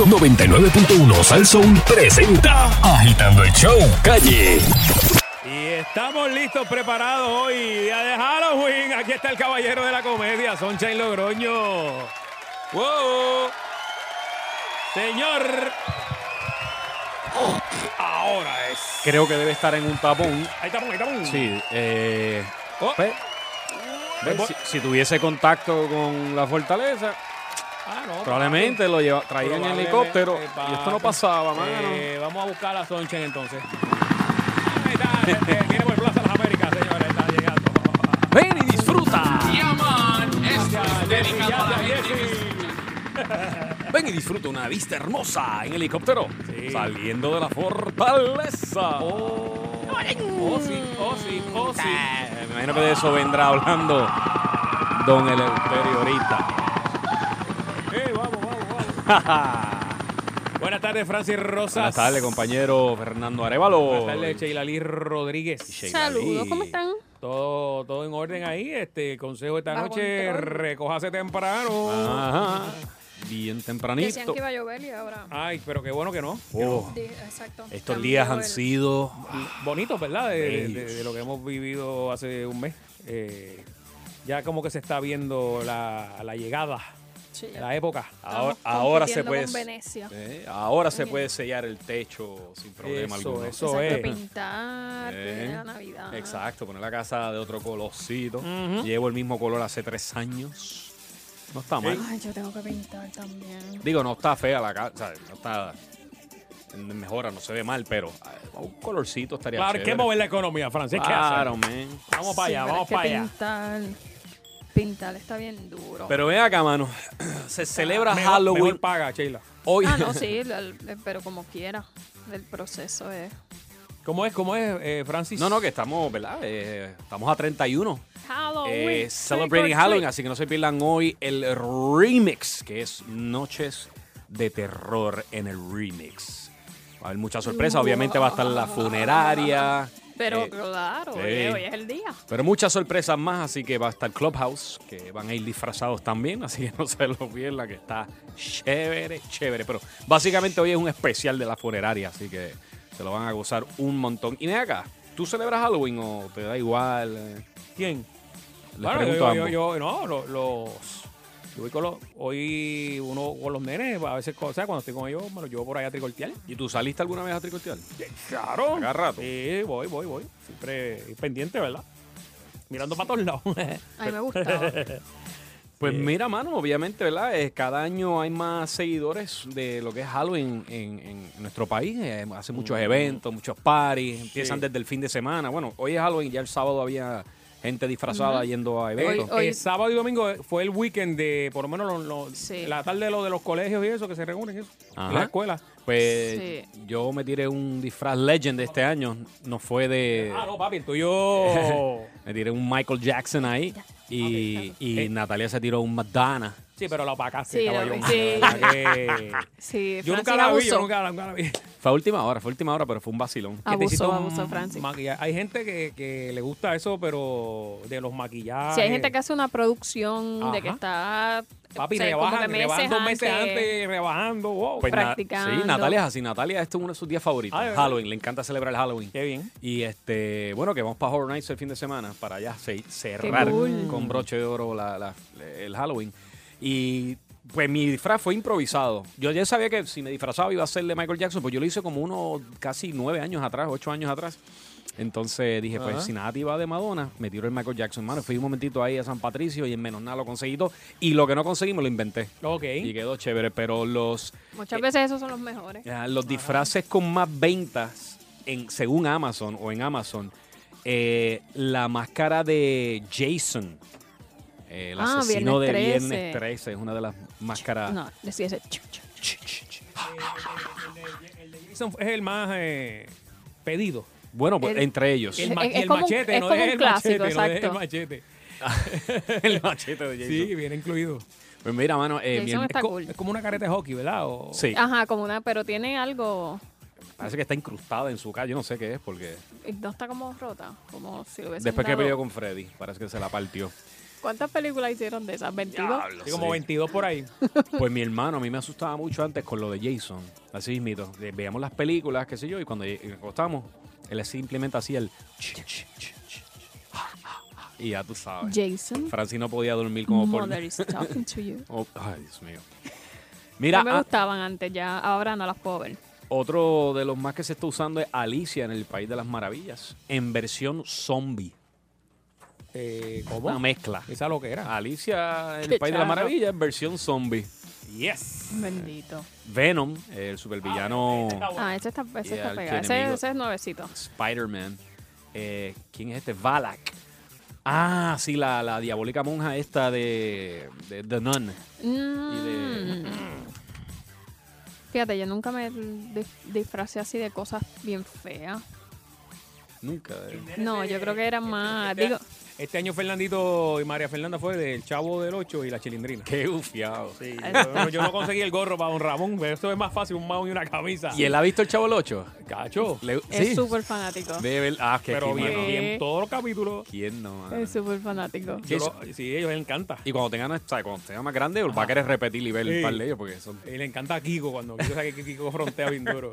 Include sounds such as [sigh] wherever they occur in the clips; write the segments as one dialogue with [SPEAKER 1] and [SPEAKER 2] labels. [SPEAKER 1] 99.1 Sal Soul presenta Agitando el Show Calle.
[SPEAKER 2] Y estamos listos, preparados hoy, día de Halloween. Aquí está el caballero de la comedia, Sunshine Logroño. ¡Wow! Señor. Ahora es.
[SPEAKER 3] Creo que debe estar en un tapón.
[SPEAKER 2] Ahí está, ahí está.
[SPEAKER 3] Sí. eh,
[SPEAKER 2] Oh.
[SPEAKER 3] pues, pues, si, si tuviese contacto con la fortaleza,
[SPEAKER 2] Ah, no,
[SPEAKER 3] probablemente lo lleva, traía en
[SPEAKER 2] Probablemente,
[SPEAKER 3] helicóptero
[SPEAKER 2] eh,
[SPEAKER 3] y esto
[SPEAKER 2] papi.
[SPEAKER 3] no pasaba, mano.
[SPEAKER 2] Eh, vamos a buscar a Sonchen entonces. Ahí está, eh, eh, viene por Plaza Las Américas, señores, está llegando.
[SPEAKER 3] Ven y disfruta.
[SPEAKER 2] Gracias, Jessy, gracias, Jessy.
[SPEAKER 3] Ven y disfruta una vista hermosa en helicóptero.
[SPEAKER 2] Sí.
[SPEAKER 3] Saliendo de la fortaleza.
[SPEAKER 2] Oh, sí, oh, sí, oh, sí.
[SPEAKER 3] Me imagino que de eso vendrá hablando Don Eleuterio ahorita.
[SPEAKER 2] Eh, vamos, vamos, vamos.
[SPEAKER 3] [laughs]
[SPEAKER 2] Buenas tardes, Francis Rosas.
[SPEAKER 3] Buenas tardes, compañero Fernando Arevalo.
[SPEAKER 2] Buenas tardes, Cheilalí Rodríguez.
[SPEAKER 3] Sheila
[SPEAKER 4] Saludos,
[SPEAKER 3] Lee.
[SPEAKER 4] ¿cómo están?
[SPEAKER 2] Todo, todo en orden ahí. Este consejo esta
[SPEAKER 4] Bajo
[SPEAKER 2] noche,
[SPEAKER 4] control.
[SPEAKER 2] recójase temprano.
[SPEAKER 3] Ajá. Bien tempranito.
[SPEAKER 4] Decían que iba a llover y ahora.
[SPEAKER 2] Ay, pero qué bueno que no.
[SPEAKER 3] Oh,
[SPEAKER 4] di- exacto.
[SPEAKER 3] estos
[SPEAKER 4] cambió
[SPEAKER 3] días han
[SPEAKER 4] el-
[SPEAKER 3] sido.
[SPEAKER 2] Bonito, ¿verdad? De,
[SPEAKER 3] Bellos.
[SPEAKER 2] de- de lo que hemos vivido hace un mes. Eh, ya como que se está viendo la, la llegada,
[SPEAKER 4] Sí,
[SPEAKER 2] la época.
[SPEAKER 3] Ahora,
[SPEAKER 4] Estamos
[SPEAKER 3] ahora se
[SPEAKER 4] compitiendo
[SPEAKER 3] puede.
[SPEAKER 4] con Venecia.
[SPEAKER 3] Eh, Ahora se puede sellar el techo sin problema
[SPEAKER 2] Eso,
[SPEAKER 3] alguno.
[SPEAKER 2] eso.
[SPEAKER 4] Exacto,
[SPEAKER 2] es.
[SPEAKER 4] pintar,
[SPEAKER 3] Eh.
[SPEAKER 4] tener la Navidad.
[SPEAKER 3] Exacto, poner la casa de otro colorcito. Llevo el mismo color hace tres años. No está mal.
[SPEAKER 4] Ay, yo tengo que pintar también.
[SPEAKER 3] Digo, no está fea la casa, ¿sabes? no está. Mejora, no se ve mal, pero eh, un colorcito estaría
[SPEAKER 2] Claro, hay
[SPEAKER 3] chévere.
[SPEAKER 2] que mover la economía, Francis. ¿Qué
[SPEAKER 3] Claro,
[SPEAKER 2] hacer?
[SPEAKER 3] man.
[SPEAKER 2] Vamos para
[SPEAKER 4] Sí,
[SPEAKER 2] allá,
[SPEAKER 4] pero
[SPEAKER 2] vamos
[SPEAKER 4] es que
[SPEAKER 2] para allá.
[SPEAKER 4] Pintar, pintar está bien duro.
[SPEAKER 3] Pero ven acá, mano. [clears throat] Se celebra
[SPEAKER 2] Mejor-
[SPEAKER 3] Halloween
[SPEAKER 2] mejor paga, Sheila.
[SPEAKER 3] hoy.
[SPEAKER 4] ah,
[SPEAKER 3] [laughs]
[SPEAKER 4] no, sí, el- el- pero como quiera. El proceso es.
[SPEAKER 2] ¿Cómo es, cómo es, eh, Francis?
[SPEAKER 3] No, no, que estamos, ¿verdad? Eh, estamos a 31.
[SPEAKER 4] Halloween.
[SPEAKER 3] eh,
[SPEAKER 4] trick or
[SPEAKER 3] celebrating
[SPEAKER 4] treat.
[SPEAKER 3] Halloween, así que no se pierdan hoy el remix, que es Noches de Terror en el remix. Va a haber mucha sorpresa, obviamente va a estar la funeraria.
[SPEAKER 4] Pero
[SPEAKER 3] eh,
[SPEAKER 4] claro,
[SPEAKER 3] sí.
[SPEAKER 4] oye, hoy es el día.
[SPEAKER 3] Pero muchas sorpresas más, así que va a estar Clubhouse, que van a ir disfrazados también, [laughs] así que no se lo pierdan, que está chévere, chévere. Pero básicamente hoy es un especial de la funeraria, así que se lo van a gozar un montón. Y ven acá, ¿tú celebras Halloween o te da igual? Eh,
[SPEAKER 2] ¿Quién?
[SPEAKER 3] Les
[SPEAKER 2] Claro,
[SPEAKER 3] pregunto
[SPEAKER 2] yo,
[SPEAKER 3] a
[SPEAKER 2] yo,
[SPEAKER 3] ambos.
[SPEAKER 2] yo- no, lo- los. Yo voy con los. Hoy uno con los nenes, a veces, o sea, cuando estoy con ellos, me los llevo por ahí a tricortear.
[SPEAKER 3] ¿Y tú saliste alguna vez a tricotear?
[SPEAKER 2] Eh, Claro.
[SPEAKER 3] Cada rato.
[SPEAKER 2] Sí, voy, voy, voy. Siempre pendiente, ¿verdad? Mirando para
[SPEAKER 4] [laughs]
[SPEAKER 2] todos lados.
[SPEAKER 4] A mí me gustaba.
[SPEAKER 3] Pues mira, mano, obviamente, ¿verdad? Eh, cada año hay más seguidores de lo que es Halloween en, en nuestro país. Eh, hace muchos eventos, muchos parties, empiezan desde el fin de semana. Bueno, hoy es Halloween, ya el sábado había gente disfrazada yendo a eventos.
[SPEAKER 4] Hoy-
[SPEAKER 2] el sábado y domingo eh, fue el weekend de, por lo menos, los- los-
[SPEAKER 4] Sí.
[SPEAKER 2] la tarde de, lo, de los colegios y eso, que se reúnen, eso.
[SPEAKER 3] Ajá.
[SPEAKER 2] En la escuela.
[SPEAKER 3] Pues yo me tiré un disfraz legend de este año. No fue
[SPEAKER 4] Eh.
[SPEAKER 3] de...
[SPEAKER 2] Ah, no, papi,
[SPEAKER 4] [laughs]
[SPEAKER 2] el tuyo.
[SPEAKER 3] Me tiré un Michael Jackson ahí. Y, y
[SPEAKER 2] Eh.
[SPEAKER 3] Natalia se tiró un Madonna.
[SPEAKER 2] sí, pero la opacaste,
[SPEAKER 4] Sí, la-
[SPEAKER 2] caballón.
[SPEAKER 4] sí.
[SPEAKER 2] De verdad que-
[SPEAKER 4] Sí, [laughs] Francis
[SPEAKER 2] Yo nunca la vi,
[SPEAKER 4] abusó.
[SPEAKER 2] yo nunca, la- nunca la vi.
[SPEAKER 4] [laughs]
[SPEAKER 3] Fue a última hora, fue a última hora, pero fue un vacilón.
[SPEAKER 2] que te hiciste
[SPEAKER 4] Abusó,
[SPEAKER 2] un
[SPEAKER 4] abusó, Francis.
[SPEAKER 2] maquillaje. Hay gente que, que le gusta eso, pero de los maquillajes.
[SPEAKER 4] Si hay gente que hace una producción de que está.
[SPEAKER 2] Papi,
[SPEAKER 4] o sea, como que
[SPEAKER 2] rebajan, rebajan dos meses
[SPEAKER 4] antes.
[SPEAKER 2] antes, rebajando. Wow.
[SPEAKER 3] Pues na-
[SPEAKER 4] Practicando.
[SPEAKER 3] sí, Natalia es así. Natalia, este es uno de sus días favoritos.
[SPEAKER 2] Ah, de verdad.
[SPEAKER 3] Halloween, le encanta celebrar el Halloween.
[SPEAKER 2] Qué bien.
[SPEAKER 3] Y este, bueno, que vamos para Horror Nights el fin de semana para allá ce- cerrar
[SPEAKER 4] cool.
[SPEAKER 3] con broche de oro la- la- el Halloween. Y pues mi disfraz fue improvisado. Yo ya sabía que si me disfrazaba iba a ser de Michael Jackson, pues yo lo hice como uno casi nueve años atrás, ocho años atrás. Entonces dije, pues si nada te iba de Madonna, me tiró el Michael Jackson, mano. Fui un momentito ahí a San Patricio y en menos nada lo conseguí todo. Y lo que no conseguí me lo inventé.
[SPEAKER 2] Ok.
[SPEAKER 3] Y quedó chévere, pero los
[SPEAKER 4] Muchas veces esos son los mejores.
[SPEAKER 3] Ah, los disfraces con más ventas, en, según Amazon o en Amazon, eh, la máscara de Jason, eh, el
[SPEAKER 4] Ah,
[SPEAKER 3] asesino
[SPEAKER 4] Viernes
[SPEAKER 3] de
[SPEAKER 4] 13.
[SPEAKER 3] Viernes 13, es una de las máscaras.
[SPEAKER 4] No, decía ese. chu, chu, chu.
[SPEAKER 3] Ch, ch, ch.
[SPEAKER 2] Jason es el más eh, pedido.
[SPEAKER 3] Bueno, pues,
[SPEAKER 4] El-
[SPEAKER 3] entre ellos. [laughs]
[SPEAKER 2] El,
[SPEAKER 3] El,
[SPEAKER 4] Es-
[SPEAKER 2] ma-
[SPEAKER 4] es
[SPEAKER 2] y el
[SPEAKER 4] como un-
[SPEAKER 2] machete,
[SPEAKER 4] es
[SPEAKER 2] no
[SPEAKER 4] como
[SPEAKER 2] dejes
[SPEAKER 4] un
[SPEAKER 2] el
[SPEAKER 4] clásico,
[SPEAKER 2] machete, no dejes el
[SPEAKER 4] exacto.
[SPEAKER 2] machete.
[SPEAKER 3] machete de Jason.
[SPEAKER 2] Sí, viene incluido.
[SPEAKER 3] Pues mira, mano, eh, mi
[SPEAKER 4] Jason
[SPEAKER 3] herma-
[SPEAKER 4] está Ah.
[SPEAKER 2] Co-
[SPEAKER 4] cool.
[SPEAKER 2] Es como una careta de hockey, ¿verdad? O-
[SPEAKER 3] sí,
[SPEAKER 4] Ajá, como una, pero tiene algo.
[SPEAKER 3] parece que está incrustada en su cara. Yo no sé qué es porque
[SPEAKER 4] No está como rota, como si lo hubiesen
[SPEAKER 3] después que
[SPEAKER 4] dado-
[SPEAKER 3] peleó con Freddy, parece que se la partió.
[SPEAKER 4] ¿Cuántas películas hicieron de esas? ¿22?
[SPEAKER 2] Sí, como 22
[SPEAKER 3] [laughs]
[SPEAKER 2] por ahí.
[SPEAKER 3] Pues mi hermano, a mí me asustaba mucho antes con lo de Jason. Así mismito. Eh, Veíamos las películas, qué sé yo, y cuando lleg- nos acostamos, él simplemente hacía el... ch, ch, ch, ch, ch, ah, ah, ah, Y ya tú sabes.
[SPEAKER 4] Jason,
[SPEAKER 3] Francis no podía dormir como por...
[SPEAKER 4] Mother
[SPEAKER 3] [laughs]
[SPEAKER 4] is talking to you.
[SPEAKER 3] Oh, ay, Dios mío.
[SPEAKER 4] No
[SPEAKER 3] Mira,
[SPEAKER 4] me
[SPEAKER 3] ah,
[SPEAKER 4] gustaban antes ya, ahora no las puedo ver.
[SPEAKER 3] otro de los más que se está usando es Alicia en el País de las Maravillas, en versión zombie.
[SPEAKER 2] Eh,
[SPEAKER 3] Una
[SPEAKER 2] ¿Cómo?
[SPEAKER 3] mezcla.
[SPEAKER 2] Esa lo que era.
[SPEAKER 3] Alicia en
[SPEAKER 4] Qué
[SPEAKER 3] el País de
[SPEAKER 4] charro.
[SPEAKER 3] las Maravillas, en versión zombie.
[SPEAKER 2] Yes.
[SPEAKER 4] Bendito.
[SPEAKER 3] Venom, el supervillano...
[SPEAKER 4] Ah, ese está, ese
[SPEAKER 3] Yeah,
[SPEAKER 4] está pegado. Ese,
[SPEAKER 3] archienemigo.
[SPEAKER 4] ese es nuevecito.
[SPEAKER 3] Spider-Man. Eh, ¿Quién es este? Valak. Ah, sí, la, la diabólica monja esta de, de The Nun.
[SPEAKER 4] Mm. Fíjate, yo nunca me dis- disfracé así de cosas bien feas.
[SPEAKER 3] Nunca. eh.
[SPEAKER 4] No, yo creo que era más. Digo,
[SPEAKER 2] Este año Fernandito y María Fernanda fue del Chavo del 8 y la Chilindrina.
[SPEAKER 3] Qué ufiado.
[SPEAKER 2] Sí, yo, yo no conseguí el gorro para don Ramón, pero esto es más fácil, un mao y una camisa.
[SPEAKER 3] ¿Y él ha visto el Chavo el 8?
[SPEAKER 2] Cacho.
[SPEAKER 4] es súper fanático.
[SPEAKER 3] Ah, que
[SPEAKER 2] Pero
[SPEAKER 3] aquí,
[SPEAKER 2] bien,
[SPEAKER 3] mano.
[SPEAKER 2] bien, todos los capítulos.
[SPEAKER 3] ¿Quién no? mano?
[SPEAKER 4] Es súper fanático.
[SPEAKER 2] Yo
[SPEAKER 3] Sí,
[SPEAKER 2] lo- sí, a ellos les encanta.
[SPEAKER 3] Y cuando tengan, o sea, cuando tenga más grande, va a querer repetir y ver
[SPEAKER 2] Sí.
[SPEAKER 3] el par de ellos porque son...
[SPEAKER 2] Y le encanta a Kiko cuando Kiko sabe que Kiko frontea bien duro.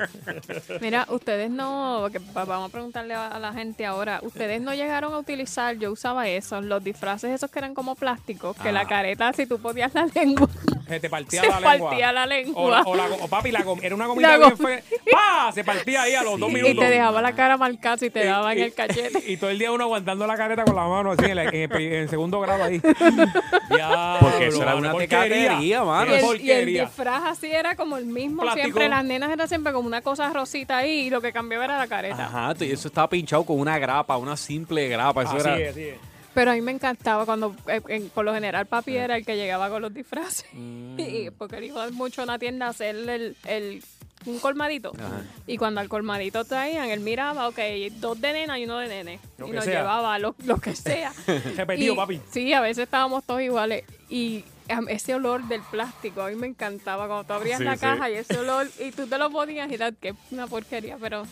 [SPEAKER 4] Mira, ustedes no, porque va- vamos a preguntarle a a la gente ahora, ustedes no llegaron a utilizar, yo usaba esos, los disfraces esos que eran como plásticos, que la
[SPEAKER 3] Ah.
[SPEAKER 4] careta, si tú podías la [laughs] lengua,
[SPEAKER 2] Se te partía
[SPEAKER 4] se
[SPEAKER 2] la lengua.
[SPEAKER 4] partía la
[SPEAKER 2] O,
[SPEAKER 4] lengua
[SPEAKER 2] la- o la go- o papi, la gom- era una gomita
[SPEAKER 4] La gom-
[SPEAKER 2] bien fea. ¡Pah! Se partía ahí a los dos
[SPEAKER 3] Sí.
[SPEAKER 2] minutos.
[SPEAKER 4] y te dejaba la cara marcada y te daba en
[SPEAKER 2] Y-
[SPEAKER 4] el cachete.
[SPEAKER 2] Y, y todo el día uno aguantando la careta con la mano así en, la- en el, pri- en el segundo grado ahí. Ya,
[SPEAKER 3] [laughs] Porque eso era una tecatería, mano.
[SPEAKER 4] Y
[SPEAKER 2] Qué
[SPEAKER 4] el, y el
[SPEAKER 2] porquería.
[SPEAKER 4] disfraz así era como el mismo
[SPEAKER 2] Plástico.
[SPEAKER 4] siempre. Las nenas eran siempre como una cosa rosita ahí y lo que cambiaba era la careta.
[SPEAKER 3] Ajá, y eso estaba pinchado con una grapa, una simple grapa. Eso
[SPEAKER 2] Así
[SPEAKER 3] era...
[SPEAKER 2] es, así es.
[SPEAKER 4] Pero a mí me encantaba cuando, eh, en- por lo general, papi era el que llegaba con los disfraces.
[SPEAKER 2] Mm.
[SPEAKER 4] [laughs] Y- porque él iba mucho a una tienda a hacer el, el- un colmadito.
[SPEAKER 3] Ajá.
[SPEAKER 4] Y cuando al colmadito traían, él miraba, ok, dos de nena y uno de nene.
[SPEAKER 2] Lo
[SPEAKER 4] y
[SPEAKER 2] que
[SPEAKER 4] nos
[SPEAKER 2] sea.
[SPEAKER 4] llevaba lo, lo que
[SPEAKER 2] [laughs]
[SPEAKER 4] sea.
[SPEAKER 2] Repetido,
[SPEAKER 4] Y-
[SPEAKER 2] papi.
[SPEAKER 4] Sí, a veces estábamos todos iguales. Y am, ese olor del plástico, a mí me encantaba. Cuando tú abrías
[SPEAKER 3] Sí,
[SPEAKER 4] la
[SPEAKER 3] sí.
[SPEAKER 4] caja y ese olor, y tú te lo ponías, y era que una porquería, pero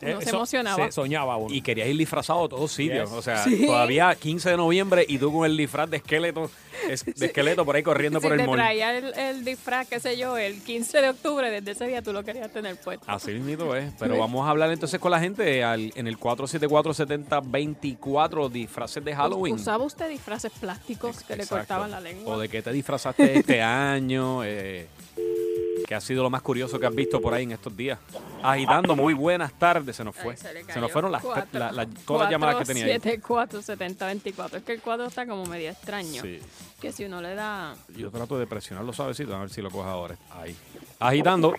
[SPEAKER 2] Eh,
[SPEAKER 4] no se
[SPEAKER 2] so-
[SPEAKER 4] emocionaba.
[SPEAKER 2] Se soñaba uno.
[SPEAKER 3] Y querías ir disfrazado a todos sitios.
[SPEAKER 2] Yes.
[SPEAKER 3] O sea, todavía 15 de noviembre y tú con el disfraz de esqueleto, es- de esqueleto por ahí corriendo
[SPEAKER 4] si
[SPEAKER 3] por el
[SPEAKER 4] te
[SPEAKER 3] mall.
[SPEAKER 4] traía el, el disfraz, qué sé yo, el 15 de octubre, desde ese día tú lo querías tener puesto.
[SPEAKER 3] Así mismo es. Pero vamos a hablar entonces con la gente al- en el 474-7024 disfraces de Halloween.
[SPEAKER 4] ¿Usaba usted disfraces plásticos que le
[SPEAKER 3] Exacto.
[SPEAKER 4] cortaban la
[SPEAKER 3] O
[SPEAKER 4] lengua?
[SPEAKER 3] de qué te disfrazaste este año. Eh, ¿Qué ha sido lo más curioso que has visto por ahí en estos días? Agitando, muy buenas tardes. Se nos fue.
[SPEAKER 4] Ay, le
[SPEAKER 3] nos
[SPEAKER 4] cayó.
[SPEAKER 3] fueron las,
[SPEAKER 4] Cuatro.
[SPEAKER 3] la- la- todas las llamadas que tenía ahí.
[SPEAKER 4] 4, 7, 4, 70, 24. Es que el cuadro está como medio extraño.
[SPEAKER 3] Sí.
[SPEAKER 4] Que si uno le da...
[SPEAKER 3] Yo trato de presionarlo suavecito, a ver si lo coge ahora. Ahí. Agitando.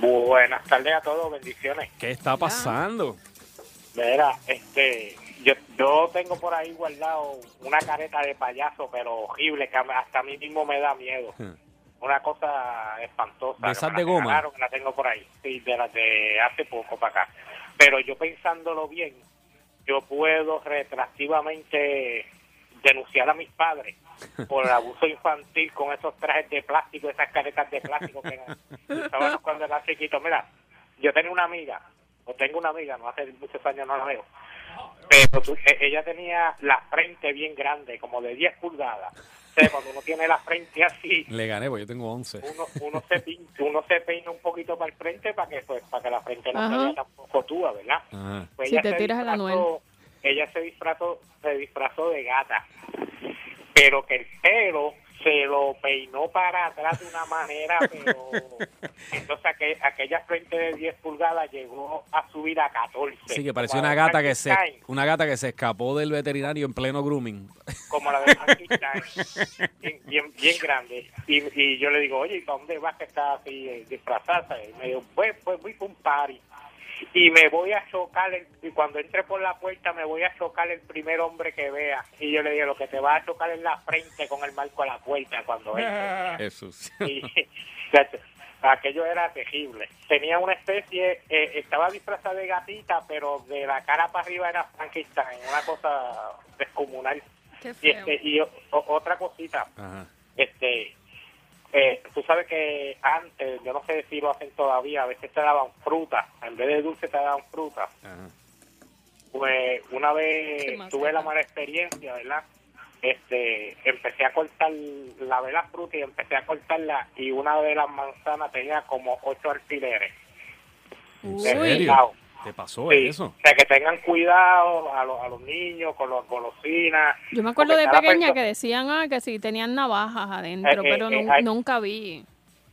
[SPEAKER 5] Buenas tardes a todos, bendiciones.
[SPEAKER 3] ¿Qué está pasando?
[SPEAKER 5] Mira, este, yo, yo tengo por ahí guardado una careta de payaso, pero horrible, que a- hasta a mí mismo me da miedo.
[SPEAKER 3] Hmm.
[SPEAKER 5] Una cosa espantosa.
[SPEAKER 3] ¿De esas
[SPEAKER 5] me la
[SPEAKER 3] de goma?
[SPEAKER 5] regalaron, la tengo por ahí, sí, de las de hace poco para acá. Pero yo pensándolo bien, yo puedo retractivamente denunciar a mis padres por el abuso infantil con esos trajes de plástico, esas caretas de plástico que [laughs] usaban cuando era chiquito. Mira, yo tenía una amiga, o tengo una amiga, no hace muchos años no la veo, pero tú- e- ella tenía la frente bien grande, como de 10 pulgadas. O sea, cuando uno tiene la frente así,
[SPEAKER 3] Le gané, porque yo tengo 11. [laughs]
[SPEAKER 5] uno, uno, se pin- uno se peina un poquito para el frente para que, pues, para que la frente no
[SPEAKER 4] Ajá.
[SPEAKER 5] se vea tampoco tuya, ¿verdad?
[SPEAKER 3] Ajá.
[SPEAKER 5] Pues
[SPEAKER 4] Si
[SPEAKER 5] ella
[SPEAKER 4] te
[SPEAKER 5] se
[SPEAKER 4] tiras a la
[SPEAKER 5] disfrazó-
[SPEAKER 4] Noel.
[SPEAKER 5] Ella se disfrazó, se disfrazó de gata, pero que el pelo se lo peinó para atrás de
[SPEAKER 4] [laughs]
[SPEAKER 5] una manera, pero entonces aquel- aquella frente de 10 pulgadas llegó a subir a 14.
[SPEAKER 3] Sí, que parecía
[SPEAKER 5] como
[SPEAKER 3] una
[SPEAKER 5] la de
[SPEAKER 3] gata que se
[SPEAKER 5] Frankenstein,
[SPEAKER 3] una gata que se escapó del veterinario en pleno grooming. [laughs]
[SPEAKER 5] Como la de Frankenstein, bien, bien, bien grande. Y, y yo le digo, oye, ¿y pa' dónde vas que estás así eh, disfrazada? Y me dijo, pues, pues voy para un party. y me voy a chocar el- y cuando entre por la puerta me voy a chocar el primer hombre que vea y yo le dije lo que te va a chocar es la frente con el marco a la puerta
[SPEAKER 2] [laughs]
[SPEAKER 5] cuando entre
[SPEAKER 3] Jesús.
[SPEAKER 5] y, [laughs] chacho, aquello era terrible tenía una especie eh, estaba disfrazada de gatita pero de la cara para arriba era Frankenstein una cosa descomunal
[SPEAKER 4] Qué
[SPEAKER 5] y, este, y o- o- otra cosita
[SPEAKER 3] Ajá.
[SPEAKER 5] este eh, tú sabes que antes yo no sé si lo hacen todavía a veces te daban fruta en vez de dulce te daban fruta
[SPEAKER 3] Ajá.
[SPEAKER 5] pues una
[SPEAKER 4] Qué
[SPEAKER 5] vez
[SPEAKER 4] maceta.
[SPEAKER 5] tuve la mala experiencia verdad este empecé a cortar la vela fruta y empecé a cortarla y una de las manzanas tenía como ocho alfileres.
[SPEAKER 3] ¿En
[SPEAKER 4] Uy.
[SPEAKER 3] serio?
[SPEAKER 5] Pegado.
[SPEAKER 3] ¿Te pasó
[SPEAKER 5] Sí,
[SPEAKER 3] eso?
[SPEAKER 5] O sea, que tengan cuidado a, los- a los niños con las golosinas.
[SPEAKER 4] Yo me acuerdo
[SPEAKER 5] porque
[SPEAKER 4] de
[SPEAKER 5] cada
[SPEAKER 4] pequeña
[SPEAKER 5] perso-
[SPEAKER 4] que decían ah, que sí, tenían navajas adentro,
[SPEAKER 5] Eh, eh,
[SPEAKER 4] pero
[SPEAKER 5] eh,
[SPEAKER 4] nun-
[SPEAKER 5] hay-
[SPEAKER 4] nunca vi.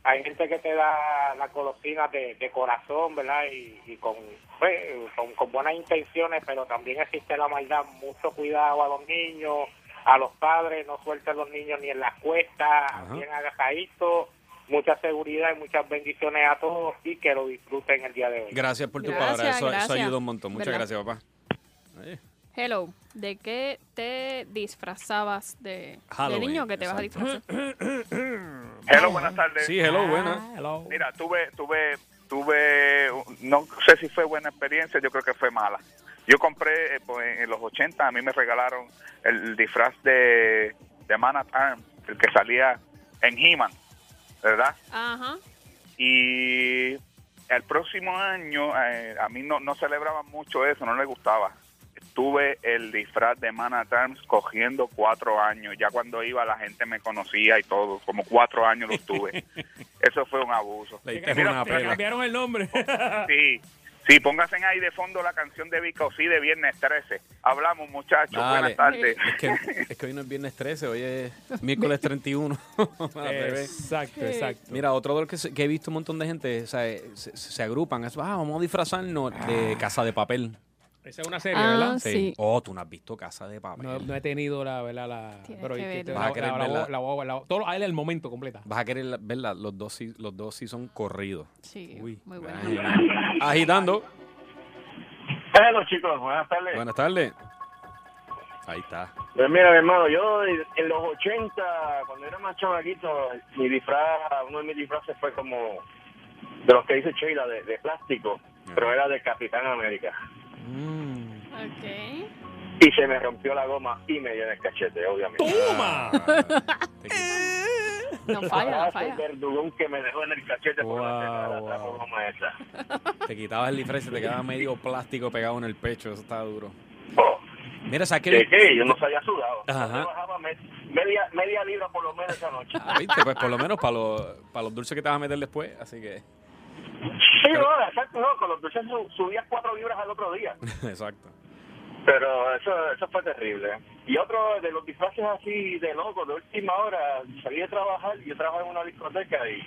[SPEAKER 5] Hay gente que te da las golosinas de, de corazón, ¿verdad? Y, y con, pues, con, con buenas intenciones, pero también existe la maldad. Mucho cuidado a los niños, a los padres, no suelten los niños ni en las cuestas, bien agajaditos. Mucha seguridad y muchas bendiciones a todos y que lo disfruten el día de hoy.
[SPEAKER 3] Gracias por tu
[SPEAKER 4] Gracias,
[SPEAKER 3] palabra. Eso, eso
[SPEAKER 4] gracias.
[SPEAKER 3] ayuda un montón. Muchas
[SPEAKER 4] ¿Verdad?
[SPEAKER 3] gracias, papá. Ahí.
[SPEAKER 4] Hello, ¿de qué te disfrazabas de, de
[SPEAKER 3] Halloween,
[SPEAKER 4] niño que te vas a
[SPEAKER 3] exacto.
[SPEAKER 4] disfrazar?
[SPEAKER 3] [gasps]
[SPEAKER 6] Hello, buenas tardes.
[SPEAKER 3] Sí, [laughs] hello,
[SPEAKER 2] Ah,
[SPEAKER 3] buena.
[SPEAKER 6] Mira, tuve, tuve, tuve, no sé si fue buena experiencia, yo creo que fue mala. Yo compré eh, pues, en los 80, a mí me regalaron el disfraz de, de Man at Arms, el que salía en He-Man, ¿verdad?
[SPEAKER 4] Ajá.
[SPEAKER 6] Y el próximo año, eh, a mí no, no celebraba mucho eso, no le gustaba. Tuve el disfraz de Man at Arms cogiendo cuatro años. Ya cuando iba la gente me conocía y todo. Como cuatro años lo
[SPEAKER 3] [laughs]
[SPEAKER 6] tuve. Eso fue un abuso.
[SPEAKER 3] Le diste
[SPEAKER 6] Mira,
[SPEAKER 3] una
[SPEAKER 6] mira,
[SPEAKER 2] Le
[SPEAKER 3] pela.
[SPEAKER 2] cambiaron el nombre.
[SPEAKER 6] Sí, sí, pónganse ahí de fondo la canción de Vico, sí, de Viernes 13. Hablamos, muchachos.
[SPEAKER 3] Dale.
[SPEAKER 6] Buenas tardes.
[SPEAKER 3] [laughs] Es que, es que hoy no es viernes 13, hoy
[SPEAKER 4] [laughs]
[SPEAKER 3] es miércoles 31. [laughs] [laughs] Al
[SPEAKER 2] [laughs]
[SPEAKER 3] revés.
[SPEAKER 2] exacto, exacto.
[SPEAKER 3] Mira, otro dolor que, se- que he visto un montón de gente, o sea, eh, se, se- se agrupan, es, ah, vamos a disfrazarnos de
[SPEAKER 5] Ah.
[SPEAKER 3] Casa de Papel.
[SPEAKER 2] Esa es una serie,
[SPEAKER 4] Ah,
[SPEAKER 2] ¿verdad?
[SPEAKER 4] Sí.
[SPEAKER 3] Oh, tú no has visto Casa de Papel.
[SPEAKER 2] No, no he tenido la, ¿verdad? La,
[SPEAKER 4] Tienes
[SPEAKER 2] pero
[SPEAKER 4] que
[SPEAKER 2] y-
[SPEAKER 4] verla.
[SPEAKER 2] la-
[SPEAKER 3] Vas a querer
[SPEAKER 2] la- la-
[SPEAKER 3] verla.
[SPEAKER 2] la- la- la- todo, ahí el momento completa.
[SPEAKER 3] Vas a querer la- verla, los dos, sí- los dos sí son corridos.
[SPEAKER 4] Sí,
[SPEAKER 3] Uy,
[SPEAKER 4] muy
[SPEAKER 3] gran
[SPEAKER 4] bueno.
[SPEAKER 3] idea. Agitando.
[SPEAKER 7] Hello chicos, buenas tardes.
[SPEAKER 3] Buenas tardes. Ahí está.
[SPEAKER 7] Pues mira, mi hermano, yo en los 80, cuando era más chavaquito, mi disfraz, uno de mis disfraces fue como de los que dice Sheila, de, de plástico, pero era de Capitán América.
[SPEAKER 4] Ok.
[SPEAKER 7] Y se me rompió la goma y me dio en el cachete, obviamente.
[SPEAKER 3] Oh.
[SPEAKER 2] ¡Toma!
[SPEAKER 3] Te quito.
[SPEAKER 5] [laughs]
[SPEAKER 4] No falla, no
[SPEAKER 5] Ah,
[SPEAKER 7] Gracias,
[SPEAKER 4] falla.
[SPEAKER 7] verdugón que me dejó en el cachete por
[SPEAKER 3] Wow,
[SPEAKER 7] la cerrada, la
[SPEAKER 3] wow.
[SPEAKER 7] goma esa.
[SPEAKER 3] Te quitabas el disfraz y te quedaba medio plástico pegado en el pecho. Eso estaba duro.
[SPEAKER 7] Oh,
[SPEAKER 3] Mira, ¿sabes qué?
[SPEAKER 7] que, que yo no sabía sudado.
[SPEAKER 3] Ajá.
[SPEAKER 7] Yo bajaba me- media, media libra por lo menos esa noche.
[SPEAKER 3] Ah, ¿Viste? Pues por lo menos para los, para los dulces que te vas a meter después. Así que, [laughs]
[SPEAKER 7] Sí, no, exacto, no, con los dulces su- subías cuatro libras al otro día.
[SPEAKER 3] exacto.
[SPEAKER 7] Pero eso, eso fue terrible. Y otro de los disfraces así de loco, de última hora, salí de trabajar, yo trabajaba en una discoteca y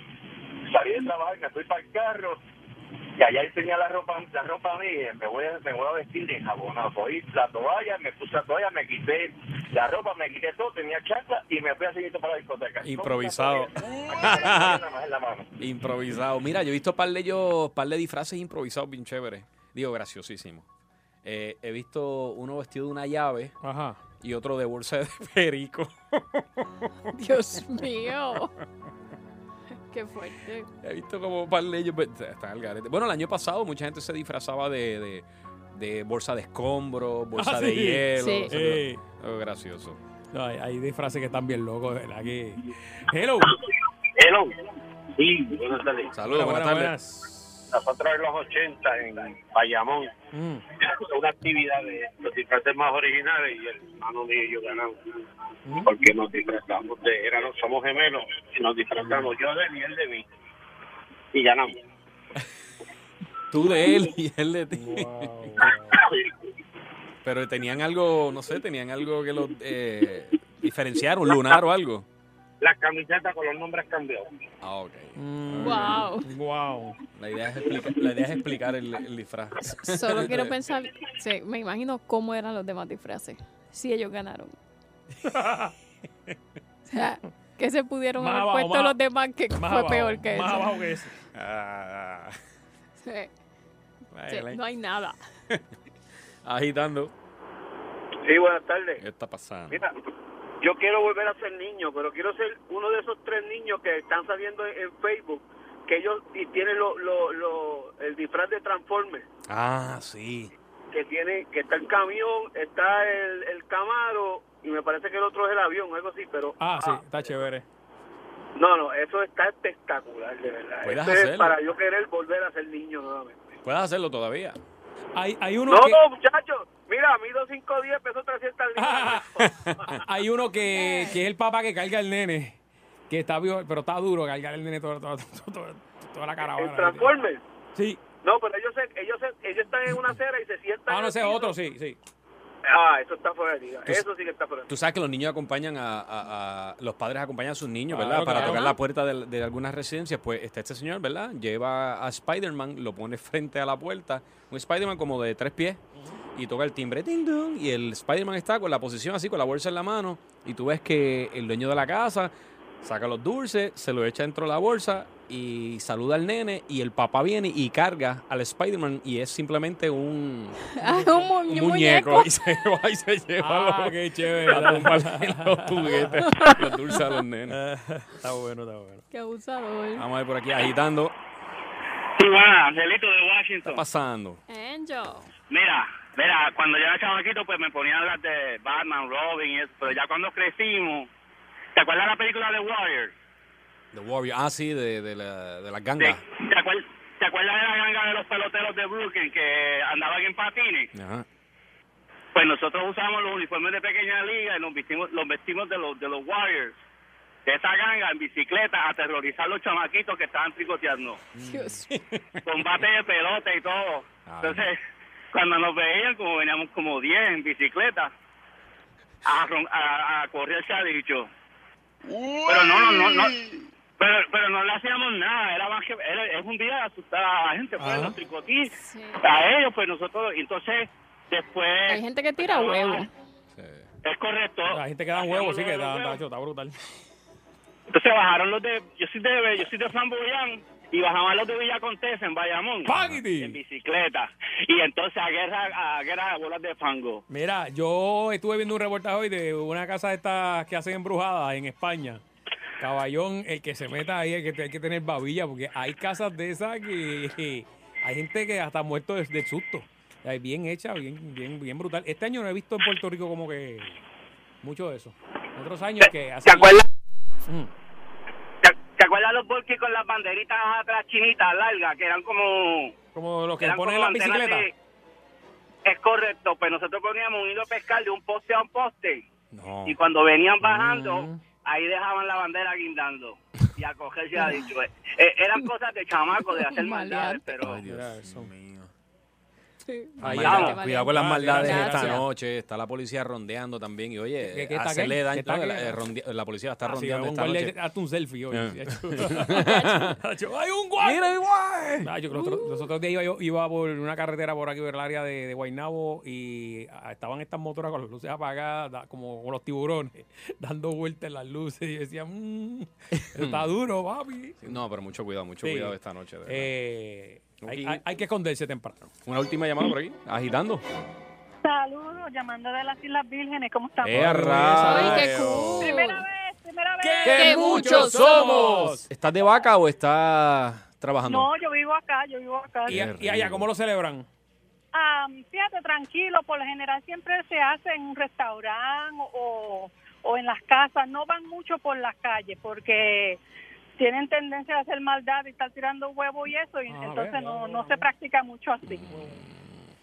[SPEAKER 7] salí de trabajar, me fui para el carro y allá yo tenía la ropa la ropa mía, me voy, a- me voy a vestir de jabonado. Cogí la toalla, me puse la toalla, me quité la ropa, me quité todo, tenía chancla y me fui así para la discoteca.
[SPEAKER 3] Improvisado.
[SPEAKER 7] Con una toalla, [laughs] nada más en la mano.
[SPEAKER 3] Improvisado. Mira, yo he visto par de ellos, par de disfraces improvisados bien chéveres. Digo, graciosísimo. Eh, he visto uno vestido de una llave
[SPEAKER 2] Ajá.
[SPEAKER 3] y otro de bolsa de [laughs] perico.
[SPEAKER 4] Dios mío.
[SPEAKER 5] [laughs]
[SPEAKER 4] Qué fuerte.
[SPEAKER 3] He visto como par de ellos. pero Están al garete. Bueno, el año pasado mucha gente se disfrazaba de, de- de bolsa de escombros, bolsa
[SPEAKER 2] Ah,
[SPEAKER 3] de
[SPEAKER 2] sí.
[SPEAKER 3] hielo.
[SPEAKER 4] Sí.
[SPEAKER 3] o sea,
[SPEAKER 2] Eh.
[SPEAKER 3] algo gracioso.
[SPEAKER 2] No, hay, hay disfraces que están bien locos, de ¿verdad? Que... Hello.
[SPEAKER 7] Hello. Sí, buenas tardes.
[SPEAKER 3] Saludos, buenas, tardes.
[SPEAKER 7] nosotros en los 80 en Bayamón, una actividad de los disfraces más originales y el hermano mío y yo ganamos. Porque nos disfrazamos de, éramos, somos gemelos y nos disfrazamos yo de él y él de mí. Y ganamos. [coughs]
[SPEAKER 3] Tú de él y él de ti. Pero tenían algo, no sé, tenían algo que los eh, diferenciaron, lunar o algo.
[SPEAKER 7] Las camisetas con los nombres cambiados.
[SPEAKER 3] Ah, ok.
[SPEAKER 4] Wow.
[SPEAKER 2] Mm. Wow.
[SPEAKER 3] La idea es explicar, la idea es explicar el, el disfraz.
[SPEAKER 4] Solo quiero pensar, sí, me imagino cómo eran los demás disfraces. Si ellos ganaron. O sea, que se pudieron
[SPEAKER 2] Más
[SPEAKER 4] haber
[SPEAKER 2] abajo,
[SPEAKER 4] puesto
[SPEAKER 2] más-
[SPEAKER 4] los demás que fue
[SPEAKER 2] Más abajo,
[SPEAKER 4] peor que
[SPEAKER 2] Más
[SPEAKER 4] eso.
[SPEAKER 2] abajo que eso.
[SPEAKER 3] [laughs] Ah,
[SPEAKER 4] Sí, sí,
[SPEAKER 3] vale.
[SPEAKER 4] no hay nada.
[SPEAKER 3] Agitando.
[SPEAKER 7] Sí, buenas tardes.
[SPEAKER 3] ¿Qué está pasando?
[SPEAKER 7] Mira, yo quiero volver a ser niño, pero quiero ser uno de esos tres niños que están saliendo en, en Facebook, que ellos y tienen lo, lo, lo- el disfraz de Transformers.
[SPEAKER 3] Ah, sí.
[SPEAKER 7] que tiene que está el camión, está el, el Camaro y me parece que el otro es el avión, algo así, pero
[SPEAKER 2] Ah, sí, está chévere.
[SPEAKER 7] no, no, eso está espectacular, de verdad.
[SPEAKER 3] Puedes
[SPEAKER 7] Eso es
[SPEAKER 3] hacerlo.
[SPEAKER 7] para yo querer volver a ser niño nuevamente.
[SPEAKER 3] Puedes hacerlo todavía.
[SPEAKER 2] Hay, hay uno
[SPEAKER 8] No,
[SPEAKER 2] que...
[SPEAKER 8] no, muchachos. Mira, mido 5'10, peso 300 libras.
[SPEAKER 2] [laughs] [laughs] Hay uno que, que es el papá que carga el nene. Que está viol- pero está duro cargar el nene todo- todo- todo- todo- toda la
[SPEAKER 8] El
[SPEAKER 2] caravana.
[SPEAKER 8] Transformers.
[SPEAKER 2] Sí.
[SPEAKER 8] No, pero ellos, se- ellos, se- ellos están en una acera y se sientan.
[SPEAKER 2] Ah,
[SPEAKER 8] en
[SPEAKER 2] no,
[SPEAKER 8] el
[SPEAKER 2] ese es
[SPEAKER 8] piso.
[SPEAKER 2] otro, sí, sí.
[SPEAKER 8] Ah, eso está fuera de liga.
[SPEAKER 3] Tú-
[SPEAKER 8] Eso sí que está fuera de
[SPEAKER 3] Tú sabes que los niños acompañan a, a- a- los padres acompañan a sus niños,
[SPEAKER 2] Claro,
[SPEAKER 3] ¿verdad? Para
[SPEAKER 2] claro.
[SPEAKER 3] tocar la puerta de, de algunas residencias. Pues está este señor, ¿verdad? Lleva a Spider-Man, lo pone frente a la puerta. Un Spider-Man como de tres pies. Y toca el timbre. ting, dong, y el Spider-Man está con la posición así, con la bolsa en la mano. Y tú ves que el dueño de la casa saca los dulces, se los echa dentro de la bolsa y saluda al nene. Y el papá viene y carga al Spider-man. Y es simplemente un,
[SPEAKER 4] Ah, [laughs] un, mu-
[SPEAKER 3] un
[SPEAKER 4] un
[SPEAKER 3] muñeco.
[SPEAKER 4] muñeco.
[SPEAKER 3] Y se va y se lleva
[SPEAKER 2] Ah,
[SPEAKER 3] los-
[SPEAKER 2] qué
[SPEAKER 3] [laughs]
[SPEAKER 2] chévere.
[SPEAKER 3] a tumbarle los
[SPEAKER 2] [laughs]
[SPEAKER 3] juguetes, los dulces a los nenes.
[SPEAKER 2] está bueno, está bueno.
[SPEAKER 4] Qué
[SPEAKER 2] Ah.
[SPEAKER 4] abusador.
[SPEAKER 3] Vamos a ver por aquí agitando.
[SPEAKER 9] Sí, bueno, Angelito de Washington.
[SPEAKER 3] Está pasando.
[SPEAKER 4] Angel.
[SPEAKER 9] Mira, mira, cuando yo era chavaquito, pues me ponían las de Batman, Robin y eso. Pero ya cuando crecimos, ¿te acuerdas la película de Warriors?
[SPEAKER 3] The Warrior. Ah, sí, de, de, la, de las
[SPEAKER 9] ¿Te,
[SPEAKER 3] gangas.
[SPEAKER 9] te acuer- te acuerdas de la ganga de los peloteros de Brooklyn que andaban en patines?
[SPEAKER 3] Ajá.
[SPEAKER 9] Pues nosotros usamos los uniformes de pequeña liga y nos vestimos, los vestimos de los, de los Warriors. De esa ganga en bicicleta a aterrorizar a los chamaquitos que estaban tricoteando.
[SPEAKER 2] Mm.
[SPEAKER 4] Dios mío.
[SPEAKER 9] combate de pelota y todo.
[SPEAKER 3] Ah,
[SPEAKER 9] Entonces, cuando nos veían, como veníamos como 10 en bicicleta, a, ron- a, a correr se ha dicho. Pero no, no, no, no. Pero, pero no le hacíamos nada, era más que, era, es un día de asustar a la gente, pues,
[SPEAKER 2] Ajá.
[SPEAKER 9] los tricotis,
[SPEAKER 4] Sí.
[SPEAKER 9] a ellos, pues nosotros, y entonces, después...
[SPEAKER 4] Hay gente que tira huevos.
[SPEAKER 3] Sí.
[SPEAKER 9] Es correcto.
[SPEAKER 2] La gente que da huevos, sí que
[SPEAKER 9] Los
[SPEAKER 2] está,
[SPEAKER 9] huevos.
[SPEAKER 2] está- está brutal.
[SPEAKER 9] Entonces bajaron los de, yo soy de, yo soy de Flamboyán y bajaban los de Villa Contesa en Bayamón.
[SPEAKER 2] ¡Pagiti!
[SPEAKER 9] En bicicleta. Y entonces a guerra, a guerra de bolas de fango.
[SPEAKER 2] Mira, yo estuve viendo un reportaje hoy de una casa de estas que hacen embrujadas en España. Caballón, el que se meta ahí, el que te- hay que tener babilla, porque hay casas de esas que, que hay gente que hasta muerto de, de susto. O sea, Bien hecha, bien, bien, bien brutal. Este año no he visto en Puerto Rico como que mucho de eso. Otros años que
[SPEAKER 9] ¿Te
[SPEAKER 2] hacen-
[SPEAKER 9] acuerdas?
[SPEAKER 2] Mm.
[SPEAKER 9] ¿Te, te acuerdas los Volkis con las banderitas atrás chinitas largas que eran como...
[SPEAKER 2] como los que
[SPEAKER 9] eran
[SPEAKER 2] ponen en
[SPEAKER 9] como
[SPEAKER 2] la
[SPEAKER 9] antenas
[SPEAKER 2] bicicleta.
[SPEAKER 9] de- es correcto, pues nosotros poníamos un hilo pescar de un poste a un poste
[SPEAKER 3] No.
[SPEAKER 2] Oh.
[SPEAKER 9] y cuando venían bajando,
[SPEAKER 3] Mm.
[SPEAKER 9] ahí dejaban la bandera guindando y a cogerse ha dicho. Eh, eh, eran cosas de chamaco, de hacer maldades,
[SPEAKER 4] Maleante.
[SPEAKER 9] pero...
[SPEAKER 3] Ay,
[SPEAKER 2] Mira
[SPEAKER 3] Dios
[SPEAKER 2] eso.
[SPEAKER 3] mío.
[SPEAKER 4] Sí.
[SPEAKER 3] Ay,
[SPEAKER 9] Maldad.
[SPEAKER 3] cuidado, cuidado con las maldades
[SPEAKER 4] Gracias.
[SPEAKER 3] esta noche. Está la policía rondeando también. Y oye,
[SPEAKER 2] ¿Qué- qué está
[SPEAKER 3] hacerle
[SPEAKER 2] qué?
[SPEAKER 3] daño.
[SPEAKER 2] ¿Qué está
[SPEAKER 3] no,
[SPEAKER 2] qué?
[SPEAKER 3] la, eh, ronde- la policía está
[SPEAKER 2] Ah, sí,
[SPEAKER 3] rondeando
[SPEAKER 2] un
[SPEAKER 3] esta
[SPEAKER 2] guardia,
[SPEAKER 3] noche.
[SPEAKER 2] hazte un selfie hoy.
[SPEAKER 3] Eh.
[SPEAKER 2] ¡Hay un guardia!
[SPEAKER 3] ¡Mira, igual!
[SPEAKER 2] Ah, yo creo que
[SPEAKER 4] Uh.
[SPEAKER 2] los otros- los otros días iba, yo iba por una carretera por aquí, por el área de, de Guaynabo, y ah, estaban estas motoras con las luces apagadas, da- como con los tiburones, [laughs] dando vueltas en las luces. Y yo decía, "Mm, eso está duro, papi.
[SPEAKER 3] No, pero mucho cuidado, mucho
[SPEAKER 2] Sí.
[SPEAKER 3] cuidado esta noche. de verdad.
[SPEAKER 2] Eh, hay,
[SPEAKER 3] Aquí-
[SPEAKER 2] hay- hay que esconderse temprano.
[SPEAKER 3] Una última llamada por aquí. Agitando.
[SPEAKER 10] Saludos, llamando de las Islas Vírgenes, ¿cómo estamos?
[SPEAKER 3] ¡Eh,
[SPEAKER 4] Ay, qué
[SPEAKER 3] rayos!
[SPEAKER 4] cool.
[SPEAKER 10] Primera vez, primera vez.
[SPEAKER 4] ¡Que muchos somos!
[SPEAKER 3] ¿Estás de vaca o estás trabajando?
[SPEAKER 10] No, yo vivo acá, yo vivo acá.
[SPEAKER 2] Y,
[SPEAKER 3] Qué
[SPEAKER 2] y allá,
[SPEAKER 3] rico.
[SPEAKER 2] ¿cómo lo celebran?
[SPEAKER 10] Ah, fíjate, tranquilo, por lo general siempre se hace en un restaurante o, o en las casas, no van mucho por las calles porque tienen tendencia a hacer maldad y estar tirando huevo y eso, y
[SPEAKER 2] Ah,
[SPEAKER 10] entonces
[SPEAKER 2] vea,
[SPEAKER 10] no, no se practica mucho así.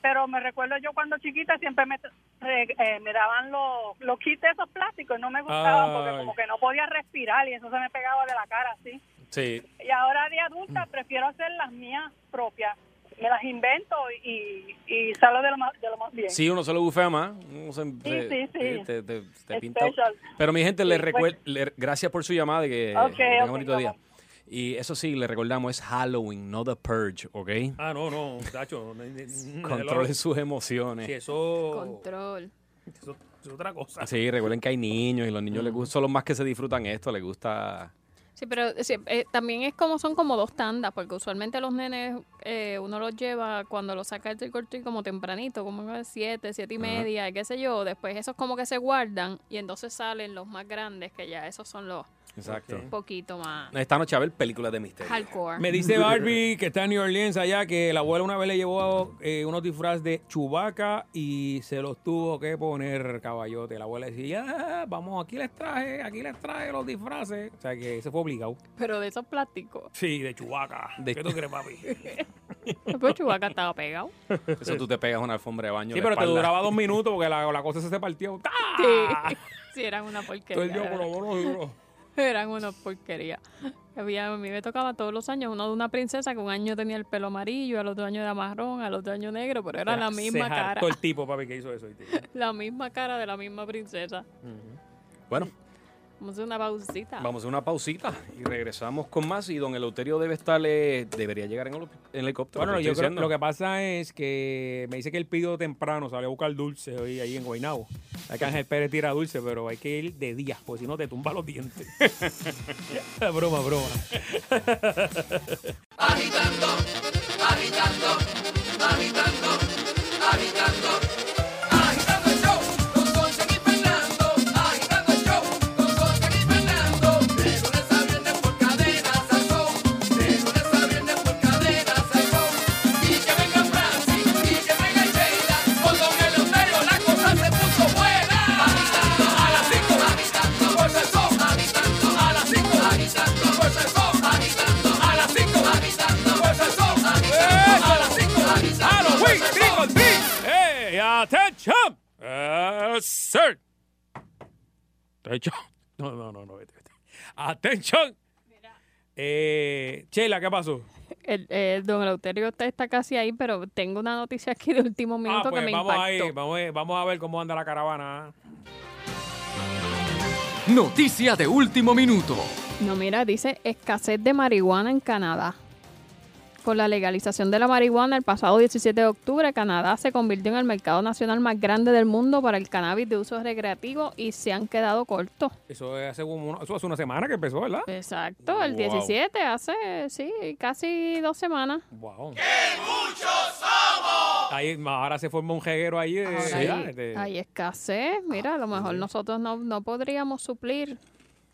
[SPEAKER 10] Pero me recuerdo yo cuando chiquita siempre me, tra- re- eh, me daban los, los kits esos plásticos y no me gustaban
[SPEAKER 2] Ay.
[SPEAKER 10] porque como que no podía respirar y eso se me pegaba de la cara así.
[SPEAKER 3] Sí.
[SPEAKER 10] Y ahora de adulta
[SPEAKER 11] Mm.
[SPEAKER 10] prefiero hacer las mías propias. Me las invento y, y salgo de lo, más, de lo más bien.
[SPEAKER 3] Sí, uno se lo bufea más. Uno se, se-
[SPEAKER 10] sí, sí.
[SPEAKER 3] eh, Te, te- te pinta.
[SPEAKER 10] Special.
[SPEAKER 3] Pero mi gente, le
[SPEAKER 10] Sí, pues.
[SPEAKER 3] recuer- le- gracias por su llamada y que
[SPEAKER 10] Ok,
[SPEAKER 3] tenga
[SPEAKER 10] ok,
[SPEAKER 3] bonito día.
[SPEAKER 10] vamos.
[SPEAKER 3] Y eso sí, le recordamos, es Halloween, no The Purge, ¿ok?
[SPEAKER 2] Ah, no, no, muchacho. no, no, no,
[SPEAKER 3] Controlen sus
[SPEAKER 2] Si
[SPEAKER 3] emociones.
[SPEAKER 2] eso,
[SPEAKER 4] Control.
[SPEAKER 2] eso es otra cosa.
[SPEAKER 3] Sí, recuerden que hay niños y los niños les gusta, son los más que se disfrutan esto, les gusta...
[SPEAKER 4] Sí, pero sí, eh, también es como son como dos tandas, porque usualmente los nenes eh, uno los lleva cuando los saca el trick or treat como tempranito, como a las siete, siete y media, qué sé yo. Después esos como que se guardan y entonces salen los más grandes, que ya esos son los
[SPEAKER 3] Exacto.
[SPEAKER 2] Mm.
[SPEAKER 4] un poquito más
[SPEAKER 3] Esta noche a ver películas de misterio.
[SPEAKER 4] hardcore.
[SPEAKER 2] Me dice Barbie, que está en New Orleans allá, que la abuela una vez le llevó eh, unos disfraz de chubaca y se los tuvo que poner caballote. La abuela decía, "Ah, vamos, aquí les traje, aquí les traje los disfraces. O sea que se fue obligado.
[SPEAKER 4] Pero de esos plásticos.
[SPEAKER 2] [laughs] Sí, de chubaca.
[SPEAKER 3] De-
[SPEAKER 2] ¿Qué tú crees, papi?
[SPEAKER 4] Pero Chubaca Pues estaba pegado.
[SPEAKER 3] Eso tú te pegas una alfombra de baño.
[SPEAKER 2] Sí,
[SPEAKER 3] en la
[SPEAKER 2] pero te
[SPEAKER 3] espalda.
[SPEAKER 2] duraba dos minutos porque la, la cosa se se partió. ¡Ah!
[SPEAKER 4] Sí. [laughs] Sí, eran una porquería.
[SPEAKER 2] Entonces yo,
[SPEAKER 4] de
[SPEAKER 2] por
[SPEAKER 4] verdad.
[SPEAKER 2] lo menos, yo-
[SPEAKER 4] [laughs] Eran una porquería. Había, a mí me tocaba todos los años uno de una princesa que un año tenía el pelo amarillo, al otro año era marrón, al otro año negro, pero era la
[SPEAKER 2] Se
[SPEAKER 4] misma cara.
[SPEAKER 2] hartó el tipo, papi, que hizo eso. ¿viste?
[SPEAKER 4] La misma cara de la misma princesa.
[SPEAKER 3] Bueno,
[SPEAKER 4] Vamos a hacer una pausita.
[SPEAKER 3] vamos a una pausita y regresamos con más. Y don Eleuterio debe estar, eh, debería llegar en helo- en helicóptero.
[SPEAKER 2] Bueno,
[SPEAKER 3] te
[SPEAKER 2] yo
[SPEAKER 3] estoy
[SPEAKER 2] creo,
[SPEAKER 3] diciendo.
[SPEAKER 2] lo que pasa es que me dice que él pidió temprano, salió a buscar dulce hoy ahí en Guaynabo. Hay que Ángel Pérez tira dulce, pero hay que ir de día, porque si no te tumba
[SPEAKER 3] [laughs]
[SPEAKER 2] los dientes. [laughs] broma, broma. Halloween, trick or treat. Hey, attention. Yes, sir. Attention. No, no, no, no, vete, vete. Attention. Eh, Chela, ¿qué pasó?
[SPEAKER 4] El, eh, don Eleuterio está, está casi ahí, pero tengo una noticia aquí de último minuto
[SPEAKER 2] pues
[SPEAKER 4] que me
[SPEAKER 2] vamos
[SPEAKER 4] impactó.
[SPEAKER 2] ahí, vamos, a- vamos a ver cómo anda la caravana.
[SPEAKER 12] Noticia de último minuto.
[SPEAKER 4] No, mira, dice escasez de marihuana en Canadá. Con la legalización de la marihuana el pasado 17 de octubre, Canadá se convirtió en el mercado nacional más grande del mundo para el cannabis de uso recreativo y se han quedado cortos.
[SPEAKER 2] Eso es hace, como una- eso hace una semana que empezó, ¿verdad?
[SPEAKER 4] Exacto, el
[SPEAKER 3] Wow.
[SPEAKER 4] 17, hace, sí, casi dos semanas.
[SPEAKER 2] Wow. ¡Qué muchos somos! Ahí, ahora se forma un jeguero ahí de,
[SPEAKER 4] Ahora
[SPEAKER 2] ¿verdad?
[SPEAKER 4] hay,
[SPEAKER 2] de-
[SPEAKER 4] hay escasez. Mira, a lo mejor nosotros no, no podríamos suplir.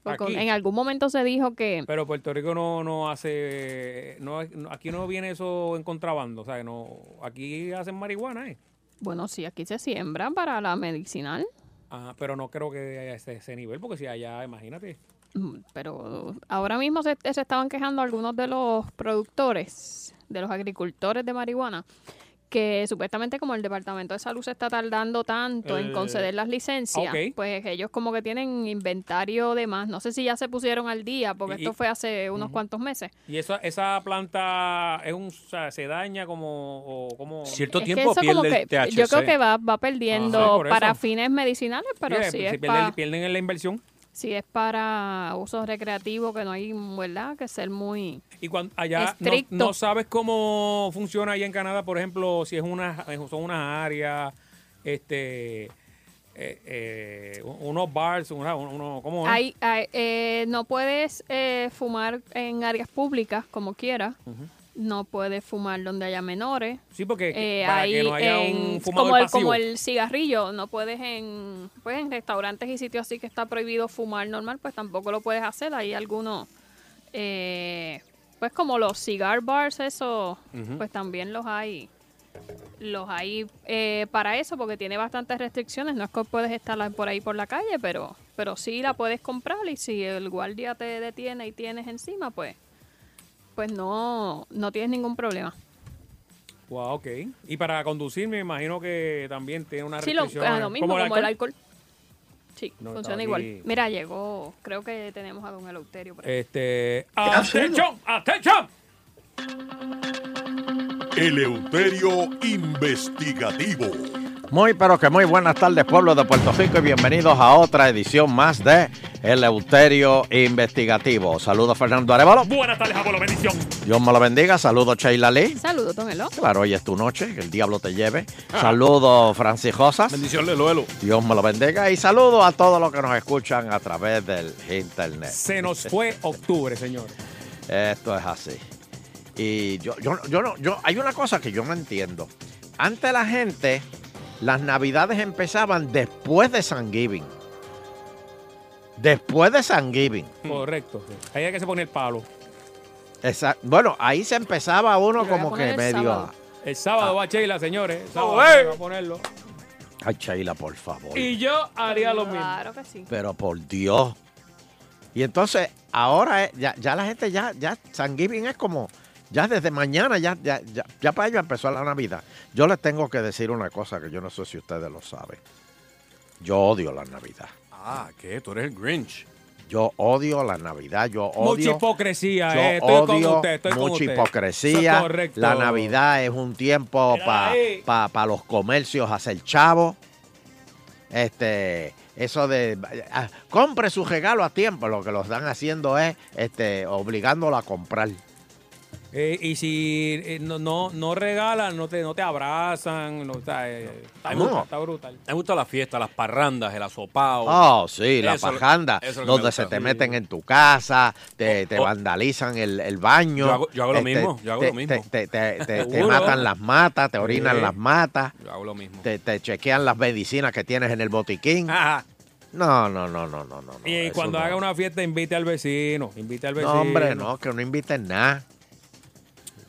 [SPEAKER 4] Porque
[SPEAKER 2] Aquí.
[SPEAKER 4] en algún momento se dijo que...
[SPEAKER 2] Pero Puerto Rico no, no hace, no, no- aquí no viene eso en contrabando, o sea, no, aquí hacen marihuana, ¿eh?
[SPEAKER 4] Bueno, sí, aquí se siembran para la medicinal,
[SPEAKER 2] Ah, pero no creo que haya ese, ese nivel, porque si allá, imagínate.
[SPEAKER 4] mm, pero ahora mismo se, se estaban quejando algunos de los productores, de los agricultores de marihuana, que supuestamente como el Departamento de Salud se está tardando tanto
[SPEAKER 2] Eh,
[SPEAKER 4] en conceder las licencias,
[SPEAKER 2] ok.
[SPEAKER 4] pues ellos como que tienen inventario de más. No sé si ya se pusieron al día, porque
[SPEAKER 2] Y-
[SPEAKER 4] esto fue hace unos cuantos meses.
[SPEAKER 2] Y esa, esa planta es un, o sea, se daña como, o como...
[SPEAKER 3] Cierto
[SPEAKER 4] Es que
[SPEAKER 3] tiempo
[SPEAKER 4] eso como
[SPEAKER 3] pierde el
[SPEAKER 4] que
[SPEAKER 3] THC.
[SPEAKER 4] Yo creo que va, va
[SPEAKER 2] Ajá,
[SPEAKER 4] perdiendo
[SPEAKER 2] por eso.
[SPEAKER 4] para fines medicinales, pero
[SPEAKER 2] Sí,
[SPEAKER 4] si
[SPEAKER 2] pues, se
[SPEAKER 4] es
[SPEAKER 2] pierden,
[SPEAKER 4] para
[SPEAKER 2] pierden en la inversión.
[SPEAKER 4] si es para usos recreativos que no hay, ¿verdad? Que ser muy
[SPEAKER 2] Y cuando allá no,
[SPEAKER 4] Estricto.
[SPEAKER 2] no sabes cómo funciona allá en Canadá, por ejemplo, si es una, son unas áreas, este, eh, eh, unos bars, una- uno, ¿cómo es?
[SPEAKER 4] Hay- hay, eh, no puedes eh, fumar en áreas públicas como quieras. No puedes fumar donde haya menores.
[SPEAKER 2] Sí, porque
[SPEAKER 4] Eh,
[SPEAKER 2] para
[SPEAKER 4] hay
[SPEAKER 2] que no haya
[SPEAKER 4] en-
[SPEAKER 2] un fumador
[SPEAKER 4] como, el,
[SPEAKER 2] pasivo.
[SPEAKER 4] como el cigarrillo, no puedes en pues en restaurantes y sitios así que está prohibido fumar normal, pues tampoco lo puedes hacer. Hay algunos, eh, pues como los cigar bars, eso, pues también los hay. Los hay eh, para eso porque tiene bastantes restricciones. No es que puedes estar por ahí por la calle, pero, pero sí la puedes comprar y si el guardia te detiene y tienes encima, pues, pues no, no tienes ningún problema.
[SPEAKER 2] Wow, ok. Y para conducir me imagino que también tiene una
[SPEAKER 4] Sí, lo,
[SPEAKER 2] restricción.
[SPEAKER 4] ah, lo mismo, como el alcohol. Sí,
[SPEAKER 2] No, estaba
[SPEAKER 4] funciona igual.
[SPEAKER 2] aquí.
[SPEAKER 4] Mira, llegó, creo que tenemos a don Eleuterio. por ahí.
[SPEAKER 2] Este, ¡Atención! ¡Atención!
[SPEAKER 13] Eleuterio Investigativo.
[SPEAKER 11] Muy pero que muy buenas tardes pueblo de Puerto Rico y bienvenidos a otra edición más de El Euterio Investigativo. Saludos Fernando Arevalo,
[SPEAKER 2] Buenas tardes, abuelo. Bendición.
[SPEAKER 11] Dios me lo bendiga, saludos Sheila
[SPEAKER 2] Eh.
[SPEAKER 11] Lee.
[SPEAKER 4] Saludos, don Elo.
[SPEAKER 11] Claro, hoy es tu noche, que el diablo te lleve.
[SPEAKER 7] Ah.
[SPEAKER 11] Saludos Francis Josas,
[SPEAKER 3] Bendición, Leluelo.
[SPEAKER 11] Dios me lo bendiga y saludos a todos los que nos escuchan a través del internet.
[SPEAKER 2] Se nos fue octubre, señor.
[SPEAKER 11] Esto es así. Y yo, yo, no- yo no, yo, hay una cosa que yo no entiendo. Antes la gente, las navidades empezaban después de Thanksgiving. Después de Thanksgiving.
[SPEAKER 2] Correcto. Ahí hay que se pone el palo.
[SPEAKER 11] Esa- bueno, ahí se empezaba uno
[SPEAKER 4] Yo voy a
[SPEAKER 11] como
[SPEAKER 4] poner
[SPEAKER 11] que
[SPEAKER 4] el
[SPEAKER 11] medio.
[SPEAKER 4] sábado.
[SPEAKER 2] El sábado
[SPEAKER 11] Ah.
[SPEAKER 2] va Sheila, señores. El sábado
[SPEAKER 3] ¡Oye!
[SPEAKER 2] va a ponerlo.
[SPEAKER 11] Ay, Sheila, por favor.
[SPEAKER 2] Y yo haría lo mismo.
[SPEAKER 4] Claro que sí.
[SPEAKER 11] Pero por Dios. eh, Y entonces, ahora es- ya, ya la gente, ya, ya Thanksgiving es como Ya desde mañana, ya, ya, ya, ya para ellos empezó la Navidad. Yo les tengo que decir una cosa que yo no sé si ustedes lo saben. Yo odio la Navidad.
[SPEAKER 3] Ah, ¿qué? Tú eres el Grinch.
[SPEAKER 11] Yo odio la Navidad, yo
[SPEAKER 2] Mucha
[SPEAKER 11] odio...
[SPEAKER 2] hipocresía,
[SPEAKER 11] Yo
[SPEAKER 2] eh, estoy
[SPEAKER 11] odio
[SPEAKER 2] con usted, estoy con
[SPEAKER 11] mucha
[SPEAKER 2] usted. Eso
[SPEAKER 11] hipocresía.
[SPEAKER 2] es correcto.
[SPEAKER 11] La Navidad es un tiempo
[SPEAKER 2] Mira
[SPEAKER 11] para
[SPEAKER 2] ahí.
[SPEAKER 11] los comercios hacer chavo. Este, eso de ah, compre su regalo a tiempo, lo que los están haciendo es este obligándolo a comprar.
[SPEAKER 2] Eh, y si eh, no, no, no regalan, no te, no te abrazan, no, o sea, eh, está,
[SPEAKER 3] Ay,
[SPEAKER 2] brutal,
[SPEAKER 3] no.
[SPEAKER 2] está brutal.
[SPEAKER 3] Me gusta la fiesta, las parrandas, el asopao.
[SPEAKER 11] Oh, sí, la
[SPEAKER 3] Eso-
[SPEAKER 11] pajanda,
[SPEAKER 3] eso es lo que me
[SPEAKER 11] donde
[SPEAKER 3] gusta.
[SPEAKER 11] se te meten en tu casa, te, te
[SPEAKER 3] oh.
[SPEAKER 11] vandalizan el, el baño.
[SPEAKER 3] Yo hago- yo hago lo
[SPEAKER 11] eh,
[SPEAKER 3] mismo, yo hago
[SPEAKER 11] te-
[SPEAKER 3] lo mismo.
[SPEAKER 11] Te, te- te- te- [laughs] te
[SPEAKER 3] Seguro.
[SPEAKER 11] matan las matas, te orinan
[SPEAKER 3] Sí.
[SPEAKER 11] las matas.
[SPEAKER 3] Yo hago lo [laughs] mismo.
[SPEAKER 11] Te, te chequean las medicinas que tienes en el botiquín. No, no, no, no, no, no. no,
[SPEAKER 2] Y
[SPEAKER 11] eso
[SPEAKER 2] cuando
[SPEAKER 11] no.
[SPEAKER 2] haga una fiesta, invite al vecino, invite al
[SPEAKER 11] No,
[SPEAKER 2] vecino.
[SPEAKER 11] hombre, no, que no inviten nada.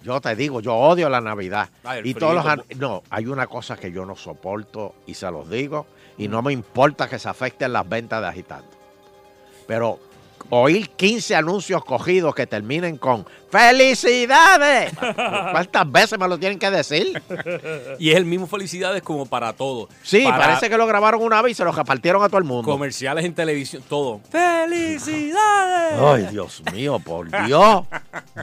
[SPEAKER 11] Yo te digo, yo odio la Navidad.
[SPEAKER 2] Ay, el
[SPEAKER 11] y todos los
[SPEAKER 2] frito.
[SPEAKER 11] an- No, hay una cosa que yo no soporto y se los digo, y no me importa que se afecten las ventas de agitando. Pero oír 15 anuncios cogidos que terminen con ¡Felicidades! ¿Cuántas veces me lo tienen que decir?
[SPEAKER 3] Y es el mismo felicidades como para todo.
[SPEAKER 11] Sí,
[SPEAKER 3] Para
[SPEAKER 11] parece que lo grabaron una vez y se lo repartieron a todo el mundo.
[SPEAKER 3] comerciales en televisión, todo.
[SPEAKER 11] ¡Felicidades! Ay, Dios mío, por Dios.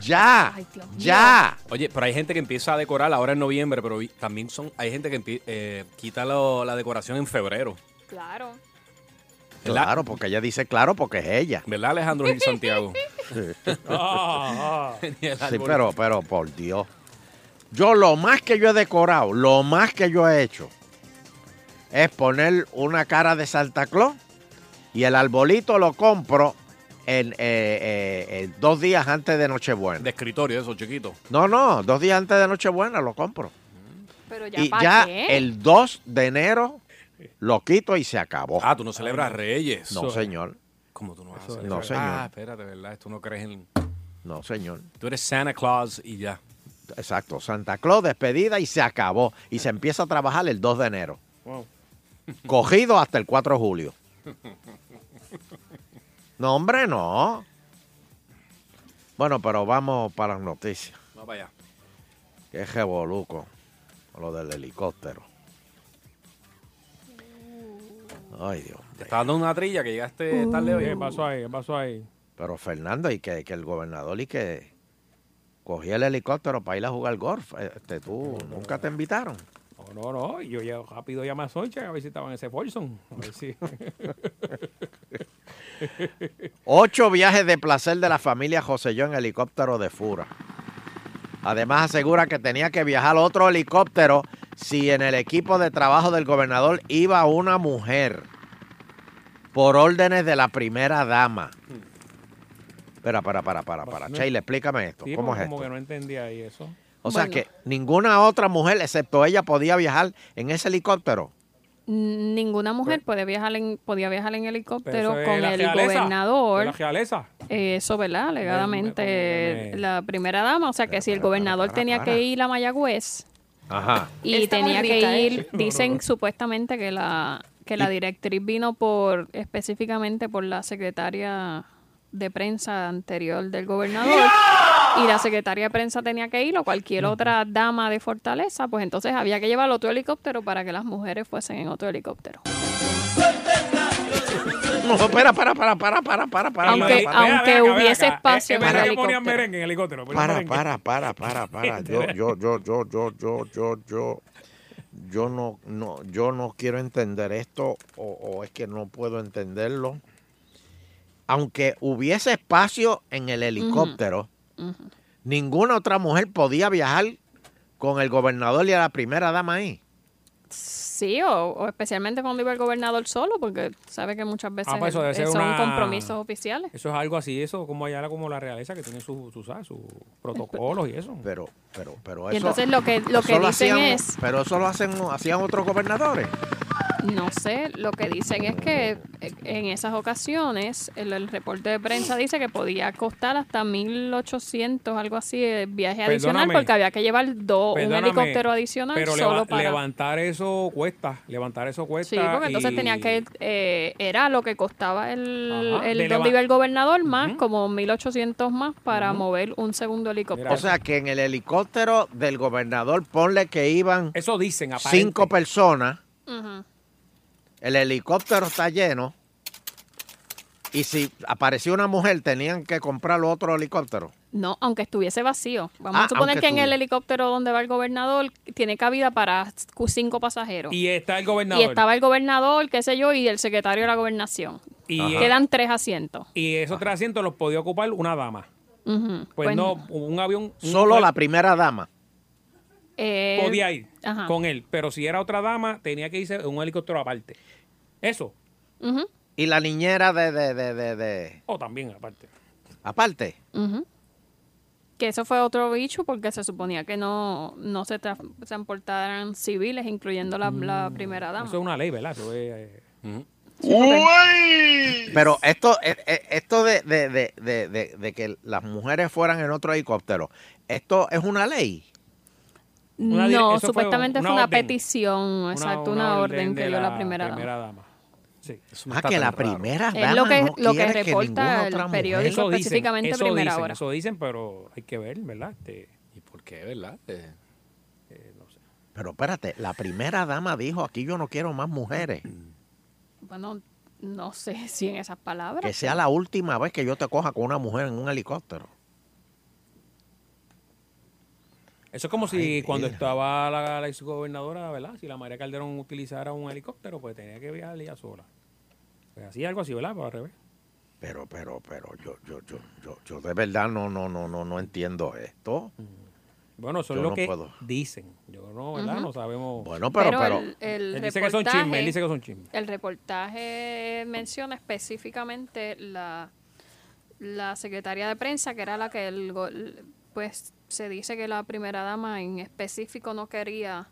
[SPEAKER 11] Ya. ya.
[SPEAKER 3] [laughs] Oye, pero hay gente que empieza a decorar ahora en noviembre, pero vi- también son hay gente que empie- eh, quita lo- la decoración en febrero.
[SPEAKER 4] Claro.
[SPEAKER 11] Claro, porque ella dice claro porque es ella.
[SPEAKER 3] ¿Verdad, Alejandro Gil Santiago?
[SPEAKER 2] Ah, ah.
[SPEAKER 3] Ni el
[SPEAKER 11] Sí,
[SPEAKER 3] árbol.
[SPEAKER 11] pero, pero por Dios. Yo lo más que yo he decorado, lo más que yo he hecho, es poner una cara de Santa Claus y el arbolito lo compro en, eh, eh, eh, dos días antes de Nochebuena.
[SPEAKER 3] De escritorio, eso, chiquito.
[SPEAKER 11] No, no, dos días antes de Nochebuena lo compro.
[SPEAKER 4] Pero ya
[SPEAKER 11] Y
[SPEAKER 4] pa'
[SPEAKER 11] ya
[SPEAKER 4] qué.
[SPEAKER 11] el 2 de enero lo quito y se acabó.
[SPEAKER 3] Ah, tú no celebras Reyes.
[SPEAKER 11] Oh. No, señor.
[SPEAKER 3] ¿Cómo tú no vas a
[SPEAKER 11] Eso-
[SPEAKER 3] celebrar?
[SPEAKER 11] No, señor.
[SPEAKER 3] Ah, espérate, ¿verdad? Tú no crees en...
[SPEAKER 11] No, señor.
[SPEAKER 3] Tú eres Santa Claus y ya.
[SPEAKER 11] Exacto, Santa Claus, despedida y se acabó. Y se empieza a trabajar el 2 de enero.
[SPEAKER 2] Wow.
[SPEAKER 11] Cogido hasta el 4 de julio. No, hombre, no. Bueno, pero vamos para las noticias.
[SPEAKER 3] Vamos para allá.
[SPEAKER 11] Qué jeboluco. Lo del helicóptero. Ay, Dios.
[SPEAKER 3] Te estás dando una trilla que llegaste tarde hoy.
[SPEAKER 2] [laughs]
[SPEAKER 11] Ah,
[SPEAKER 2] ¿Qué pasó ahí? ¿Qué pasó ahí?
[SPEAKER 11] Pero Fernando, y que, que el gobernador y que cogía el helicóptero para ir a jugar golf. Este, tú, nunca te invitaron.
[SPEAKER 2] No, no, no. Yo ya rápido llamé a Soncha a ver si estaban en ese Folsom. A
[SPEAKER 11] [laughs]
[SPEAKER 2] ver si.
[SPEAKER 11] Ocho viajes de placer de la familia Joselló en helicóptero de Fura. Además asegura que tenía que viajar otro helicóptero si en el equipo de trabajo del gobernador iba una mujer por órdenes de la primera dama. Espera, para, para, para, para. Sheila, explícame esto.
[SPEAKER 2] Sí,
[SPEAKER 11] ¿Cómo
[SPEAKER 2] porque
[SPEAKER 11] es
[SPEAKER 2] como
[SPEAKER 11] esto?
[SPEAKER 2] que no entendía ahí eso.
[SPEAKER 11] O sea que ninguna otra mujer, excepto ella, podía viajar en ese helicóptero.
[SPEAKER 4] Ninguna mujer puede viajar en, podía viajar en helicóptero
[SPEAKER 2] Pero eso es
[SPEAKER 4] con
[SPEAKER 2] la
[SPEAKER 4] el
[SPEAKER 2] realeza,
[SPEAKER 4] gobernador.
[SPEAKER 2] de La realeza.
[SPEAKER 4] Eh, Eso, ¿verdad? Alegadamente la primera dama. O sea que si el gobernador tenía
[SPEAKER 2] para.
[SPEAKER 4] que ir a Mayagüez
[SPEAKER 11] Ajá.
[SPEAKER 4] y
[SPEAKER 14] Está
[SPEAKER 4] tenía
[SPEAKER 14] muy
[SPEAKER 4] que
[SPEAKER 14] rica, ¿eh?
[SPEAKER 4] ir, dicen supuestamente que la que la directriz vino por específicamente por la secretaria de prensa anterior del gobernador y la secretaria de prensa tenía que ir o cualquier otra dama de fortaleza, pues entonces había que llevar otro helicóptero para que las mujeres fuesen en otro helicóptero.
[SPEAKER 11] No, espera, para, para, para, para, para, para.
[SPEAKER 4] Aunque-
[SPEAKER 11] para, para.
[SPEAKER 4] aunque hubiese espacio
[SPEAKER 2] en
[SPEAKER 4] para
[SPEAKER 2] merengue ponían
[SPEAKER 4] helicóptero.
[SPEAKER 2] merengue en helicóptero. ponían
[SPEAKER 11] Para,
[SPEAKER 2] merengue.
[SPEAKER 11] para, para, para, para. Yo, yo, yo, yo, yo, yo, yo, yo, yo no, no, yo no quiero entender esto o, o es que no puedo entenderlo. Aunque hubiese espacio en el helicóptero, ninguna otra mujer podía viajar con el gobernador y a la primera dama ahí.
[SPEAKER 4] Sí, o, o especialmente cuando iba el gobernador solo, porque sabe que muchas veces
[SPEAKER 2] Ah, pues eso debe
[SPEAKER 4] eh,
[SPEAKER 2] ser
[SPEAKER 4] son
[SPEAKER 2] una-
[SPEAKER 4] compromisos oficiales.
[SPEAKER 2] Eso es algo así, eso como allá como la realeza que tiene sus su, ¿sabes? sus protocolos y eso.
[SPEAKER 11] Pero, pero, pero
[SPEAKER 4] Y
[SPEAKER 11] eso-
[SPEAKER 4] entonces lo que- lo
[SPEAKER 11] eso
[SPEAKER 4] que dicen
[SPEAKER 11] hacían-
[SPEAKER 4] es-
[SPEAKER 11] Pero eso lo hacen, hacían otros gobernadores.
[SPEAKER 4] No sé, lo que dicen es que eh, en esas ocasiones el, el reporte de prensa dice que podía costar hasta 1.800, algo así, de viaje adicional,
[SPEAKER 2] Perdóname.
[SPEAKER 4] porque había que llevar dos, un
[SPEAKER 2] Perdóname,
[SPEAKER 4] helicóptero adicional
[SPEAKER 2] pero
[SPEAKER 4] solo
[SPEAKER 2] leva-
[SPEAKER 4] para...
[SPEAKER 2] levantar eso cuesta, levantar eso cuesta.
[SPEAKER 4] Sí, porque entonces
[SPEAKER 2] y-
[SPEAKER 4] tenían que, eh, era lo que costaba el,
[SPEAKER 2] Ajá. De
[SPEAKER 4] el
[SPEAKER 2] leva-
[SPEAKER 4] donde iba el gobernador más, como 1.800 más para mover un segundo helicóptero.
[SPEAKER 11] O sea que en el helicóptero del gobernador, ponle que iban
[SPEAKER 2] Eso dicen, aparente.
[SPEAKER 11] cinco personas,
[SPEAKER 4] Ujú.
[SPEAKER 11] el helicóptero está lleno, y si apareció una mujer, tenían que comprar otro helicóptero.
[SPEAKER 4] No, aunque estuviese vacío. Vamos
[SPEAKER 11] Ah,
[SPEAKER 4] a suponer
[SPEAKER 11] aunque
[SPEAKER 4] que en el
[SPEAKER 11] estuviera.
[SPEAKER 4] helicóptero donde va el gobernador tiene cabida para cu- cinco pasajeros.
[SPEAKER 2] Y está el
[SPEAKER 4] Y
[SPEAKER 2] gobernador.
[SPEAKER 4] estaba el gobernador, qué sé yo, y el secretario de la gobernación.
[SPEAKER 2] Y-
[SPEAKER 4] Ajá. Quedan tres asientos.
[SPEAKER 2] Y esos tres asientos los podía ocupar una dama.
[SPEAKER 4] Ujú.
[SPEAKER 2] Pues,
[SPEAKER 4] Pues-
[SPEAKER 2] no, un avión. un-
[SPEAKER 11] Solo la primera dama.
[SPEAKER 4] Eh,
[SPEAKER 2] podía ir
[SPEAKER 4] ajá.
[SPEAKER 2] con él, pero si era otra dama, tenía que irse en un helicóptero aparte. Eso,
[SPEAKER 4] Ujú,
[SPEAKER 11] Y la niñera de, de, de, de, de-
[SPEAKER 2] o también aparte.
[SPEAKER 11] Aparte,
[SPEAKER 4] ujú. Que eso fue otro bicho porque se suponía que no, no se tra- transportaran civiles, incluyendo la, la primera dama.
[SPEAKER 2] Mm. Eso es una ley, ¿verdad? Eso es, eh,
[SPEAKER 11] pero esto, eh, eh, esto de, de, de, de, de- de que las mujeres fueran en otro helicóptero, ¿esto es una ley?
[SPEAKER 2] una dire-
[SPEAKER 4] no,
[SPEAKER 2] eso fue
[SPEAKER 4] supuestamente fue
[SPEAKER 2] una
[SPEAKER 4] una,
[SPEAKER 2] orden.
[SPEAKER 4] petición, exacto, una, orden, que
[SPEAKER 2] de
[SPEAKER 4] dio la primera dama.
[SPEAKER 2] primera dama. Sí.
[SPEAKER 11] Ah, que la primera dama
[SPEAKER 4] Es lo que,
[SPEAKER 11] no
[SPEAKER 4] lo que
[SPEAKER 11] quiere que ninguna
[SPEAKER 4] reporta
[SPEAKER 11] otra
[SPEAKER 4] el
[SPEAKER 11] mujer-
[SPEAKER 4] periódico
[SPEAKER 2] Eso dicen,
[SPEAKER 4] específicamente
[SPEAKER 2] eso
[SPEAKER 4] Primera
[SPEAKER 2] dicen,
[SPEAKER 4] Hora.
[SPEAKER 2] Eso dicen, pero hay que ver, ¿verdad? Este,
[SPEAKER 3] ¿Y por qué, verdad? Eh,
[SPEAKER 11] Pero espérate, la primera dama dijo, aquí yo no quiero más mujeres.
[SPEAKER 4] Bueno, no sé si en esas palabras.
[SPEAKER 11] Que sea la última vez que yo te coja con una mujer en un helicóptero.
[SPEAKER 2] Eso es como si cuando estaba la, la exgobernadora, ¿verdad? Si la María Calderón utilizara un helicóptero, pues tenía que viajar ella sola. Pues así, algo así, ¿verdad? Pues al revés.
[SPEAKER 11] Pero, pero, pero, yo, yo, yo, yo, yo de verdad no, no, no, no, no entiendo esto.
[SPEAKER 2] Bueno, eso
[SPEAKER 11] Yo
[SPEAKER 2] es lo
[SPEAKER 11] no
[SPEAKER 2] que
[SPEAKER 11] puedo.
[SPEAKER 2] dicen. Yo no, ¿verdad?
[SPEAKER 4] Ujú.
[SPEAKER 2] No sabemos.
[SPEAKER 11] Bueno, pero, pero,
[SPEAKER 4] el, el
[SPEAKER 2] Él dice que son
[SPEAKER 4] reportaje-
[SPEAKER 2] chismes, él dice que son chismes.
[SPEAKER 4] El reportaje menciona específicamente la, la secretaria de prensa, que era la que el, go- pues se dice que la primera dama en específico no quería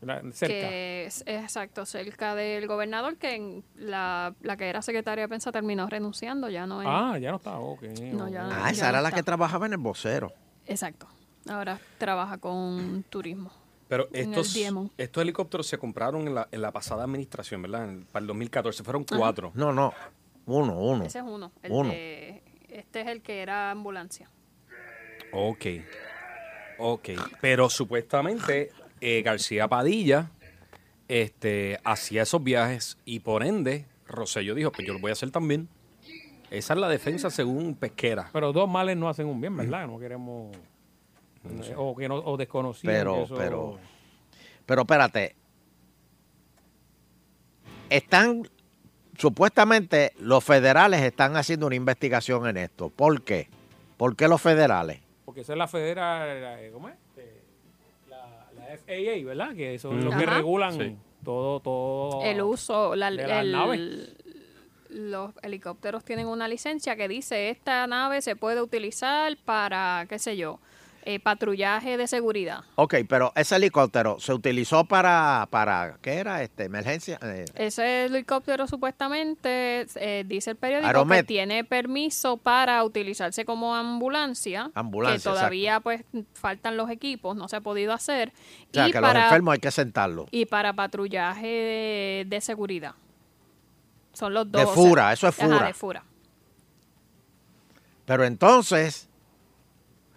[SPEAKER 2] ¿verdad? Cerca.
[SPEAKER 4] que es exacto cerca del gobernador, que en la, la que era secretaria de prensa terminó renunciando, ya no es.
[SPEAKER 2] Ah, ya no está. ok,
[SPEAKER 4] No, ya
[SPEAKER 2] ok.
[SPEAKER 4] no.
[SPEAKER 11] ah, esa
[SPEAKER 4] ya
[SPEAKER 11] era
[SPEAKER 4] no
[SPEAKER 11] la
[SPEAKER 4] está.
[SPEAKER 11] que trabajaba en el vocero.
[SPEAKER 4] Exacto. Ahora trabaja con turismo.
[SPEAKER 3] Pero
[SPEAKER 4] En el
[SPEAKER 3] estos,
[SPEAKER 4] Diemon.
[SPEAKER 3] estos helicópteros se compraron en la, en la pasada administración, ¿verdad? En- para el 2014. Fueron cuatro.
[SPEAKER 11] No, no, uno, uno.
[SPEAKER 4] Ese es uno. El
[SPEAKER 3] Uno.
[SPEAKER 4] de- este es el que era ambulancia.
[SPEAKER 3] Ok. Ok. Pero supuestamente eh, García Padilla este, hacía esos viajes y por ende Rosello dijo, pues yo lo voy a hacer también. Esa es la defensa según Pesquera.
[SPEAKER 2] Pero dos males no hacen un bien, ¿verdad? No queremos. O, que no, o desconocidos.
[SPEAKER 11] Pero,
[SPEAKER 2] que eso-
[SPEAKER 11] pero, pero espérate. Están, supuestamente, los federales están haciendo una investigación en esto. ¿Por qué? ¿Por qué los federales?
[SPEAKER 2] Porque esa es la federal. la- ¿Cómo es? Eh, La, la FAA, ¿verdad? Que eso es lo
[SPEAKER 4] Mm.
[SPEAKER 2] que
[SPEAKER 4] Ajá.
[SPEAKER 2] regulan
[SPEAKER 3] Sí.
[SPEAKER 2] todo, todo.
[SPEAKER 4] El uso, la-
[SPEAKER 2] Oh, de las
[SPEAKER 4] el-
[SPEAKER 2] naves.
[SPEAKER 4] los helicópteros tienen una licencia que dice esta nave se puede utilizar para, qué sé yo, eh, patrullaje de seguridad.
[SPEAKER 11] Ok, pero ese helicóptero se utilizó para, para ¿qué era? Este, emergencia. eh,
[SPEAKER 4] Ese helicóptero supuestamente, eh, dice el periódico,
[SPEAKER 11] Aeromed.
[SPEAKER 4] que tiene permiso para utilizarse como ambulancia.
[SPEAKER 11] Ambulancia,
[SPEAKER 4] Que todavía pues faltan los equipos, no se ha podido hacer.
[SPEAKER 11] o sea,
[SPEAKER 4] y
[SPEAKER 11] que los
[SPEAKER 4] para
[SPEAKER 11] enfermos hay que sentarlos.
[SPEAKER 4] y para patrullaje de, de seguridad. Son los dos.
[SPEAKER 11] De
[SPEAKER 4] o sea,
[SPEAKER 11] fura, eso es
[SPEAKER 4] ajá,
[SPEAKER 11] fura.
[SPEAKER 4] de fura.
[SPEAKER 11] Pero entonces.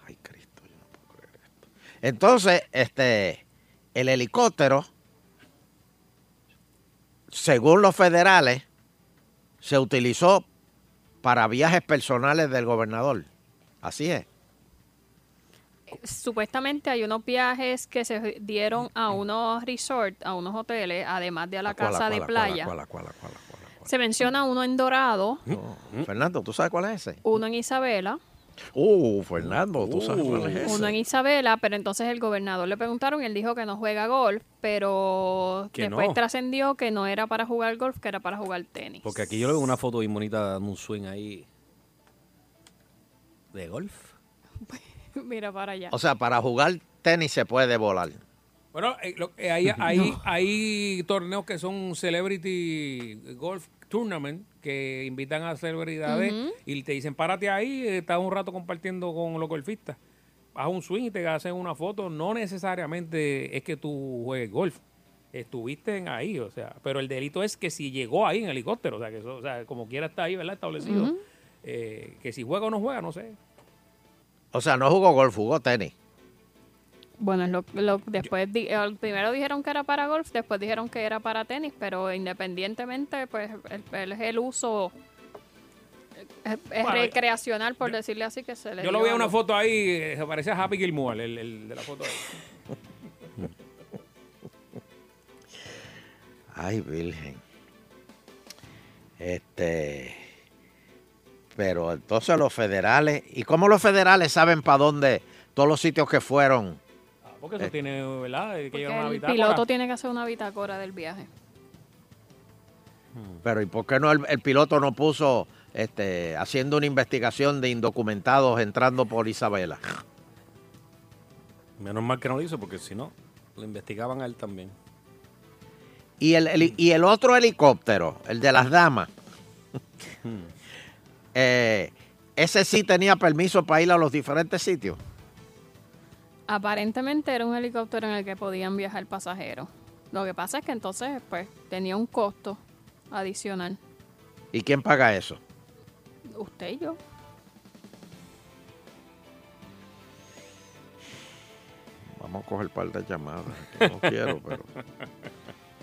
[SPEAKER 11] Ay, Cristo, yo no puedo creer esto. Entonces, este. El helicóptero. Según los federales. Se utilizó para viajes personales del gobernador. Así es.
[SPEAKER 4] Supuestamente hay unos viajes que se dieron a unos resorts, a unos hoteles, además de a la
[SPEAKER 11] Mm. ¿Cuál,
[SPEAKER 4] casa
[SPEAKER 11] cuál,
[SPEAKER 4] de
[SPEAKER 11] cuál,
[SPEAKER 4] playa.
[SPEAKER 11] cuál, cuál, cuál, cuál?
[SPEAKER 4] Se menciona uno en Dorado,
[SPEAKER 3] mm.
[SPEAKER 11] No. Fernando, ¿tú sabes cuál es ese?
[SPEAKER 4] uno en Isabela,
[SPEAKER 11] Uh, Fernando, ¿tú sabes
[SPEAKER 3] Uh,
[SPEAKER 11] cuál es ese?
[SPEAKER 4] uno en Isabela, pero entonces el gobernador le preguntaron y él dijo que no juega golf, pero
[SPEAKER 3] Que
[SPEAKER 4] después
[SPEAKER 3] no.
[SPEAKER 4] trascendió que no era para jugar golf, que era para jugar tenis. [laughs]
[SPEAKER 3] Porque aquí yo le veo una foto bien bonita dando un swing ahí. ¿De golf?
[SPEAKER 4] Mira para allá.
[SPEAKER 11] O sea, para jugar tenis se puede volar.
[SPEAKER 2] Bueno, eh, lo- eh, hay, hay- hay torneos que son Celebrity Golf Tournament que invitan a celebridades
[SPEAKER 14] Ujú.
[SPEAKER 2] y te dicen, párate ahí, eh, estás un rato compartiendo con los golfistas. Haz un swing y te hacen una foto. No necesariamente es que tú juegues golf. Estuviste en ahí, o sea, pero el delito es que si llegó ahí en helicóptero, o sea, que eso, o sea, como quiera está ahí, ¿verdad? Establecido.
[SPEAKER 4] Ujú.
[SPEAKER 2] Eh, que si juega o no juega, no sé.
[SPEAKER 11] O sea, no jugó golf, jugó tenis.
[SPEAKER 4] Bueno, es lo, lo- después di- eh, primero dijeron que era para golf, después dijeron que era para tenis, pero independientemente, pues el, el- es el uso eh, es, es
[SPEAKER 2] Bueno,
[SPEAKER 4] recreacional, por decirle así, que se le
[SPEAKER 2] Yo lo
[SPEAKER 4] dio
[SPEAKER 2] vi
[SPEAKER 4] a
[SPEAKER 2] en una
[SPEAKER 4] los-
[SPEAKER 2] foto ahí, eh, se parecía a Happy Gilmore, el, el de la foto ahí.
[SPEAKER 11] Ay, Virgen. Este. Pero entonces los federales. ¿Y cómo los federales saben para dónde? Todos los sitios que fueron.
[SPEAKER 2] Porque
[SPEAKER 11] Eh.
[SPEAKER 2] eso tiene, ¿verdad? Hay Que llevar una
[SPEAKER 4] El
[SPEAKER 2] bitácora.
[SPEAKER 4] piloto tiene que hacer una bitácora del viaje.
[SPEAKER 11] Pero ¿y por qué no el, el piloto no puso este, haciendo una investigación de indocumentados entrando por Isabela?
[SPEAKER 3] Menos mal que no lo hizo, porque si no, lo investigaban a él también.
[SPEAKER 11] Y el, heli- y el otro helicóptero, el de las damas, eh, ese sí tenía permiso para ir a los diferentes sitios.
[SPEAKER 4] Aparentemente era un helicóptero en el que podían viajar pasajeros. Lo que pasa es que entonces, pues, tenía un costo adicional.
[SPEAKER 11] ¿Y quién paga eso?
[SPEAKER 4] Usted y yo.
[SPEAKER 11] Vamos a coger par de llamadas. que no quiero, pero.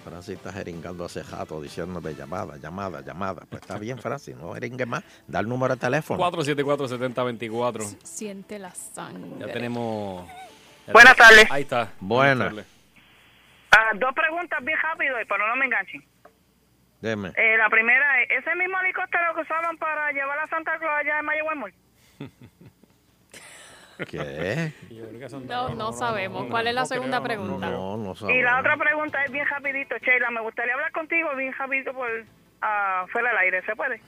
[SPEAKER 11] Francis está jeringando hace rato diciéndome llamada, llamada, llamada. Pues está bien, Francis, no jeringue más. Da el número de teléfono.
[SPEAKER 3] 474-7024.
[SPEAKER 4] Siente la sangre.
[SPEAKER 3] Ya tenemos. ya
[SPEAKER 15] Buenas
[SPEAKER 3] tenemos-
[SPEAKER 15] tardes.
[SPEAKER 3] Ahí está.
[SPEAKER 11] Buenas.
[SPEAKER 3] tardes.
[SPEAKER 15] Ah, dos preguntas bien rápido y para no me enganchen.
[SPEAKER 11] Deme.
[SPEAKER 15] Eh, la primera es, ¿ese mismo helicóptero que usaban para llevar a Santa Claus allá en Mayo Walmart?
[SPEAKER 11] ¿Qué?
[SPEAKER 4] No, no sabemos. ¿Cuál es la segunda pregunta?
[SPEAKER 11] No, no
[SPEAKER 15] Y
[SPEAKER 11] sabemos.
[SPEAKER 15] la otra pregunta es bien rapidito, Sheila. Me gustaría hablar contigo bien rapidito por ah, fuera del aire. ¿Se puede?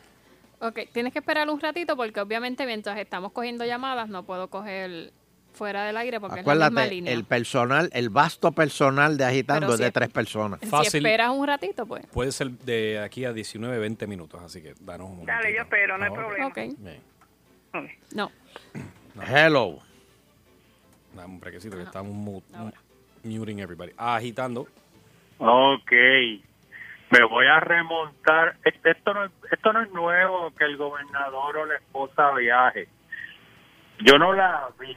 [SPEAKER 4] Ok, tienes que esperar un ratito porque obviamente mientras estamos cogiendo llamadas no puedo coger fuera del aire porque es la misma
[SPEAKER 11] Acuérdate,
[SPEAKER 4] línea.
[SPEAKER 11] el personal, el vasto personal de Agitando
[SPEAKER 4] Pero
[SPEAKER 11] es
[SPEAKER 4] si
[SPEAKER 11] de
[SPEAKER 4] es-
[SPEAKER 11] tres personas.
[SPEAKER 4] Si esperas un ratito, pues.
[SPEAKER 3] Puede ser de aquí a 19, 20 minutos, así que danos un momento.
[SPEAKER 15] Dale, yo espero, no hay
[SPEAKER 3] Ok.
[SPEAKER 15] problema.
[SPEAKER 3] Bien.
[SPEAKER 4] No.
[SPEAKER 11] Hello.
[SPEAKER 3] Dame un brequecito que estamos mu- muting everybody. Ah, Agitando.
[SPEAKER 7] Ok, me voy a remontar. Este- Esto no, es- esto no es nuevo que el gobernador o la esposa viaje. Yo no la vi,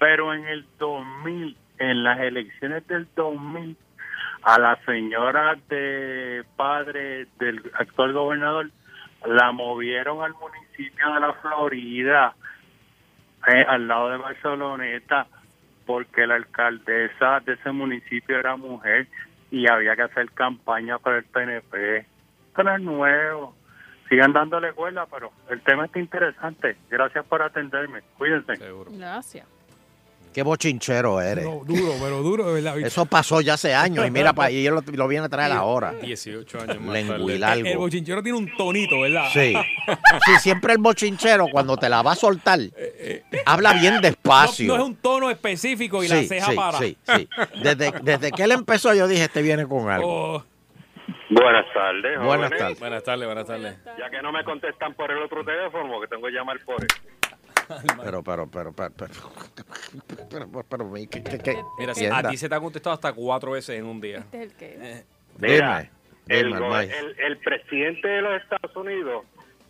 [SPEAKER 7] pero en el 2000, en las elecciones del 2000, a la señora de padre del actual gobernador la movieron al municipio de la Florida, eh, al lado de Barceloneta, porque la alcaldesa de ese municipio era mujer y había que hacer campaña para el PNP. Esto no es nuevo. Sigan dándole cuerda, pero el tema está interesante. Gracias por atenderme. Cuídense.
[SPEAKER 4] Gracias.
[SPEAKER 11] Qué bochinchero eres.
[SPEAKER 2] duro, pero duro, de verdad.
[SPEAKER 11] Eso pasó ya hace años y mira, pa, y ellos lo, lo vienen a traer ahora.
[SPEAKER 3] 18 años más.
[SPEAKER 11] Lenguilargo.
[SPEAKER 2] El bochinchero tiene un tonito, ¿verdad?
[SPEAKER 11] Sí. Sí, siempre el bochinchero cuando te la va a soltar, habla bien despacio.
[SPEAKER 2] No, no es un tono específico y la
[SPEAKER 11] Sí,
[SPEAKER 2] ceja
[SPEAKER 11] sí,
[SPEAKER 2] para.
[SPEAKER 11] sí, sí. Desde, desde que él empezó, yo dije, este viene con algo.
[SPEAKER 7] Buenas tardes.
[SPEAKER 11] Buenas
[SPEAKER 7] jóvenes.
[SPEAKER 11] tardes.
[SPEAKER 3] Oh. Buenas tardes, buenas tardes.
[SPEAKER 7] Ya que no me contestan por el otro teléfono, que tengo que llamar por él.
[SPEAKER 11] Pero, pero, pero, pero, pero, pero, pero, pero, ¿qué- qué- qué- qué?
[SPEAKER 3] Mira, si a
[SPEAKER 11] Entienda.
[SPEAKER 3] ti se te ha contestado hasta cuatro veces en un día.
[SPEAKER 4] Este es el que.
[SPEAKER 3] Eh,
[SPEAKER 7] Mira,
[SPEAKER 11] Dime,
[SPEAKER 7] el,
[SPEAKER 11] dime,
[SPEAKER 7] go-
[SPEAKER 11] Armay.
[SPEAKER 7] el- el presidente de los Estados Unidos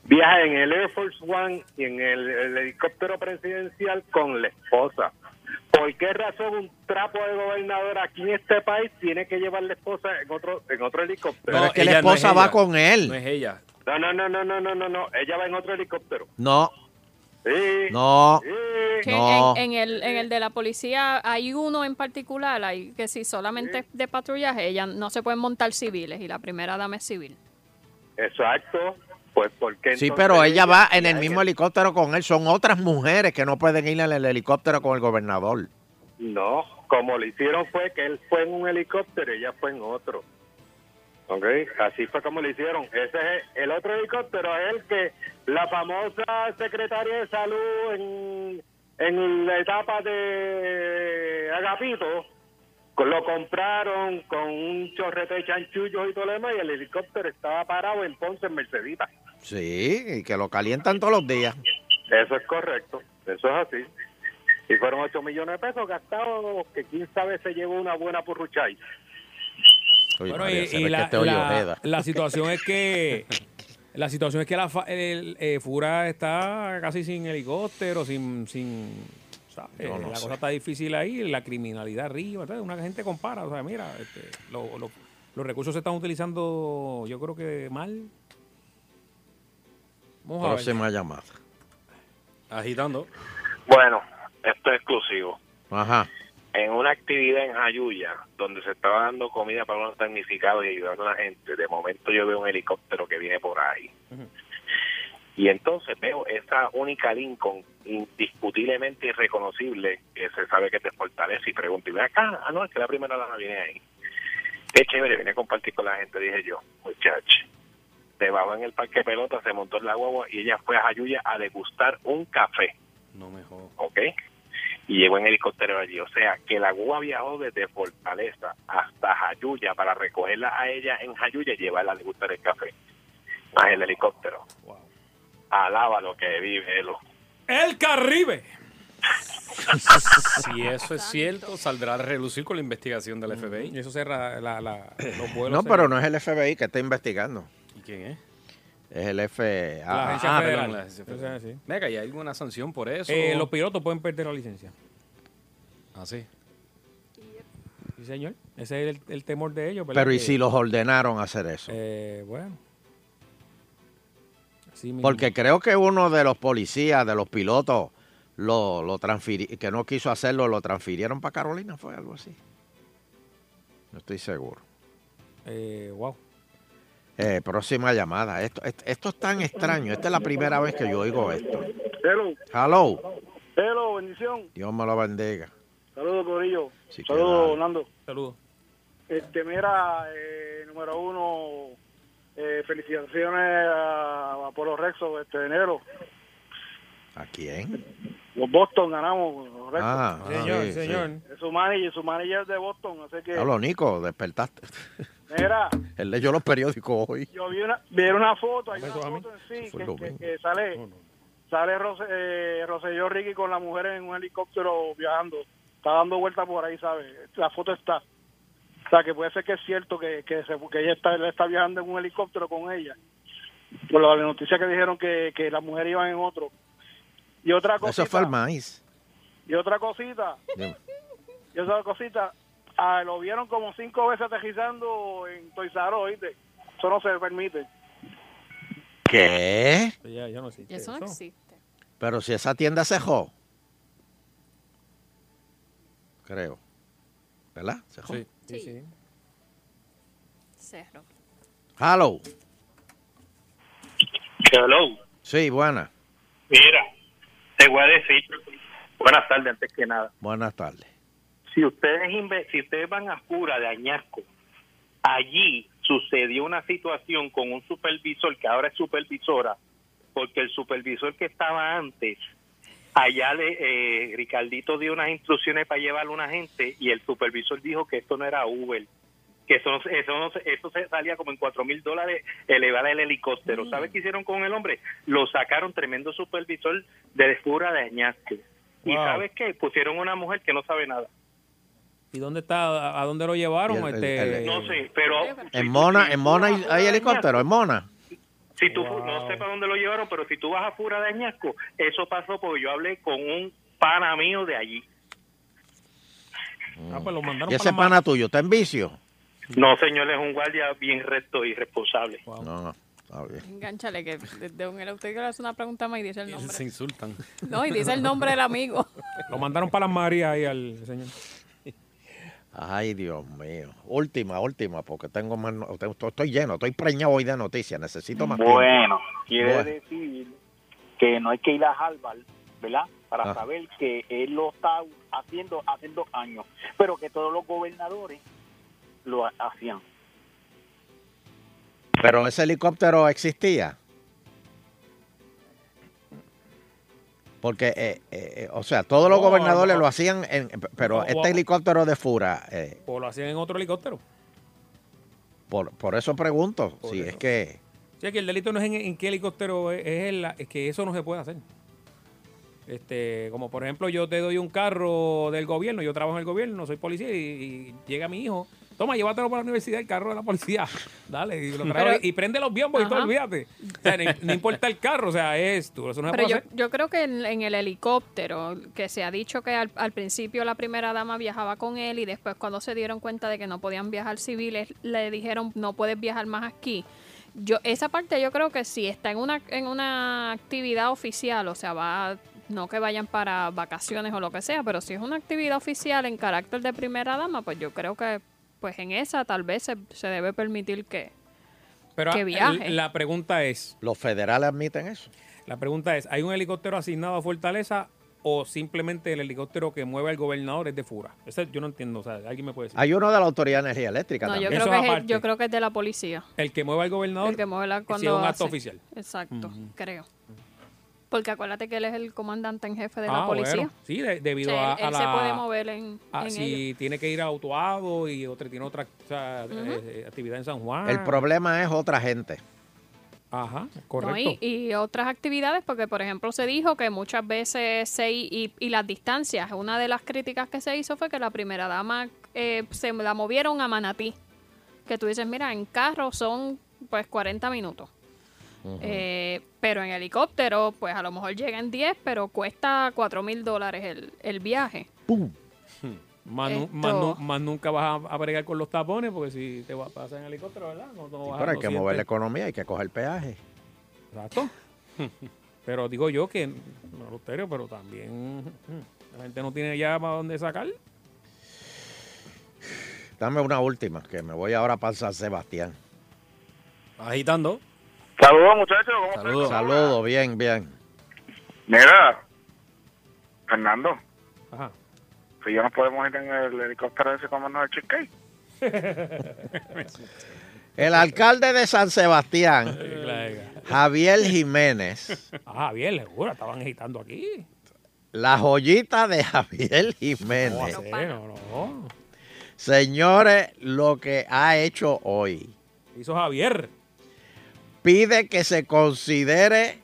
[SPEAKER 7] viaja en el Air Force One y en el, el helicóptero presidencial con la esposa. ¿Por qué razón un trapo de gobernador aquí en este país tiene que llevar la esposa en otro en otro helicóptero?
[SPEAKER 11] Pero es que la esposa va con
[SPEAKER 3] No es
[SPEAKER 11] él.
[SPEAKER 3] ella.
[SPEAKER 7] No, no, no, no, no, no, no, no. Ella va en otro helicóptero.
[SPEAKER 11] No,
[SPEAKER 7] Sí.
[SPEAKER 11] no.
[SPEAKER 4] Que
[SPEAKER 11] No.
[SPEAKER 4] en, en el, en el de la policía hay uno en particular ahí que si solamente es de patrullaje, ella no se pueden montar civiles y la primera dama es civil.
[SPEAKER 7] Exacto. Pues porque
[SPEAKER 11] Sí, pero ella va en el mismo helicóptero con él. Son otras mujeres que no pueden ir en el helicóptero con el gobernador.
[SPEAKER 7] No, como lo hicieron fue que él fue en un helicóptero y ella fue en otro. ¿Ok? Así fue como lo hicieron. Ese es el otro helicóptero, es el que la famosa secretaria de salud en, en la etapa de Agapito
[SPEAKER 16] Lo compraron con un chorrete de chanchullos y todo lo demás, y el helicóptero estaba parado en Ponce, en Mercedita.
[SPEAKER 11] Sí, y que lo calientan todos los días.
[SPEAKER 16] Eso es correcto, eso es así. Y fueron 8 millones de pesos gastados, que quién sabe se llevó una buena purruchay.
[SPEAKER 11] Uy,
[SPEAKER 2] Bueno,
[SPEAKER 11] María,
[SPEAKER 2] y,
[SPEAKER 11] se
[SPEAKER 2] y
[SPEAKER 11] ve que
[SPEAKER 2] la,
[SPEAKER 11] este hoyo
[SPEAKER 2] la-
[SPEAKER 11] Ojeda.
[SPEAKER 2] la situación es que [laughs] la situación es que la fa- el, eh, Fura está casi sin helicóptero, sin, sin ¿sabes?
[SPEAKER 11] Yo no
[SPEAKER 2] la
[SPEAKER 11] sé.
[SPEAKER 2] cosa está difícil ahí, la criminalidad arriba, entonces una gente compara, o sea, mira, este, lo- lo- los recursos se están utilizando, yo creo que mal. Vamos a ver.
[SPEAKER 11] Próxima llamada.
[SPEAKER 3] Agitando.
[SPEAKER 5] Bueno, esto es exclusivo.
[SPEAKER 11] Ajá.
[SPEAKER 5] En una actividad en Jayuya, donde se estaba dando comida para unos damnificados y ayudando a la gente, de momento yo veo un helicóptero que viene por ahí. Y entonces veo esa única Lincoln indiscutiblemente irreconocible, que se sabe que es de Fortaleza, y pregunto, y ven acá, ah, no, es que la primera lana viene ahí. Qué chévere, vine a compartir con la gente, dije yo, muchacho. Se bajó en el parque pelota, se montó en la guagua y ella fue a Jayuya a degustar un café.
[SPEAKER 3] No me jodas.
[SPEAKER 5] ¿ok? Y llegó en helicóptero allí. O sea, que la guagua viajó desde Fortaleza hasta Jayuya para recogerla a ella en Jayuya y llevarla a degustar el café. Más el helicóptero. Alaba lo que vive, Elo.
[SPEAKER 2] El Caribe.
[SPEAKER 3] si eso es cierto, saldrá a relucir con la investigación del FBI.
[SPEAKER 2] Y eso cerra la, la- los vuelos.
[SPEAKER 11] No, pero no es el FBI que está investigando.
[SPEAKER 3] ¿Y quién es?
[SPEAKER 11] Es el FA.
[SPEAKER 3] La agencia
[SPEAKER 11] Ah,
[SPEAKER 3] federal.
[SPEAKER 11] perdón, la-
[SPEAKER 3] agencia
[SPEAKER 2] Eso es
[SPEAKER 3] federal.
[SPEAKER 2] así.
[SPEAKER 3] Venga, ¿y hay alguna sanción por eso?
[SPEAKER 2] Eh, los pilotos pueden perder la licencia.
[SPEAKER 3] Ah, sí.
[SPEAKER 2] Sí, señor. Ese es el, el temor de ellos. ¿verdad?
[SPEAKER 11] Pero ¿y
[SPEAKER 2] Que-
[SPEAKER 11] si los ordenaron hacer eso?
[SPEAKER 2] Eh, bueno. Así mismo.
[SPEAKER 11] Porque creo que uno de los policías, de los pilotos, lo, lo transfiri- que no quiso hacerlo, lo transfirieron para Carolina, fue algo así. No estoy seguro.
[SPEAKER 2] Eh, wow.
[SPEAKER 11] Eh, próxima llamada. Esto, est- esto es tan extraño. Esta es la primera vez que yo oigo esto.
[SPEAKER 17] Hello,
[SPEAKER 11] Hello.
[SPEAKER 17] hello, bendición.
[SPEAKER 11] Dios me lo bendiga.
[SPEAKER 17] Saludos, Corillo.
[SPEAKER 11] Sí,
[SPEAKER 17] Saludos,
[SPEAKER 11] que
[SPEAKER 17] Nando.
[SPEAKER 2] Saludos.
[SPEAKER 17] Este, mira, eh, número uno, eh, felicitaciones a, a Polo Rexo este de enero.
[SPEAKER 11] ¿A quién?
[SPEAKER 17] Los Boston ganamos. los Rexos.
[SPEAKER 11] Ah, ah, Señor, sí, señor.
[SPEAKER 17] Es su manager, su manager es de Boston, así que...
[SPEAKER 11] Hablo, Nico, despertaste.
[SPEAKER 17] Mira,
[SPEAKER 11] Él leyó los periódicos hoy.
[SPEAKER 17] yo vi una, vi una foto, hay una foto en sí,
[SPEAKER 11] Eso fue
[SPEAKER 17] que,
[SPEAKER 11] lo
[SPEAKER 17] que-
[SPEAKER 11] mismo.
[SPEAKER 17] que sale, sale Rose, eh, Roselló Ricky con la mujer en un helicóptero viajando. Está dando vueltas por ahí, ¿sabes? La foto está. O sea, que puede ser que es cierto que, que, se- que ella está, él está viajando en un helicóptero con ella. Por la noticia que dijeron que, que la mujer iba en otro. Y otra cosita.
[SPEAKER 11] Eso fue el maíz.
[SPEAKER 17] Y otra cosita.
[SPEAKER 11] Dime.
[SPEAKER 17] Y otra cosita. ah, lo vieron como cinco veces aterrizando en Toizaro, ¿oíste? Eso no se permite.
[SPEAKER 11] ¿Qué?
[SPEAKER 2] Ya, ya no existe.
[SPEAKER 4] Eso no
[SPEAKER 2] eso.
[SPEAKER 4] existe.
[SPEAKER 11] Pero si esa tienda cejó. Creo. ¿Verdad? Cejó.
[SPEAKER 2] Sí.
[SPEAKER 4] Sí.
[SPEAKER 2] Sí, sí.
[SPEAKER 4] Cerro.
[SPEAKER 11] Hello.
[SPEAKER 7] Hello.
[SPEAKER 11] Sí, buena.
[SPEAKER 7] Mira, te voy a decir. Buenas tardes, antes que nada.
[SPEAKER 11] Buenas tardes.
[SPEAKER 7] Si ustedes, inve- si ustedes van a Pura de Añasco, allí sucedió una situación con un supervisor que ahora es supervisora, porque el supervisor que estaba antes, allá le, eh, Ricardito dio unas instrucciones para llevar a una gente y el supervisor dijo que esto no era Uber, que eso, no se- eso, no se- eso se salía como en cuatro mil dólares elevar el helicóptero. ¿Sabes qué hicieron con el hombre? Lo sacaron tremendo supervisor de Pura de Añasco. ¿Y
[SPEAKER 2] Wow.
[SPEAKER 7] sabes qué? Pusieron una mujer que no sabe nada.
[SPEAKER 2] ¿Y dónde está? ¿A, a dónde lo llevaron?
[SPEAKER 11] Y el- el-
[SPEAKER 2] este,
[SPEAKER 11] el-
[SPEAKER 7] No sé, pero
[SPEAKER 11] Eh, En Mona, en Mona hay, hay helicóptero, en Mona.
[SPEAKER 7] si tú fu- no sé para dónde lo llevaron, pero si tú vas a Fura de Añasco, eso pasó porque yo hablé con un pana mío de allí.
[SPEAKER 2] Ah, pues lo mandaron
[SPEAKER 11] Y
[SPEAKER 2] para
[SPEAKER 11] ese
[SPEAKER 2] la
[SPEAKER 11] pana tuyo, ¿está en vicio?
[SPEAKER 7] No, señor, es un guardia bien recto y responsable.
[SPEAKER 11] No, no. Está bien.
[SPEAKER 4] Engánchale que desde un helicóptero le hace una pregunta más y dice el nombre.
[SPEAKER 2] Se insultan.
[SPEAKER 4] No, y dice el nombre del amigo.
[SPEAKER 2] Lo mandaron para las Marías ahí al señor.
[SPEAKER 11] Ay, Dios mío. Última, última, porque tengo más. no- tengo- Estoy, estoy lleno, estoy preñado hoy de noticias. Necesito más. tiempo.
[SPEAKER 9] Bueno, quiere
[SPEAKER 11] Bueno.
[SPEAKER 9] decir que no hay que ir a Harvard, ¿verdad? Para
[SPEAKER 11] Ah.
[SPEAKER 9] saber que él lo está haciendo hace dos años, pero que todos los gobernadores lo ha- hacían.
[SPEAKER 11] Pero ese helicóptero existía. Porque, eh, eh, o sea, todos los
[SPEAKER 2] No,
[SPEAKER 11] gobernadores
[SPEAKER 2] no.
[SPEAKER 11] lo hacían, en- pero
[SPEAKER 2] No,
[SPEAKER 11] este
[SPEAKER 2] guau.
[SPEAKER 11] helicóptero de Fura, eh,
[SPEAKER 2] O lo hacían en otro helicóptero.
[SPEAKER 11] por, por eso pregunto, si es que...
[SPEAKER 2] O sea, que el delito no es en, en qué helicóptero, es, es en la- es que eso no se puede hacer. Este, como por ejemplo, yo te doy un carro del gobierno, yo trabajo en el gobierno, soy policía y, y llega mi hijo. Toma, llévatelo para la universidad, el carro de la policía. [laughs] Dale, y, lo trae
[SPEAKER 4] Pero-
[SPEAKER 2] y prende los biombos y todo,
[SPEAKER 4] Ajá.
[SPEAKER 2] olvídate. O sea, no, no importa el carro, o sea, es tú, eso no se
[SPEAKER 4] Pero
[SPEAKER 2] puede
[SPEAKER 4] yo,
[SPEAKER 2] hacer.
[SPEAKER 4] yo creo que en, en el helicóptero, que se ha dicho que al, al principio la primera dama viajaba con él y después cuando se dieron cuenta de que no podían viajar civiles, le dijeron no puedes viajar más aquí. Yo, esa parte yo creo que sí, está en una, en una actividad oficial, o sea, va, no que vayan para vacaciones o lo que sea, pero si es una actividad oficial en carácter de primera dama, pues yo creo que pues en esa tal vez se, se debe permitir que...
[SPEAKER 2] Pero
[SPEAKER 4] que
[SPEAKER 2] el-
[SPEAKER 4] viaje.
[SPEAKER 2] la pregunta es...
[SPEAKER 11] ¿Los federales admiten eso?
[SPEAKER 2] La pregunta es, ¿hay un helicóptero asignado a Fortaleza o simplemente el helicóptero que mueve al gobernador es de Fura? Esa yo no entiendo, o sea, alguien me puede decir.
[SPEAKER 11] Hay uno de la Autoridad de Energía Eléctrica
[SPEAKER 4] No, yo creo
[SPEAKER 11] también.
[SPEAKER 2] Eso
[SPEAKER 4] que, es, el-
[SPEAKER 2] aparte.
[SPEAKER 4] yo creo que es de la policía.
[SPEAKER 2] El que mueve al gobernador
[SPEAKER 4] El que mueve la-
[SPEAKER 2] si
[SPEAKER 4] cuando
[SPEAKER 2] es un acto
[SPEAKER 4] hace.
[SPEAKER 2] oficial.
[SPEAKER 4] Exacto,
[SPEAKER 2] Ujú.
[SPEAKER 4] creo. Porque acuérdate que él es el comandante en jefe de
[SPEAKER 2] Ah,
[SPEAKER 4] la policía.
[SPEAKER 2] bueno, sí, de- debido
[SPEAKER 4] O sea,
[SPEAKER 2] a,
[SPEAKER 4] él-
[SPEAKER 2] a
[SPEAKER 4] él
[SPEAKER 2] la... Ah,
[SPEAKER 4] se puede mover en-
[SPEAKER 2] a-
[SPEAKER 4] en
[SPEAKER 2] si tiene que ir a Utuado y otra, tiene otra o sea, eh, actividad en San Juan.
[SPEAKER 11] El problema es otra gente.
[SPEAKER 2] Ajá,
[SPEAKER 4] ¿no?
[SPEAKER 2] correcto.
[SPEAKER 4] Y, y otras actividades, porque por ejemplo se dijo que muchas veces se i- y, y las distancias, una de las críticas que se hizo fue que la primera dama eh, se la movieron a Manatí, que tú dices, mira, en carro son pues 40 minutos. Eh, pero en helicóptero, pues a lo mejor llega en 10, pero cuesta 4 mil dólares el, el viaje.
[SPEAKER 2] Más, nu-
[SPEAKER 4] Esto-
[SPEAKER 2] más nu- más nunca vas a, a bregar con los tapones porque si te vas a pasar en helicóptero, ¿verdad? No, no vas a-
[SPEAKER 11] Pero hay
[SPEAKER 2] no
[SPEAKER 11] que
[SPEAKER 2] sientes-
[SPEAKER 11] mover la economía, hay que coger peaje.
[SPEAKER 2] Exacto. [laughs] pero digo yo que, no Loterio, pero también mm, la gente no tiene ya para dónde sacar.
[SPEAKER 11] Dame una última, que me voy ahora para San Sebastián.
[SPEAKER 3] Agitando.
[SPEAKER 11] Saludos, muchachos. Saludos. Saludos, bien, bien.
[SPEAKER 6] Mira, Fernando,
[SPEAKER 2] Ajá.
[SPEAKER 6] si ya nos podemos ir en el helicóptero ese como nos cheesecake.
[SPEAKER 11] El alcalde de San Sebastián, Javier
[SPEAKER 7] [laughs]
[SPEAKER 11] Jiménez,
[SPEAKER 2] Ajá, bien, seguro, estaban agitando aquí.
[SPEAKER 11] la joyita de Javier
[SPEAKER 2] No,
[SPEAKER 11] Jiménez.
[SPEAKER 2] hacer, no, no.
[SPEAKER 11] Señores, lo que ha hecho hoy.
[SPEAKER 2] Hizo Javier.
[SPEAKER 11] Pide que se considere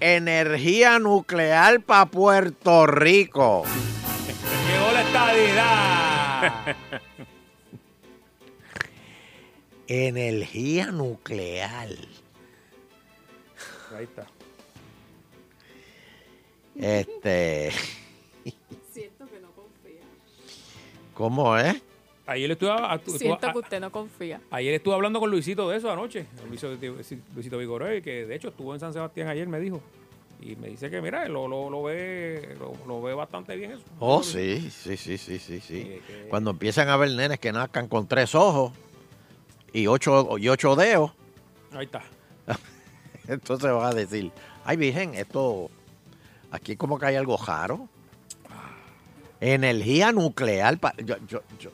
[SPEAKER 11] energía nuclear para Puerto Rico.
[SPEAKER 2] Llegó la estadidad.
[SPEAKER 11] [laughs] Energía nuclear.
[SPEAKER 2] Ahí está.
[SPEAKER 11] Este,
[SPEAKER 4] Siento que no confía.
[SPEAKER 11] ¿cómo es?
[SPEAKER 2] Ayer estuve, a- a- tu-
[SPEAKER 4] Siento
[SPEAKER 11] ah,
[SPEAKER 2] a-
[SPEAKER 4] que usted no confía.
[SPEAKER 2] ayer estuve hablando con Luisito de eso anoche. Luisito, Luisito Vigoré, que de hecho estuvo en San Sebastián ayer, me dijo. Y me dice que, mira, lo, lo, lo ve, lo, lo ve bastante bien eso.
[SPEAKER 11] Oh, sí, sí, sí, sí, sí, sí. Cuando empiezan a ver nenes que nazcan con tres ojos y ocho, y ocho dedos,
[SPEAKER 2] Ahí está.
[SPEAKER 11] entonces van a decir, ay Virgen, esto, aquí como que hay algo raro. Energía nuclear. pa- yo- yo- yo-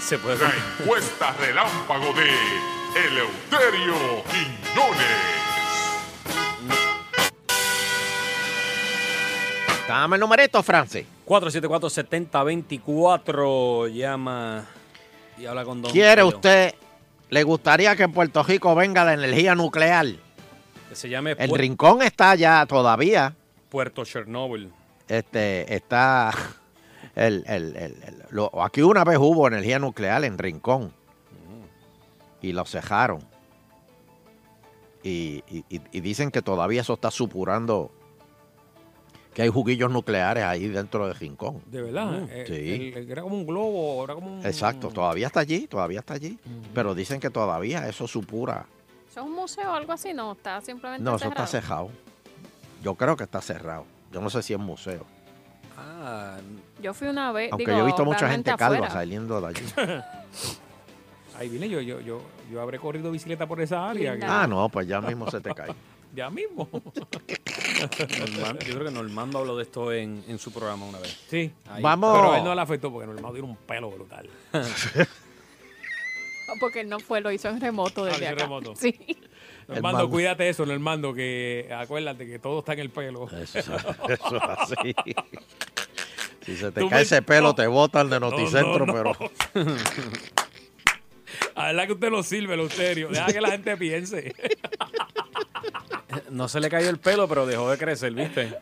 [SPEAKER 3] Se puede
[SPEAKER 13] La encuesta relámpago de Eleuterio Quiñones.
[SPEAKER 11] Dame el numerito, Francis.
[SPEAKER 3] 474-7024 llama y habla con Don.
[SPEAKER 11] ¿Quiere
[SPEAKER 3] Teo.
[SPEAKER 11] usted, le gustaría que en Puerto Rico venga la energía nuclear?
[SPEAKER 3] Que se llame
[SPEAKER 11] El
[SPEAKER 3] Puer-
[SPEAKER 11] rincón está ya todavía.
[SPEAKER 3] Puerto Chernobyl.
[SPEAKER 11] este está el, el- el- el- lo- aquí una vez hubo energía nuclear en Rincón y lo cejaron y, y- y- y dicen que todavía eso está supurando que hay juguillos nucleares ahí dentro de Rincón
[SPEAKER 2] De verdad.
[SPEAKER 11] Mm,
[SPEAKER 2] eh,
[SPEAKER 11] sí.
[SPEAKER 2] el- el- era como un globo, era como un...
[SPEAKER 11] exacto todavía está allí todavía está allí pero dicen que todavía eso supura
[SPEAKER 4] ¿Eso es un museo o algo así? No, está simplemente
[SPEAKER 11] no eso está
[SPEAKER 4] cerrado.
[SPEAKER 11] cejado yo creo que está cerrado yo no sé si es museo
[SPEAKER 3] Ah,
[SPEAKER 4] Yo fui una vez.
[SPEAKER 11] aunque
[SPEAKER 4] digo,
[SPEAKER 11] yo he visto mucha
[SPEAKER 4] realmente
[SPEAKER 11] gente calva
[SPEAKER 4] afuera.
[SPEAKER 11] saliendo de allí
[SPEAKER 2] Ahí viene yo, yo, yo, yo habré corrido bicicleta por esa área. que-
[SPEAKER 11] ah no pues ya mismo se te cae
[SPEAKER 2] Ya mismo. [laughs]
[SPEAKER 3] Norman- yo creo que Normando habló de esto en, en su programa una vez.
[SPEAKER 2] Sí.
[SPEAKER 3] Ahí.
[SPEAKER 2] Pero a él no le afectó porque Normando tiene un pelo brutal.
[SPEAKER 4] Porque él no fue, lo hizo en remoto
[SPEAKER 2] Ah,
[SPEAKER 4] desde
[SPEAKER 2] hizo
[SPEAKER 4] acá.
[SPEAKER 2] remoto.
[SPEAKER 4] Sí.
[SPEAKER 2] Normando, cuídate eso, Normando, que acuérdate que todo está en el pelo.
[SPEAKER 11] Eso, eso es
[SPEAKER 2] [laughs]
[SPEAKER 11] así. Si se te
[SPEAKER 2] Tú
[SPEAKER 11] cae
[SPEAKER 2] me-
[SPEAKER 11] ese pelo,
[SPEAKER 2] no.
[SPEAKER 11] te botan de
[SPEAKER 2] No, no,
[SPEAKER 11] Noticentro,
[SPEAKER 2] no. [laughs]
[SPEAKER 11] pero.
[SPEAKER 2] La verdad que usted lo sirve, lo serio. Deja que la gente piense. [laughs]
[SPEAKER 3] No se le cayó el pelo, pero dejó de crecer, ¿viste?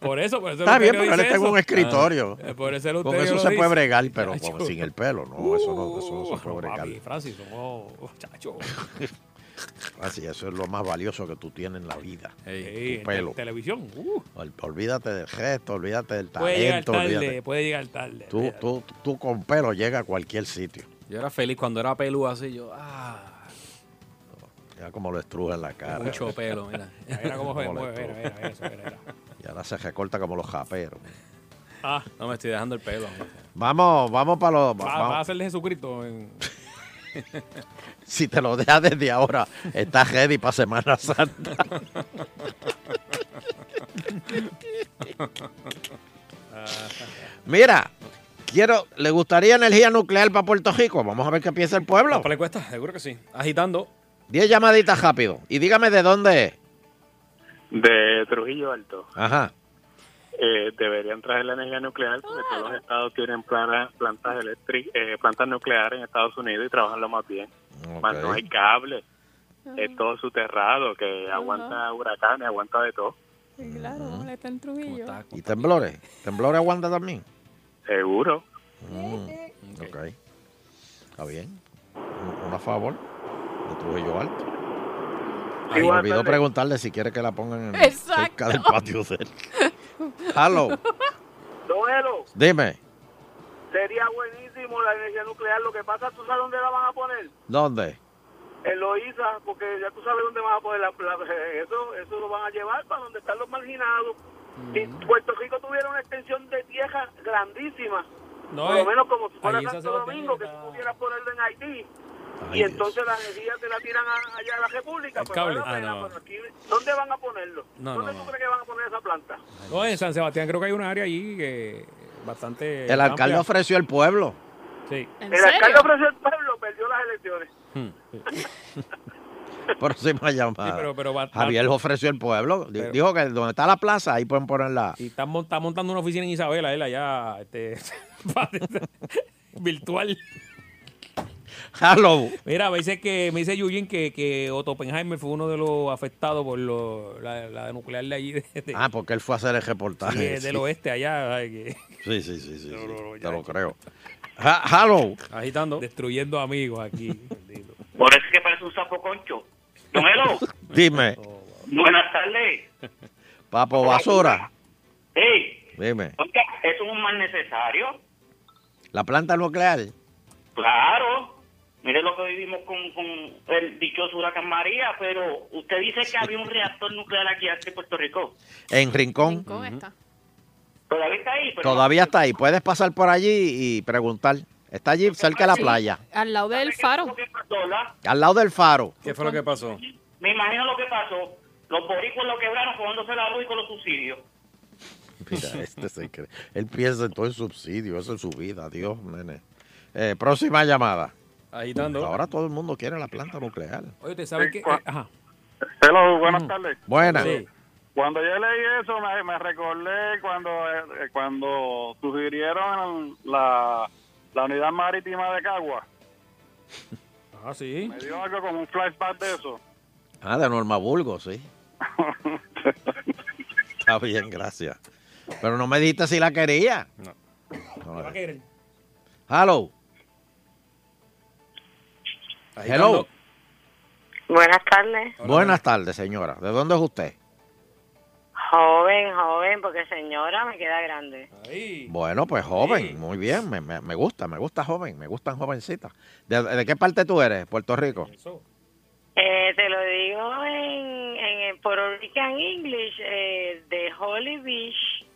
[SPEAKER 2] por eso, por eso.
[SPEAKER 11] Está bien,
[SPEAKER 2] Eleuterio
[SPEAKER 11] pero él
[SPEAKER 2] dice
[SPEAKER 11] está en
[SPEAKER 2] eso.
[SPEAKER 11] un escritorio.
[SPEAKER 2] Ah, eh, Por eso
[SPEAKER 11] Con
[SPEAKER 2] Eleuterio
[SPEAKER 11] eso
[SPEAKER 2] lo
[SPEAKER 11] se
[SPEAKER 2] dice.
[SPEAKER 11] puede bregar, pero
[SPEAKER 2] Chacho.
[SPEAKER 11] con- sin el pelo, no, eso no, eso no se puede
[SPEAKER 2] Papi,
[SPEAKER 11] bregar.
[SPEAKER 2] Francis, somos chacho.
[SPEAKER 11] Así, eso es lo más valioso que tú tienes en la vida. tu
[SPEAKER 2] Ey, en
[SPEAKER 11] pelo.
[SPEAKER 2] te- televisión. uh,
[SPEAKER 11] Ol- Olvídate del gesto, olvídate del
[SPEAKER 2] puede llegar
[SPEAKER 11] talento, olvídate.
[SPEAKER 2] tarde, puede llegar tarde.
[SPEAKER 11] Tú, tú, tú con pelo llega a cualquier sitio.
[SPEAKER 3] Yo era feliz cuando era pelú así, yo, ah,
[SPEAKER 11] Ya como lo estruja en la cara.
[SPEAKER 3] mucho pelo, mira.
[SPEAKER 2] Mira cómo se
[SPEAKER 11] [laughs] Como
[SPEAKER 2] mueve,
[SPEAKER 11] lo
[SPEAKER 2] mira,
[SPEAKER 11] estruja.
[SPEAKER 2] mira, eso, mira, mira.
[SPEAKER 11] [laughs] Y ahora se recorta como los japeros.
[SPEAKER 2] Ah,
[SPEAKER 3] No me estoy dejando el pelo.
[SPEAKER 11] Vamos, vamos para los.
[SPEAKER 2] va,
[SPEAKER 11] vamos.
[SPEAKER 2] va a ser de Jesucristo. En...
[SPEAKER 11] Si te lo dejas desde ahora, estás ready para Semana Santa. Mira, quiero, ¿le gustaría energía nuclear para Puerto Rico? Vamos a ver qué piensa el pueblo.
[SPEAKER 3] ¿Para la encuesta? Seguro que sí. Agitando.
[SPEAKER 11] Diez llamaditas rápido. Y dígame de dónde es.
[SPEAKER 7] De Trujillo Alto.
[SPEAKER 11] Ajá.
[SPEAKER 7] Eh, deberían traer la energía nuclear porque todos los estados tienen plana- plantas eléctricas, plantas nucleares en Estados Unidos y trabajanlo más bien. Más no hay cable, es todo soterrado que aguanta huracanes, aguanta de todo.
[SPEAKER 4] Claro, vamos, le está en Trujillo.
[SPEAKER 11] ¿Y temblores? ¿Temblores aguanta también?
[SPEAKER 7] Seguro.
[SPEAKER 11] Mm, ok. Está bien. Un- Una favor de Trujillo Alto.
[SPEAKER 7] Sí,
[SPEAKER 11] me
[SPEAKER 7] buenas
[SPEAKER 11] olvidó
[SPEAKER 7] tardes.
[SPEAKER 11] preguntarle si quiere que la pongan en-
[SPEAKER 7] Exacto.
[SPEAKER 11] cerca del patio de él. Hello.
[SPEAKER 9] Duelo,
[SPEAKER 11] Dime,
[SPEAKER 9] sería buenísimo la energía nuclear. Lo que pasa, ¿tú sabes dónde la van a poner?
[SPEAKER 11] ¿dónde?
[SPEAKER 9] En Loíza, porque ya tú sabes dónde van a poner la, la- eso, eso lo van a llevar para donde están los marginados. Y
[SPEAKER 2] Mm.
[SPEAKER 9] Puerto Rico tuviera una extensión de tierra grandísima,
[SPEAKER 2] No,
[SPEAKER 9] por lo
[SPEAKER 2] eh,
[SPEAKER 9] menos como si fuera
[SPEAKER 2] ahí esa se
[SPEAKER 9] Santo
[SPEAKER 2] va a tener
[SPEAKER 9] Domingo,
[SPEAKER 2] que
[SPEAKER 9] que
[SPEAKER 2] estar-
[SPEAKER 9] tú pudieras ponerlo en Haití.
[SPEAKER 2] Ay,
[SPEAKER 9] y entonces las energías te la tiran a- allá a la República.
[SPEAKER 2] El
[SPEAKER 9] Pero vale
[SPEAKER 2] cable.
[SPEAKER 9] la
[SPEAKER 2] Ah,
[SPEAKER 9] pena,
[SPEAKER 2] no.
[SPEAKER 9] pero aquí, ¿Dónde van a ponerlo?
[SPEAKER 2] No,
[SPEAKER 9] ¿Dónde
[SPEAKER 2] no,
[SPEAKER 9] tú
[SPEAKER 2] no.
[SPEAKER 9] crees que van a poner esa planta?
[SPEAKER 2] No, en San Sebastián creo que hay una área allí que bastante.
[SPEAKER 11] El alcalde
[SPEAKER 2] amplia.
[SPEAKER 11] ofreció el pueblo.
[SPEAKER 2] Sí.
[SPEAKER 9] El alcalde ofreció el pueblo, perdió las elecciones.
[SPEAKER 11] Próxima llamada.
[SPEAKER 2] Sí, pero- pero va- va-
[SPEAKER 11] Ah. Javier ofreció el pueblo. Di-
[SPEAKER 2] Pero-
[SPEAKER 11] Dijo que donde está la plaza, ahí pueden ponerla.
[SPEAKER 2] Y está, mon- está montando una oficina en Isabela, él allá, este, [laughs] virtual.
[SPEAKER 11] Hello.
[SPEAKER 2] Mira, me dice que me dice Eugene que, que Otto Oppenheimer fue uno de los afectados por lo- la, la nuclear de allí, de- de-
[SPEAKER 11] Ah, porque él fue a hacer el reportaje.
[SPEAKER 2] de-
[SPEAKER 11] sí.
[SPEAKER 2] del oeste allá. ay, que-
[SPEAKER 11] Sí, sí,
[SPEAKER 2] [laughs]
[SPEAKER 11] sí, sí, sí, te lo creo. Ha- hello.
[SPEAKER 2] Agitando. Destruyendo amigos aquí. bendito.
[SPEAKER 18] Por eso que parece un sapo concho. Don Elo,
[SPEAKER 11] [laughs] Dime,
[SPEAKER 18] buenas tardes.
[SPEAKER 11] papo basura.
[SPEAKER 18] Hey,
[SPEAKER 11] Dime,
[SPEAKER 18] oiga, eso es un mal necesario.
[SPEAKER 11] la planta nuclear.
[SPEAKER 18] Claro. Mire lo que vivimos con, con el dichoso huracán María, pero usted dice que había un reactor nuclear aquí antes en Puerto Rico.
[SPEAKER 11] En Rincón.
[SPEAKER 18] Todavía está ahí, pero
[SPEAKER 11] Todavía está ahí. Puedes pasar por allí y preguntar. Está allí cerca de la
[SPEAKER 4] Sí,
[SPEAKER 11] playa,
[SPEAKER 4] Al lado del faro.
[SPEAKER 11] al lado del faro.
[SPEAKER 3] ¿Qué fue lo que pasó?
[SPEAKER 18] me imagino lo que pasó. Los boricuas lo quebraron jugándose la luz y con los subsidios.
[SPEAKER 11] Mira, este se cree. Él piensa en todo el subsidio, eso es su vida, Dios, nene. Eh, próxima llamada.
[SPEAKER 3] Agitando.
[SPEAKER 11] Ahora todo el mundo quiere la planta nuclear.
[SPEAKER 2] Oye, ¿te saben
[SPEAKER 19] Sí,
[SPEAKER 2] que
[SPEAKER 19] cua-
[SPEAKER 2] Eh, ajá.
[SPEAKER 19] Hello,
[SPEAKER 11] Mm.
[SPEAKER 19] buenas tardes.
[SPEAKER 11] Buena.
[SPEAKER 19] Sí. Cuando yo leí eso, me, me recordé cuando, eh, cuando sugirieron la, la unidad marítima de Cagua.
[SPEAKER 2] Ah, sí.
[SPEAKER 19] Me dio algo como un flashback de
[SPEAKER 11] [laughs]
[SPEAKER 19] eso.
[SPEAKER 11] Ah, de Norma Bulgo, sí. Está Ah, bien, gracias. Pero no me dijiste si la quería.
[SPEAKER 3] No.
[SPEAKER 11] No la dije. Hello. Hello.
[SPEAKER 20] Buenas tardes.
[SPEAKER 11] Buenas tardes, señora. ¿De dónde es usted?
[SPEAKER 20] Joven, joven, porque señora me queda grande.
[SPEAKER 11] Bueno, pues joven, muy bien, me, me- me gusta, me gusta joven, me gustan jovencitas. ¿De, de qué parte tú eres? ¿Puerto Rico?
[SPEAKER 20] Eh, te lo digo en, en, en Puerto Rican English, eh, de Holly Beach.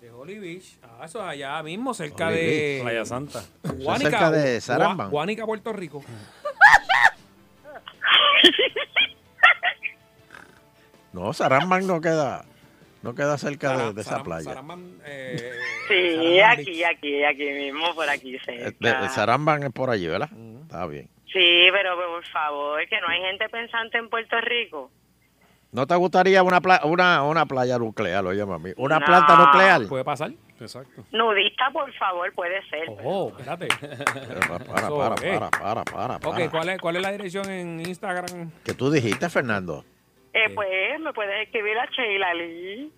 [SPEAKER 2] De Holy Beach. Ah, eso es allá mismo, cerca
[SPEAKER 11] Holy
[SPEAKER 2] de.
[SPEAKER 11] Beach.
[SPEAKER 3] Playa Santa.
[SPEAKER 2] Guánica,
[SPEAKER 11] cerca de
[SPEAKER 2] Gua-
[SPEAKER 11] Saramban.
[SPEAKER 2] Guánica, Puerto Rico.
[SPEAKER 11] No, Saramban no queda, no queda cerca de- de, esa
[SPEAKER 2] Saram-
[SPEAKER 11] playa.
[SPEAKER 2] Saramban, eh,
[SPEAKER 20] Sí,
[SPEAKER 2] Saramban
[SPEAKER 20] aquí, aquí, aquí mismo, por aquí
[SPEAKER 11] Eh, de- de
[SPEAKER 20] cerca.
[SPEAKER 11] Saramban es por allí, ¿verdad? Está bien.
[SPEAKER 20] Sí, pero por favor, que no hay gente pensante en Puerto Rico.
[SPEAKER 11] ¿No te gustaría una, pla- una, una playa nuclear, lo llama a mí? ¿Una planta nuclear?
[SPEAKER 2] Puede pasar. Exacto.
[SPEAKER 20] Nudista, por favor, puede ser.
[SPEAKER 2] Oh, espérate.
[SPEAKER 11] [laughs] Para,
[SPEAKER 2] Eso,
[SPEAKER 11] para,
[SPEAKER 2] eh.
[SPEAKER 11] para, para, para, para.
[SPEAKER 2] Ok, ¿cuál es, ¿cuál es la dirección en Instagram?
[SPEAKER 11] ¿Qué tú dijiste, Fernando?
[SPEAKER 20] Eh, pues me puedes escribir a Sheila Lee.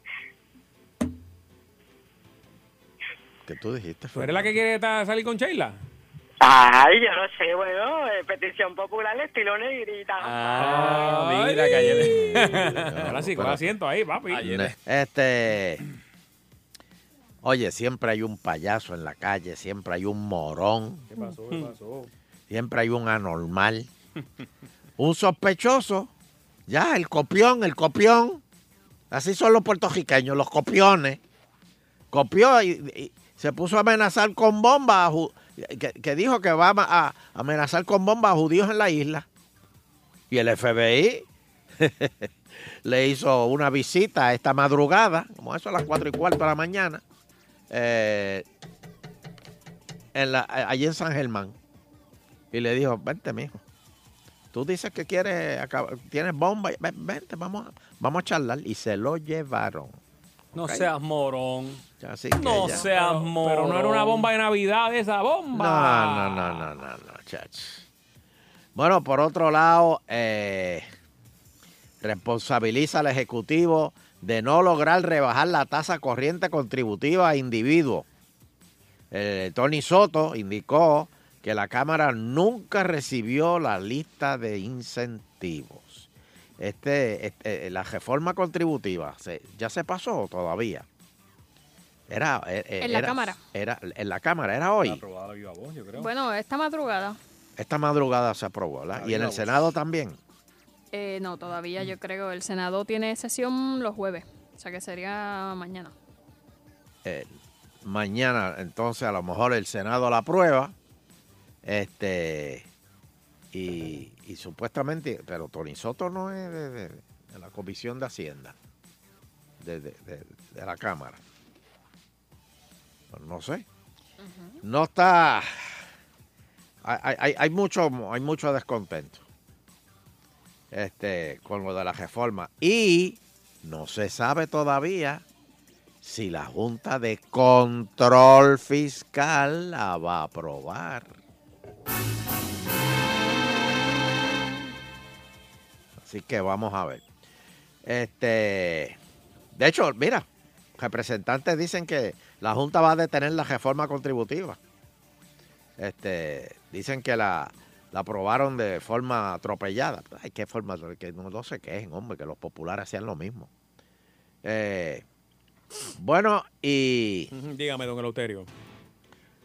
[SPEAKER 11] ¿Qué tú dijiste,
[SPEAKER 2] ¿Tú eres la que quiere ta- salir con Sheila?
[SPEAKER 20] Ay, yo no sé, bueno, eh, petición popular estilo negrita.
[SPEAKER 2] Ah, mira, que ayer. Ahora sí, con
[SPEAKER 11] Pero-
[SPEAKER 2] asiento ahí, papi.
[SPEAKER 11] Ne- Este. Oye, siempre hay un payaso en la calle, siempre hay un morón,
[SPEAKER 2] ¿Qué pasó? ¿Qué pasó?
[SPEAKER 11] siempre hay un anormal, un sospechoso. Ya, el copión, el copión. Así son los puertorriqueños, los copiones. Copió y, y se puso a amenazar con bombas, a ju- que, que dijo que va a ma- a amenazar con bombas a judíos en la isla. Y el FBI [laughs] le hizo una visita esta madrugada, como eso a las cuatro y cuarto de la mañana, eh, en la- a- allí en San Germán. Y le dijo, vente, mijo. Tú dices que quieres, acabar- tienes bomba, ven- vente, vamos, a- vamos a charlar. Y se lo llevaron.
[SPEAKER 3] No
[SPEAKER 11] Ok.
[SPEAKER 3] seas morón.
[SPEAKER 11] Así que
[SPEAKER 3] No
[SPEAKER 11] ya.
[SPEAKER 3] seas morón.
[SPEAKER 2] Pero no era una bomba de Navidad esa
[SPEAKER 11] No,
[SPEAKER 2] bomba.
[SPEAKER 11] no, no, no, no, no, chach. Bueno, por otro lado, eh, responsabiliza al Ejecutivo de no lograr rebajar la tasa corriente contributiva a individuos. Eh, Tony Soto indicó que la Cámara nunca recibió la lista de incentivos. Este, este, eh, la reforma contributiva, se- ¿ya se pasó o todavía? Era, eh, eh,
[SPEAKER 4] En la
[SPEAKER 11] era-
[SPEAKER 4] Cámara.
[SPEAKER 11] Era, en la Cámara, era hoy.
[SPEAKER 4] Bueno, esta madrugada.
[SPEAKER 11] Esta madrugada se aprobó, ¿verdad? Y en el Senado también.
[SPEAKER 4] Eh, no, todavía yo creo. El Senado tiene sesión los jueves. O sea que sería mañana.
[SPEAKER 11] Eh, mañana, entonces, a lo mejor el Senado la aprueba. Este. Y, y supuestamente, pero Tony Soto no es de, de- de la Comisión de Hacienda, de, de- de- de la Cámara. Pues No sé. No está. Hay, hay- hay mucho, hay mucho descontento este, con lo de la reforma. Y no se sabe todavía si la Junta de Control Fiscal la va a aprobar. Así que vamos a ver. Este, de hecho, mira, representantes dicen que la Junta va a detener la reforma contributiva. Este, dicen que la, la aprobaron de forma atropellada. Ay, qué forma, que no, no se quejen, hombre, que los populares hacían lo mismo. Eh, bueno, y
[SPEAKER 2] Dígame, don Eleuterio.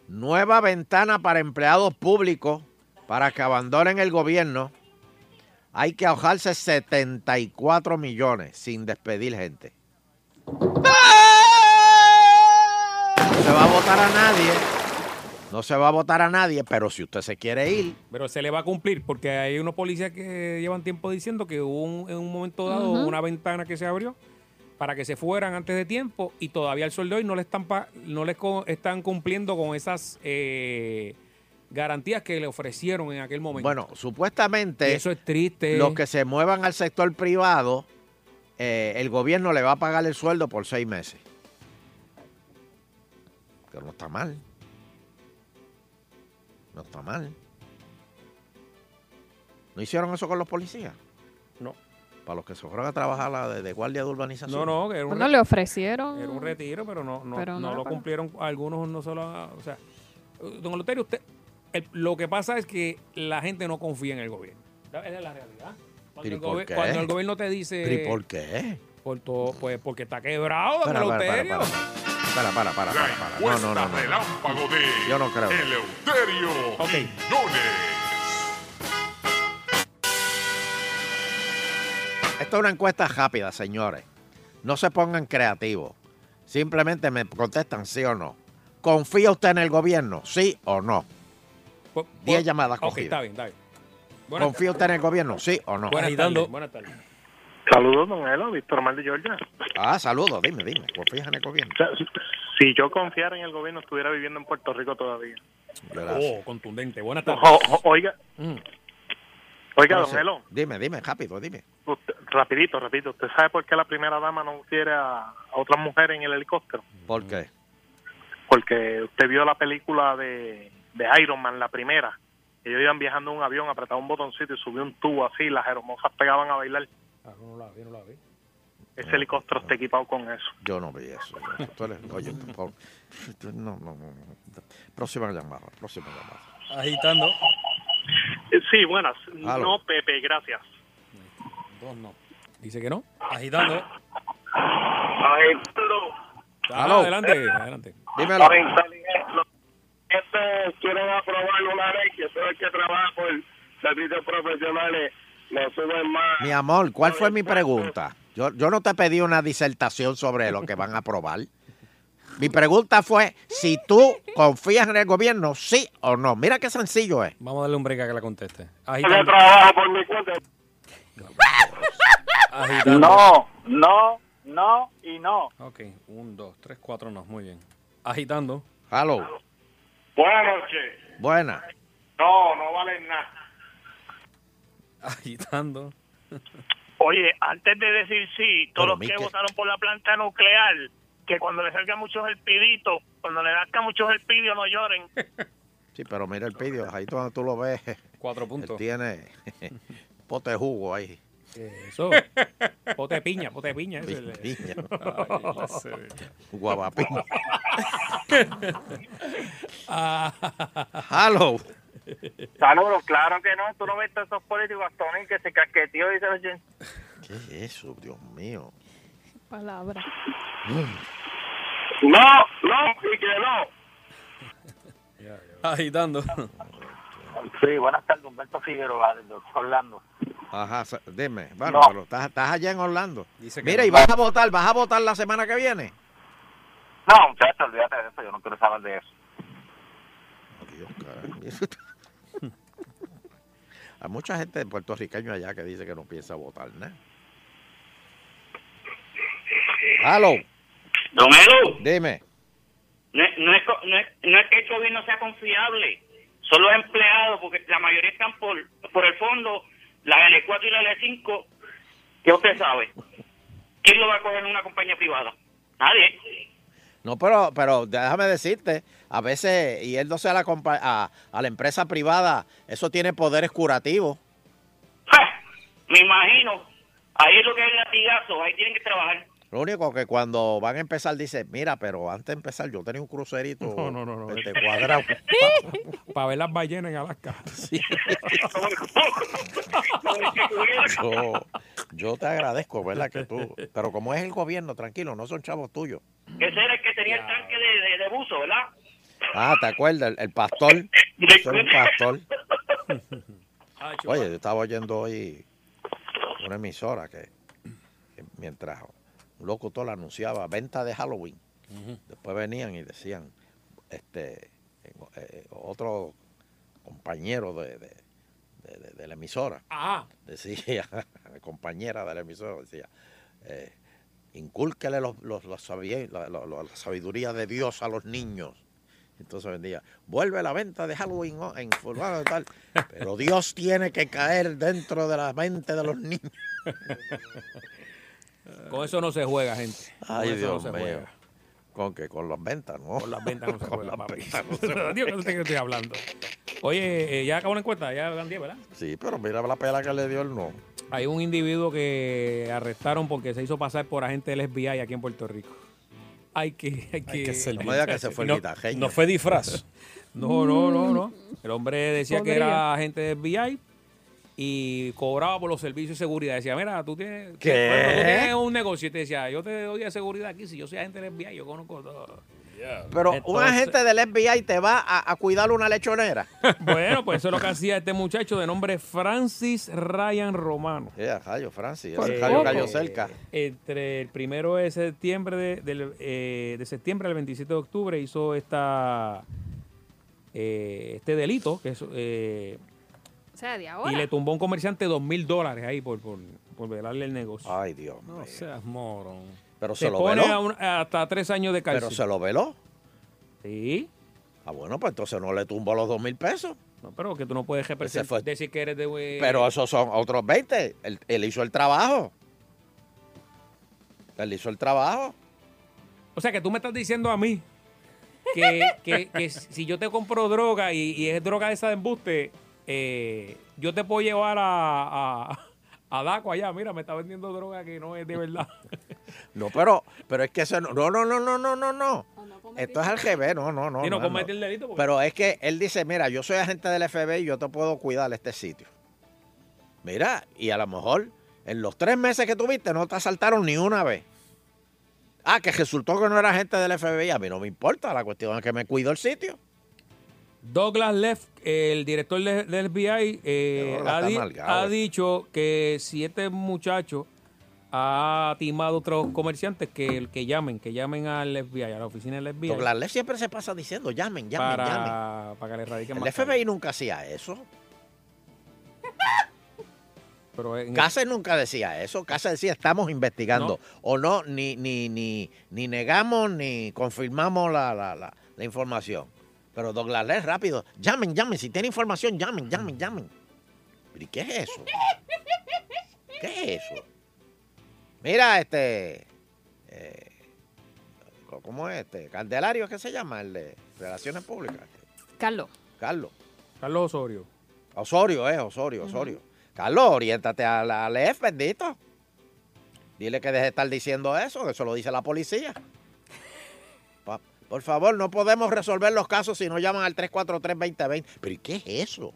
[SPEAKER 11] nueva ventana para empleados públicos para que abandonen el gobierno. Hay que ahorrarse 74 millones sin despedir gente. No se va a votar a nadie. No se va a votar a nadie, pero si usted se quiere ir,
[SPEAKER 2] Pero se le va a cumplir porque hay unos policías que llevan tiempo diciendo que hubo un- en un momento dado
[SPEAKER 11] Ujú.
[SPEAKER 2] una ventana que se abrió para que se fueran antes de tiempo y todavía el sueldo hoy no le están pa- no les co- están cumpliendo con esas eh, garantías que le ofrecieron en aquel momento.
[SPEAKER 11] Bueno, supuestamente.
[SPEAKER 2] Y eso es triste.
[SPEAKER 11] Los que se muevan al sector privado, eh, el gobierno le va a pagar el sueldo por seis meses. Que no está mal. No está mal. ¿No hicieron eso con los policías?
[SPEAKER 2] No.
[SPEAKER 11] Para los que se fueron a trabajar la de, de guardia de urbanización.
[SPEAKER 2] No, Pues no, que era un,
[SPEAKER 4] Bueno,
[SPEAKER 2] re-
[SPEAKER 4] le ofrecieron.
[SPEAKER 2] era un retiro, pero no, no,
[SPEAKER 4] Pero
[SPEAKER 2] no
[SPEAKER 4] no le
[SPEAKER 2] lo
[SPEAKER 4] pagaron.
[SPEAKER 2] cumplieron. Algunos no solo. O sea, eh, don Eleuterio, usted, el- lo que pasa es que la gente no confía en el gobierno. Esa es la realidad. Cuando
[SPEAKER 11] ¿Pero y
[SPEAKER 2] el,
[SPEAKER 11] por
[SPEAKER 2] gobe-
[SPEAKER 11] qué?
[SPEAKER 2] cuando el gobierno te dice.
[SPEAKER 11] ¿Pero y por qué?
[SPEAKER 2] Por todo, pues porque está quebrado, don
[SPEAKER 11] Espera, espera, espera,
[SPEAKER 2] Eleuterio.
[SPEAKER 11] Para, para, para, para, para. No, no, no, no.
[SPEAKER 13] relámpago de
[SPEAKER 11] Yo no creo.
[SPEAKER 13] Eleuterio Quiñones.
[SPEAKER 11] Esto es una encuesta rápida, señores. No se pongan creativos. Simplemente me contestan sí o no. ¿Confía usted en el gobierno? ¿Sí o no? Diez llamadas
[SPEAKER 2] pues, Ok,
[SPEAKER 11] cogidas.
[SPEAKER 2] está bien, está bien. buenas
[SPEAKER 11] ¿Confía usted en el gobierno? ¿Sí o no?
[SPEAKER 2] Buenas tardes. Buenas tardes.
[SPEAKER 21] Saludos, don Elo, Víctor Mal de Georgia.
[SPEAKER 11] Ah, saludos. Dime, dime. ¿Confías en el gobierno?
[SPEAKER 21] Si yo confiara en el gobierno, estuviera viviendo en Puerto Rico todavía.
[SPEAKER 2] Oh, contundente. Buenas tardes.
[SPEAKER 21] O- o- oiga,
[SPEAKER 7] Oiga,
[SPEAKER 11] No
[SPEAKER 7] don
[SPEAKER 11] sé.
[SPEAKER 7] Elon.
[SPEAKER 11] Dime, dime, rápido, dime.
[SPEAKER 7] Usted- Pues, rapidito, rapidito. ¿Usted sabe por qué la primera dama no quiere a, a otra mujer en el helicóptero?
[SPEAKER 11] ¿Por qué?
[SPEAKER 7] Porque usted vio la película de, de Iron Man, la primera. Ellos iban viajando en un avión, apretaba un botoncito y subió un tubo así, y las hermosas pegaban a bailar.
[SPEAKER 2] Ah, no la vi, no la vi.
[SPEAKER 7] Ese helicóptero
[SPEAKER 11] Ah.
[SPEAKER 7] está equipado con eso.
[SPEAKER 11] Yo no vi eso. Tú eres- oye, tú- por- tú- no, no, no, no. Próxima llamada, próxima llamada.
[SPEAKER 2] Agitando.
[SPEAKER 7] Eh, Sí, buenas.
[SPEAKER 11] Aló.
[SPEAKER 7] No, Pepe, gracias.
[SPEAKER 2] Dos no. Dice que no. Agitando. Ah,
[SPEAKER 11] Aló.
[SPEAKER 2] Adelante, adelante.
[SPEAKER 11] Dímelo.
[SPEAKER 1] Este, quiero aprobar una ley que todo el que trabaja por servicios profesionales le suben más.
[SPEAKER 11] Mi amor, ¿cuál fue mi pregunta? Yo, yo no te pedí una disertación sobre lo que van a aprobar. Mi pregunta fue si tú confías en el gobierno, sí o no. Mira qué sencillo es.
[SPEAKER 2] Vamos a darle un break a que la conteste.
[SPEAKER 1] Yo
[SPEAKER 2] Agitando.
[SPEAKER 1] trabajo por mi cuenta.
[SPEAKER 2] agitando.
[SPEAKER 7] no, no y no.
[SPEAKER 2] Ok, un, dos, tres, cuatro no. Muy bien. Agitando. [laughs]
[SPEAKER 11] Hello.
[SPEAKER 1] Buenas noches.
[SPEAKER 11] Buena.
[SPEAKER 1] No, no vale nada.
[SPEAKER 2] Agitando.
[SPEAKER 22] Oye, antes de decir sí,
[SPEAKER 11] Pero,
[SPEAKER 22] todos los que
[SPEAKER 11] Mike.
[SPEAKER 22] votaron por la planta nuclear, que cuando le salgan muchos herpiditos, cuando le nazcan muchos herpidios no lloren.
[SPEAKER 11] Sí, pero mira el pidio, ahí tú- cuando tú lo ves.
[SPEAKER 2] Cuatro puntos.
[SPEAKER 11] Él tiene [laughs] pote de jugo ahí.
[SPEAKER 2] Eso. Pote de piña, pote de piña. ese es el-
[SPEAKER 11] Piña.
[SPEAKER 2] Ay, la sé.
[SPEAKER 11] Guavapiña.
[SPEAKER 2] [laughs] Ah.
[SPEAKER 11] Hello.
[SPEAKER 23] Saludos, claro que no. Tú no ves todos esos políticos hasta que se casqueteó y se oye.
[SPEAKER 11] ¿Qué es eso, Dios mío?
[SPEAKER 4] Palabra.
[SPEAKER 1] No, no, y
[SPEAKER 11] [laughs]
[SPEAKER 1] que no.
[SPEAKER 2] Agitando.
[SPEAKER 23] Sí, buenas tardes, Humberto Figueroa, desde Orlando.
[SPEAKER 11] Ajá, sa- dime. Bueno,
[SPEAKER 23] No.
[SPEAKER 11] pero estás, estás allá en Orlando.
[SPEAKER 2] Dice
[SPEAKER 11] Mira,
[SPEAKER 23] no.
[SPEAKER 11] y vas a votar, vas a votar la semana que viene.
[SPEAKER 23] No, muchachos, olvídate de eso, yo no quiero saber de eso.
[SPEAKER 11] Dios, carajo. Hay mucha gente puertorriqueño allá que dice que no piensa votar, ¿no? Hello.
[SPEAKER 24] Don Elo.
[SPEAKER 11] Dime.
[SPEAKER 24] No, es- no es, co- no, es, no es que el gobierno sea confiable, son los empleados, porque la mayoría están por, por el fondo, la L4 y la L5, ¿qué usted sabe? ¿Quién lo va a coger en una compañía privada? Nadie.
[SPEAKER 11] No, pero, pero déjame decirte, a veces yéndose a la, compa- a, a la empresa privada, eso tiene poderes curativos.
[SPEAKER 24] Me imagino, ahí es lo que es el latigazo, ahí tienen que trabajar.
[SPEAKER 11] Lo único que cuando van a empezar dice, mira, pero antes de empezar yo tenía un crucerito
[SPEAKER 2] No, no, no, no.
[SPEAKER 11] este, cuadrado.
[SPEAKER 2] Para ver las ballenas en Alaska.
[SPEAKER 1] "Oh,
[SPEAKER 11] Yo, yo te agradezco, ¿verdad? Que tú, pero como es el gobierno, tranquilo, no son chavos tuyos.
[SPEAKER 24] Ese era el que tenía el tanque de, de, de buzo, ¿verdad?
[SPEAKER 11] Ah, ¿te acuerdas? El, el pastor. Eso era un pastor. Oye, yo estaba oyendo hoy una emisora que, que mientras un locutor anunciaba venta de Halloween, después venían y decían, este, eh, otro compañero de, de- de- de- de la emisora,
[SPEAKER 2] Ah.
[SPEAKER 11] decía, la compañera de la emisora decía, eh, incúlquele los, los- la, sabie- la- la- la- la sabiduría de Dios a los niños. Entonces vendía, vuelve la venta de Halloween ¿no? en fulano y tal. Pero Dios tiene que caer dentro de la mente de los niños.
[SPEAKER 2] Con eso no se juega, gente. Con
[SPEAKER 11] Ay,
[SPEAKER 2] eso
[SPEAKER 11] Dios
[SPEAKER 2] no se
[SPEAKER 11] mío.
[SPEAKER 2] juega.
[SPEAKER 11] ¿Con qué? Con las ventas, ¿no?
[SPEAKER 2] Con las ventas no se
[SPEAKER 11] Con
[SPEAKER 2] juega,
[SPEAKER 11] las
[SPEAKER 2] papi.
[SPEAKER 11] ventas
[SPEAKER 2] [laughs]
[SPEAKER 11] no se juega.
[SPEAKER 2] Dios, no sé qué estoy hablando. Oye, eh, ya acabó la encuesta, ya dan 10, ¿verdad?
[SPEAKER 11] [laughs] Sí, pero mira la pela que le dio el no.
[SPEAKER 2] Hay un individuo que arrestaron porque se hizo pasar por agente del FBI aquí en Puerto Rico. Hay que, hay que,
[SPEAKER 3] que ser
[SPEAKER 11] No me digas que se fue el
[SPEAKER 2] No,
[SPEAKER 11] guitajeño.
[SPEAKER 3] No fue disfraz.
[SPEAKER 2] No, no, no, no. El hombre decía
[SPEAKER 3] Podría.
[SPEAKER 2] que era agente del FBI y cobraba por los servicios de seguridad. Decía, mira, tú tienes,
[SPEAKER 3] ¿Qué?
[SPEAKER 2] bueno, tú tienes un negocio. Y te decía, yo te doy de seguridad aquí. Si yo soy agente del FBI, yo conozco todo.
[SPEAKER 11] Pero un
[SPEAKER 2] Entonces-
[SPEAKER 11] agente del FBI te va a, a cuidar una lechonera.
[SPEAKER 2] [laughs] Bueno, pues eso es lo que hacía este muchacho de nombre Francis Ryan Romano.
[SPEAKER 11] Ya, Jayo, Francis.
[SPEAKER 2] Por
[SPEAKER 11] ese Jayo
[SPEAKER 2] poco.
[SPEAKER 11] cayó cerca.
[SPEAKER 2] Entre el primero de septiembre de, del, eh, de septiembre al 27 de octubre hizo esta eh, este delito que es, eh,
[SPEAKER 4] O sea, de
[SPEAKER 2] y
[SPEAKER 4] ahora.
[SPEAKER 2] le tumbó a un comerciante dos mil dólares ahí por, por, por velarle el negocio.
[SPEAKER 11] Ay, Dios
[SPEAKER 2] No seas morón.
[SPEAKER 11] Pero
[SPEAKER 2] Se,
[SPEAKER 11] se lo
[SPEAKER 2] pone
[SPEAKER 11] veló.
[SPEAKER 2] a un- hasta tres años de cárcel.
[SPEAKER 11] Pero se lo veló.
[SPEAKER 2] Sí.
[SPEAKER 11] Ah, bueno, pues entonces no le tumbó los dos mil pesos.
[SPEAKER 2] No, pero que tú no puedes representar-
[SPEAKER 11] fue-
[SPEAKER 2] decir que eres de... eh,
[SPEAKER 11] Pero esos son otros 20. Él, él hizo el trabajo. Él hizo el trabajo.
[SPEAKER 2] O sea, que tú me estás diciendo a mí que, que- que si yo te compro droga y, y es droga esa de embuste, eh, yo te puedo llevar a, a, a Daco allá. Mira, me está vendiendo droga que no es de verdad.
[SPEAKER 11] No, pero, pero es que eso no. No, no, no, no, no, no, no. Esto es al GB, no, no, no.
[SPEAKER 2] y no
[SPEAKER 11] no,
[SPEAKER 2] comete
[SPEAKER 11] no.
[SPEAKER 2] el delito. porque-
[SPEAKER 11] Pero es que él dice, mira, yo soy agente del FBI y yo te puedo cuidar este sitio. Mira, y a lo mejor en los tres meses que tuviste no te asaltaron ni una vez. Ah, que resultó que no era agente del FBI. A mí no me importa, la cuestión es que me cuido el sitio.
[SPEAKER 2] Douglas Leff, el director de- del FBI, eh,
[SPEAKER 11] Pero la
[SPEAKER 2] ha,
[SPEAKER 11] está
[SPEAKER 2] di-
[SPEAKER 11] amargado,
[SPEAKER 2] ha
[SPEAKER 11] eh.
[SPEAKER 2] dicho que si este muchacho ha timado a otros comerciantes que, que llamen, que llamen al FBI, a la oficina del FBI.
[SPEAKER 11] Douglas Leff siempre se pasa diciendo, llamen, llamen,
[SPEAKER 2] para,
[SPEAKER 11] llamen.
[SPEAKER 2] para que le radiquen
[SPEAKER 11] El
[SPEAKER 2] más
[SPEAKER 11] FBI nunca hacía eso.
[SPEAKER 2] [laughs] Pero en-
[SPEAKER 11] Casas nunca decía eso. Casas decía, estamos investigando. O no, ni, ni, ni, ni negamos ni confirmamos la, la, la, la información. Pero Douglas Lees, rápido, llamen, llamen. Si tienen información, llamen, llamen, llamen. ¿Pero ¿Y qué es eso? ¿Qué es eso? Mira, este... eh, ¿Cómo es este? Candelario, ¿qué se llama? El de Relaciones Públicas.
[SPEAKER 4] Carlos.
[SPEAKER 11] Carlos.
[SPEAKER 2] Carlos Osorio.
[SPEAKER 11] Osorio, es Osorio, Osorio. Carlos, oriéntate a la LEF, bendito. Dile que deje de estar diciendo eso, que eso lo dice la policía. Pa- por favor, no podemos resolver los casos si no llaman al 343-2020. ¿Pero y qué es eso?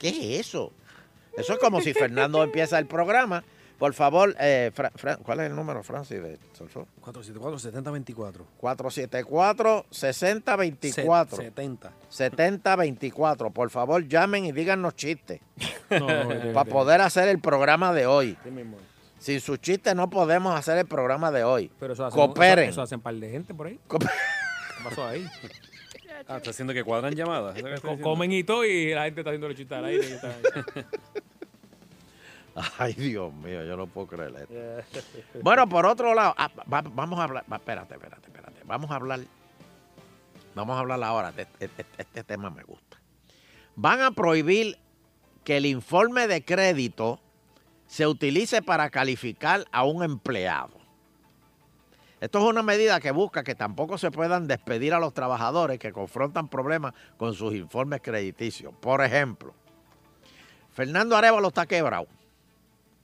[SPEAKER 11] ¿Qué es eso? Eso es como si Fernando empieza el programa. Por favor, eh, Fra- Fra- ¿cuál es el número, Francis? de Solsol?
[SPEAKER 3] 474-7024.
[SPEAKER 11] 474-6024.
[SPEAKER 3] 70.
[SPEAKER 11] 7024. Por favor, llamen y díganos chistes.
[SPEAKER 3] No, no, no, no.
[SPEAKER 11] para poder hacer el programa de hoy.
[SPEAKER 2] Sí mismo.
[SPEAKER 11] Sin sus chistes no podemos hacer el programa de hoy.
[SPEAKER 2] Pero eso hacen,
[SPEAKER 11] Cooperen.
[SPEAKER 2] Eso, eso hacen par de gente por ahí.
[SPEAKER 11] Coop-
[SPEAKER 2] ¿Qué pasó
[SPEAKER 11] [laughs]
[SPEAKER 2] ahí?
[SPEAKER 3] Ah, está haciendo que cuadran llamadas. ¿Es lo que está
[SPEAKER 2] Co-
[SPEAKER 3] diciendo?
[SPEAKER 2] Comen y todo y la gente está haciendo los chistes al aire. y está-
[SPEAKER 11] [laughs] Ay, Dios mío, yo no puedo creer esto. Bueno, por otro lado, ah, va- vamos a hablar, va- espérate, espérate, espérate. Vamos a hablar, vamos a hablar ahora. de- Este, este- este tema me gusta. Van a prohibir que el informe de crédito se utilice para calificar a un empleado. Esto es una medida que busca que tampoco se puedan despedir a los trabajadores que confrontan problemas con sus informes crediticios. Por ejemplo, Fernando Arevalo está quebrado.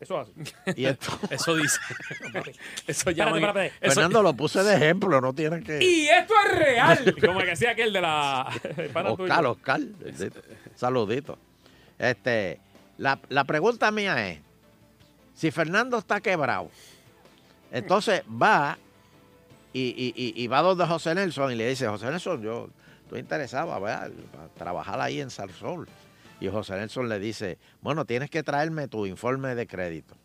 [SPEAKER 2] Eso hace. [laughs]
[SPEAKER 11] Y esto-
[SPEAKER 3] Eso dice. eso llaman-
[SPEAKER 2] espérate, espérate.
[SPEAKER 3] eso-
[SPEAKER 11] Fernando lo puse de ejemplo, no tienen que.
[SPEAKER 2] Y esto
[SPEAKER 11] [laughs]
[SPEAKER 2] es real. Como que decía aquel de la. [laughs] el pana tuyo.
[SPEAKER 11] Oscar, Oscar. bendito. Saludito. Este, la, la pregunta mía es: si Fernando está quebrado, entonces va y, y- y- y va donde José Nelson y le dice: José Nelson, yo estoy interesado ¿verdad? a trabajar ahí en Salsol. Y José Nelson le dice: Bueno, tienes que traerme tu informe de crédito.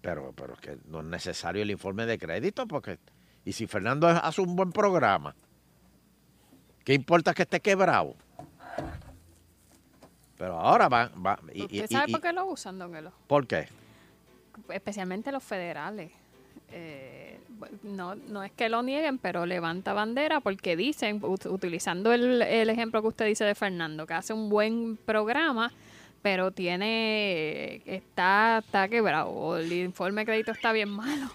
[SPEAKER 11] Pero, pero es que no es necesario el informe de crédito porque. Y si Fernando hace un buen programa, ¿Qué importa que esté quebrado? Pero ahora van... van- y- y-
[SPEAKER 4] ¿Usted
[SPEAKER 11] y-
[SPEAKER 4] sabe
[SPEAKER 11] y-
[SPEAKER 4] por qué lo usan, Don Elo?
[SPEAKER 11] ¿Por qué?
[SPEAKER 4] Especialmente los federales. Eh, bu- no, no es que lo nieguen, pero levanta bandera porque dicen, ut- utilizando el, el ejemplo que usted dice de Fernando, que hace un buen programa, pero tiene está, está quebrado, o el informe de crédito está bien malo.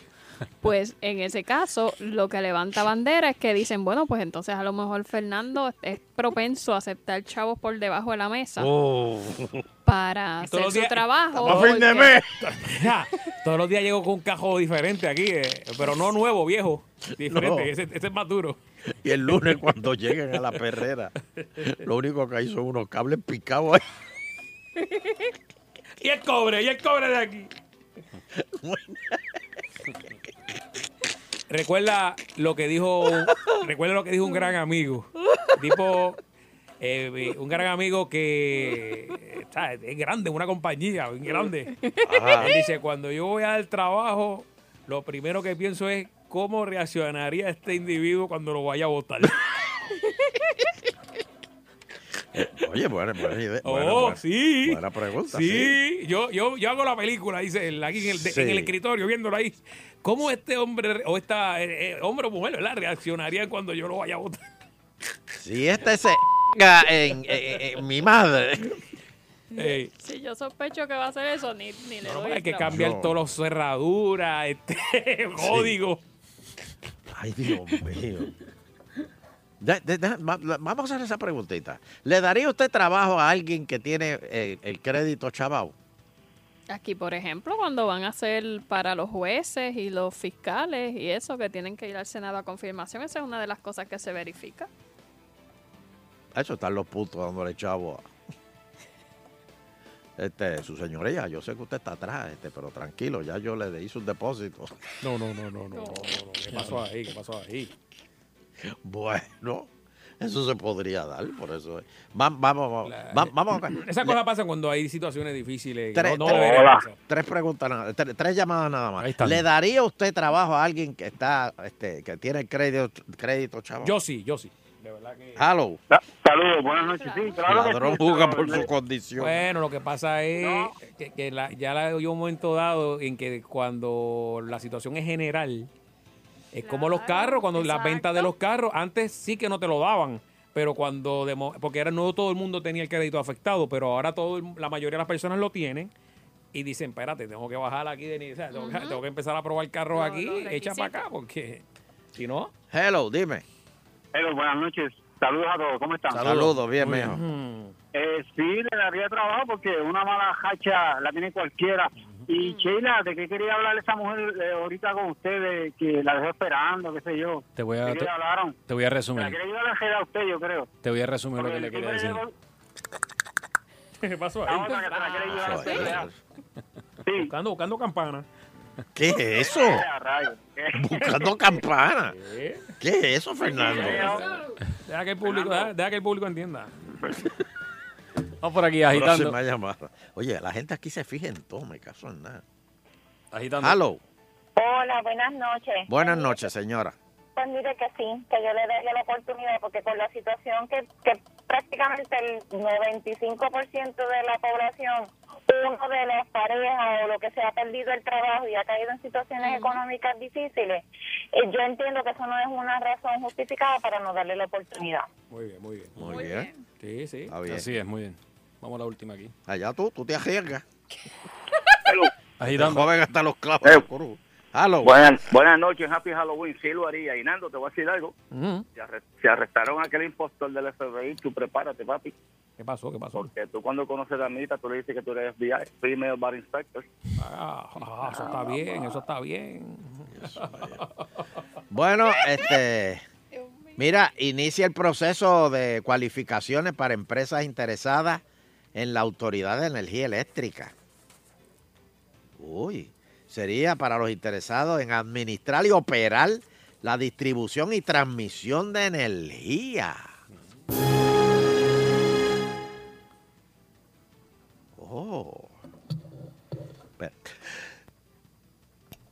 [SPEAKER 4] Pues en ese caso, lo que levanta bandera es que dicen, bueno, pues entonces a lo mejor Fernando es propenso a aceptar chavos por debajo de la mesa para
[SPEAKER 2] Todos
[SPEAKER 4] hacer
[SPEAKER 2] los
[SPEAKER 4] su
[SPEAKER 2] días-
[SPEAKER 4] trabajo.
[SPEAKER 2] Pa' fin de
[SPEAKER 4] porque-
[SPEAKER 2] mes. Ya, todos los días llego con un cajo diferente aquí, eh, pero no nuevo, viejo.
[SPEAKER 11] [laughs]
[SPEAKER 2] Diferente,
[SPEAKER 11] No.
[SPEAKER 2] ese, ese es más duro.
[SPEAKER 11] [laughs] Y el lunes cuando lleguen a la perrera, lo único que hay son unos cables picados ahí.
[SPEAKER 2] Y el cobre, y el cobre de aquí. Recuerda lo que dijo, recuerda lo que dijo un gran amigo. Tipo, eh, eh, un gran amigo que eh, está- es grande, una compañía, bien grande.
[SPEAKER 11] Ajá.
[SPEAKER 2] Él dice, cuando yo voy al trabajo, lo primero que pienso es cómo reaccionaría este individuo cuando lo vaya a votar.
[SPEAKER 11] Oye, buena, buena idea.
[SPEAKER 2] Oh,
[SPEAKER 11] buena, buena-
[SPEAKER 2] sí.
[SPEAKER 11] Buena pregunta.
[SPEAKER 2] Sí, yo, yo, yo hago la película, dice él, aquí en el, de-
[SPEAKER 11] Sí.
[SPEAKER 2] en el escritorio, viéndolo ahí. ¿Cómo este hombre o esta eh, eh, hombre o mujer ¿verdad? reaccionarían cuando yo lo vaya a votar?
[SPEAKER 11] sí. Si este
[SPEAKER 2] [laughs]
[SPEAKER 11] se... En, en- en mi madre.
[SPEAKER 2] Ey,
[SPEAKER 4] Si yo sospecho que va a hacer eso, ni, ni le doy.
[SPEAKER 2] hay
[SPEAKER 4] el
[SPEAKER 2] que
[SPEAKER 4] trabajo.
[SPEAKER 2] cambiar
[SPEAKER 11] No.
[SPEAKER 2] todos los cerraduras, este [laughs] código.
[SPEAKER 11] Ay, Dios mío. Da- de- da- ma- la- vamos a hacer esa preguntita. ¿Le daría usted trabajo a alguien que tiene eh, el, crédito chavao?
[SPEAKER 4] Aquí, por ejemplo, cuando van a hacer para los jueces y los fiscales y eso, que tienen que ir al Senado a confirmación, esa es una de las cosas que se verifica.
[SPEAKER 11] A Eso están los putos dándole chavo a... Este, su señoría, yo sé que usted está atrás, este, pero tranquilo, ya yo le hice un depósito.
[SPEAKER 2] No, no, no, no, no, no, no, no. ¿Qué pasó ahí? ¿Qué pasó ahí?
[SPEAKER 11] Bueno, eso se podría dar, por eso. es. Va- vamos, vamos, va- vamos.
[SPEAKER 3] [clears throat]
[SPEAKER 11] a-
[SPEAKER 2] Esas cosas pasan cuando hay situaciones difíciles. que
[SPEAKER 11] Tres,
[SPEAKER 2] no, no
[SPEAKER 11] tres-
[SPEAKER 2] deberían pasar.
[SPEAKER 11] tres preguntas, nada- tres, tres llamadas nada más.
[SPEAKER 2] están.
[SPEAKER 11] ¿Le daría usted trabajo a alguien que está, este, que tiene crédito, crédito chavo?
[SPEAKER 2] Yo sí, yo sí. De verdad que.
[SPEAKER 11] Hello.
[SPEAKER 2] Saludos, buenas noches. Sí,
[SPEAKER 11] claro que Ladrón sí, juzga claro, por sí. su condición.
[SPEAKER 2] Bueno, lo que pasa es que, que la- ya la oí un momento dado en que cuando la situación es general, es como los carros, cuando la venta de los carros, antes sí que no te lo daban, pero cuando, de mo- porque era, no todo el mundo tenía el crédito afectado, pero ahora todo, el- la mayoría de las personas lo tienen. Y dicen, espérate, tengo que bajar aquí de nivel. o sea, tengo, que- tengo que empezar a probar carros
[SPEAKER 5] Los-
[SPEAKER 2] aquí,
[SPEAKER 5] los
[SPEAKER 2] echa para acá,
[SPEAKER 5] requisitos.
[SPEAKER 2] porque si no...
[SPEAKER 11] Hello, dime.
[SPEAKER 5] Hello, buenas noches. Saludos a todos. ¿Cómo están?
[SPEAKER 11] Saludos, bien,
[SPEAKER 5] Muy
[SPEAKER 11] mijo.
[SPEAKER 5] Eh, sí, le daría trabajo porque una mala hacha la tiene cualquiera. Y Sheila, ¿de qué quería hablar esa mujer eh, ahorita con ustedes? Que la dejó esperando, qué sé yo.
[SPEAKER 3] Te voy
[SPEAKER 5] ¿De
[SPEAKER 3] a,
[SPEAKER 5] qué hablaron?
[SPEAKER 3] te voy a
[SPEAKER 5] La
[SPEAKER 3] resumir.
[SPEAKER 5] quería ayudar a Sheila a usted, yo creo.
[SPEAKER 3] Te voy a resumir lo que le quería decir.
[SPEAKER 2] [laughs] ¿Qué pasó Ah,
[SPEAKER 5] La otra que se la quiere llevar a usted, ¿verdad?
[SPEAKER 2] Buscando, buscando campana.
[SPEAKER 11] ¿Qué es eso?
[SPEAKER 5] Ah, rayos.
[SPEAKER 11] Buscando campana.
[SPEAKER 2] ¿Qué?
[SPEAKER 11] ¿Qué es eso, Fernando?
[SPEAKER 2] Deja que el público, deja, deja que el público entienda.
[SPEAKER 3] Vamos por aquí agitando.
[SPEAKER 11] Próxima llamada. Oye, la gente aquí se fija en todo, me caso en nada.
[SPEAKER 3] Agitando.
[SPEAKER 11] Hello.
[SPEAKER 9] Hola, buenas noches.
[SPEAKER 11] Buenas noches, señora.
[SPEAKER 9] Pues mire que sí, que yo le daría la oportunidad porque con la situación que, que prácticamente el 95% de la población, uno de las parejas o lo que se ha perdido el trabajo y ha caído en situaciones económicas difíciles, eh, yo entiendo que eso no es una razón justificada para no darle la oportunidad.
[SPEAKER 2] Muy bien, muy bien.
[SPEAKER 11] Muy, bien.
[SPEAKER 2] Sí, sí.
[SPEAKER 11] Está bien.
[SPEAKER 3] Así es, muy bien. Vamos a la última aquí.
[SPEAKER 11] Allá tú, tú te arriesgas.
[SPEAKER 3] Agitando.
[SPEAKER 11] Joven hasta los clavos.
[SPEAKER 25] Eh.
[SPEAKER 11] Coru. Hello.
[SPEAKER 25] Buenas, buenas noches, Happy Halloween. Sí lo haría. Y Nando, te voy a decir algo.
[SPEAKER 2] Ujú.
[SPEAKER 25] Se, arre- se arrestaron a aquel impostor del FBI. Tú prepárate, papi.
[SPEAKER 2] ¿Qué pasó? ¿Qué pasó?
[SPEAKER 25] Que tú cuando conoces a Anita, tú le dices que tú eres FBI, Female E Bar Inspector.
[SPEAKER 2] Ah, ah, eso está bien, eso está bien.
[SPEAKER 11] Bueno, este. Mira, inicia el proceso de cualificaciones para empresas interesadas en la Autoridad de Energía Eléctrica. Uy, sería para los interesados en administrar y operar la distribución y transmisión de energía. Oh. Espera.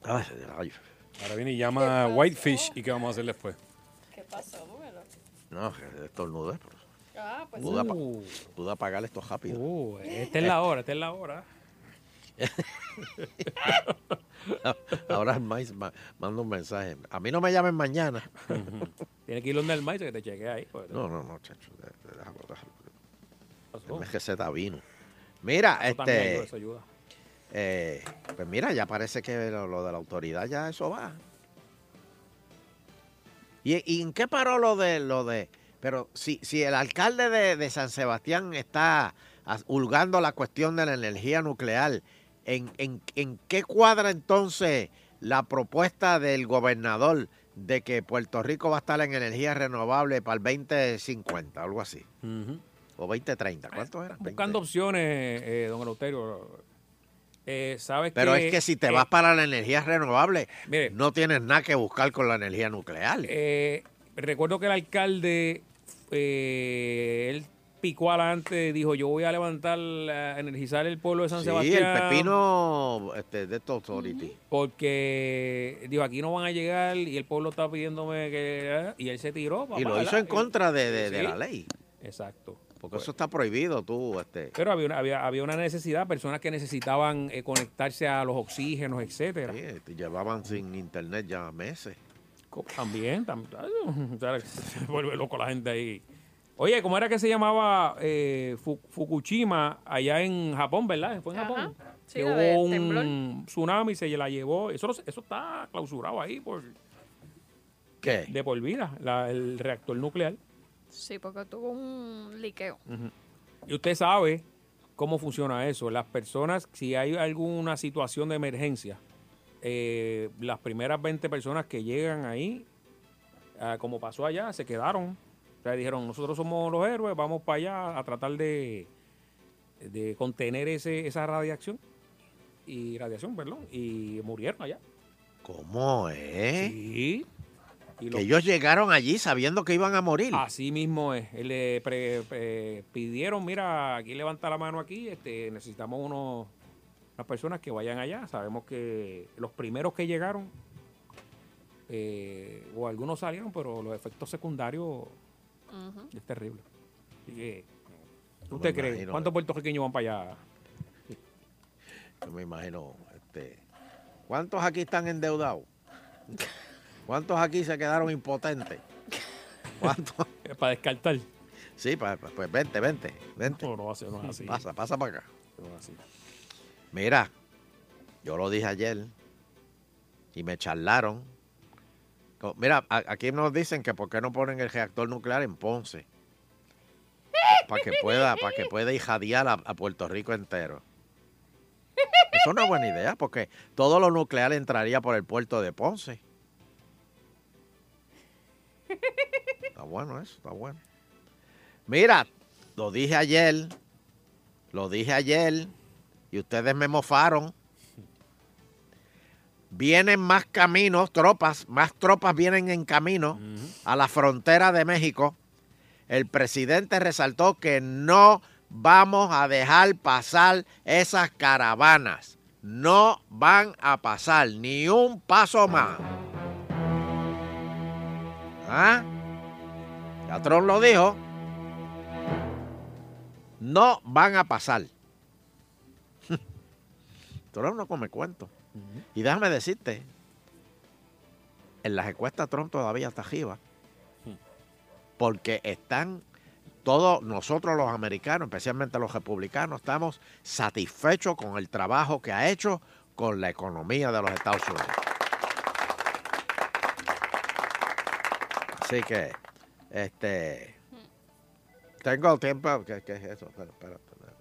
[SPEAKER 11] Ay, ay.
[SPEAKER 3] Ahora viene y llama a Whitefish y qué vamos a hacer después.
[SPEAKER 4] ¿Qué pasó, Búbelo?
[SPEAKER 11] No, que estornudé. pero
[SPEAKER 4] Ah, pues
[SPEAKER 11] Pude,
[SPEAKER 4] sí.
[SPEAKER 11] apa- pude apagar esto rápido.
[SPEAKER 2] Uh. Esta es la hora, esta es la hora.
[SPEAKER 11] [laughs] Ahora el maíz ma- manda un mensaje. A mí no me llamen
[SPEAKER 2] [laughs]
[SPEAKER 11] mañana.
[SPEAKER 2] Tienes que ir donde el maestro que te chequee ahí. pues.
[SPEAKER 11] No, no, no, chacho. de- de- déjalo, déjalo. Dame que se da vino. Mira,
[SPEAKER 2] Eso también ayuda, eso
[SPEAKER 11] este,
[SPEAKER 2] ayuda.
[SPEAKER 11] eh, pues mira, ya parece que lo, lo de la autoridad ya eso va. ¿Y, y en qué paró lo de, lo de, pero si, si el alcalde de, de San Sebastián está as- hurgando la cuestión de la energía nuclear, ¿en, en, en qué cuadra entonces la propuesta del gobernador de que Puerto Rico va a estar en energía renovable para el 2050, algo así? O 2030, ¿cuánto era?
[SPEAKER 2] Buscando opciones, eh, don Eleuterio. Eh, sabes
[SPEAKER 11] Pero
[SPEAKER 2] que,
[SPEAKER 11] es que si te
[SPEAKER 2] eh,
[SPEAKER 11] vas para la energía renovable,
[SPEAKER 2] Mire.
[SPEAKER 11] no tienes nada que buscar con la energía nuclear.
[SPEAKER 2] Eh, recuerdo que el alcalde, eh, él picó adelante, dijo, yo voy a levantar, a energizar el pueblo de San
[SPEAKER 11] sí,
[SPEAKER 2] Sebastián.
[SPEAKER 11] el pepino este, de estos authority.
[SPEAKER 2] Porque, digo, aquí no van a llegar y el pueblo está pidiéndome que... Y él se tiró.
[SPEAKER 11] Y lo
[SPEAKER 2] papá,
[SPEAKER 11] hizo en
[SPEAKER 2] ¿verdad?
[SPEAKER 11] contra de, de- de
[SPEAKER 2] Sí.
[SPEAKER 11] la ley.
[SPEAKER 2] Exacto.
[SPEAKER 11] Porque eso está prohibido, tú. Este.
[SPEAKER 2] Pero había una, había, había una necesidad, personas que necesitaban eh, conectarse a los oxígenos, etcétera.
[SPEAKER 11] Sí, te llevaban sin internet ya meses.
[SPEAKER 2] [laughs] Co- También, también. Se vuelve loco la gente ahí. Oye, ¿cómo era que se llamaba eh, Fu- Fukushima allá en Japón, verdad? Fue en Japón.
[SPEAKER 4] Sí,
[SPEAKER 2] que
[SPEAKER 4] la
[SPEAKER 2] hubo
[SPEAKER 4] de
[SPEAKER 2] un
[SPEAKER 4] temblor.
[SPEAKER 2] tsunami, se la llevó. Eso, lo- eso está clausurado ahí por
[SPEAKER 11] ¿Qué?
[SPEAKER 2] de por vida, la- el reactor nuclear.
[SPEAKER 4] Sí, porque tuvo un liqueo.
[SPEAKER 2] Y usted sabe cómo funciona eso. Las personas, si hay alguna situación de emergencia, eh, las primeras 20 personas que llegan ahí, ah, como pasó allá, se quedaron. O sea, dijeron, nosotros somos los héroes, vamos para allá a tratar de, de contener ese, esa radiación. Y radiación, perdón. Y murieron allá.
[SPEAKER 11] ¿Cómo eh?
[SPEAKER 2] Sí. Y los-
[SPEAKER 11] Que ellos llegaron allí sabiendo que iban a morir.
[SPEAKER 2] Así mismo es. Le pre- pre- pidieron, mira, aquí levanta la mano aquí, este, necesitamos unos, unas personas que vayan allá. Sabemos que los primeros que llegaron, eh, o algunos salieron, pero los efectos secundarios
[SPEAKER 4] Ujú.
[SPEAKER 2] es terrible. Así que, ¿qué
[SPEAKER 11] me
[SPEAKER 2] ¿usted cree?
[SPEAKER 11] imagino.
[SPEAKER 2] ¿Cuántos puertorriqueños van para allá?
[SPEAKER 11] Yo me imagino, este, ¿cuántos aquí están endeudados? ¿Cuántos aquí se quedaron impotentes? ¿Cuántos?
[SPEAKER 2] eh, para descartar.
[SPEAKER 11] Sí, pa- pa- pues vente, vente, vente.
[SPEAKER 2] No, no, no es así.
[SPEAKER 11] Pasa, pasa para acá.
[SPEAKER 2] No es así.
[SPEAKER 11] Mira, yo lo dije ayer y me charlaron. Co- Mira, a- aquí nos dicen que por qué no ponen el reactor nuclear en Ponce. Para que pueda, para que pueda irradiar a, a Puerto Rico entero. Eso no es una buena idea, porque todo lo nuclear entraría por el puerto de Ponce. Está bueno eso, está bueno. Mira, lo dije ayer, lo dije ayer, y ustedes me mofaron. Vienen más caminos, tropas, más tropas vienen en camino a la frontera de México. El presidente resaltó que no vamos a dejar pasar esas caravanas. No van a pasar ni un paso más. ¿Ah? Ya Trump lo dijo. No van a pasar. [laughs] Trump no come cuento. Y déjame decirte, en las encuestas Trump todavía está arriba. Porque están todos nosotros los americanos, especialmente los republicanos, estamos satisfechos con el trabajo que ha hecho con la economía de los Estados Unidos. Así que, este, tengo tiempo, ¿qué, qué es eso? Espera, espera, espera.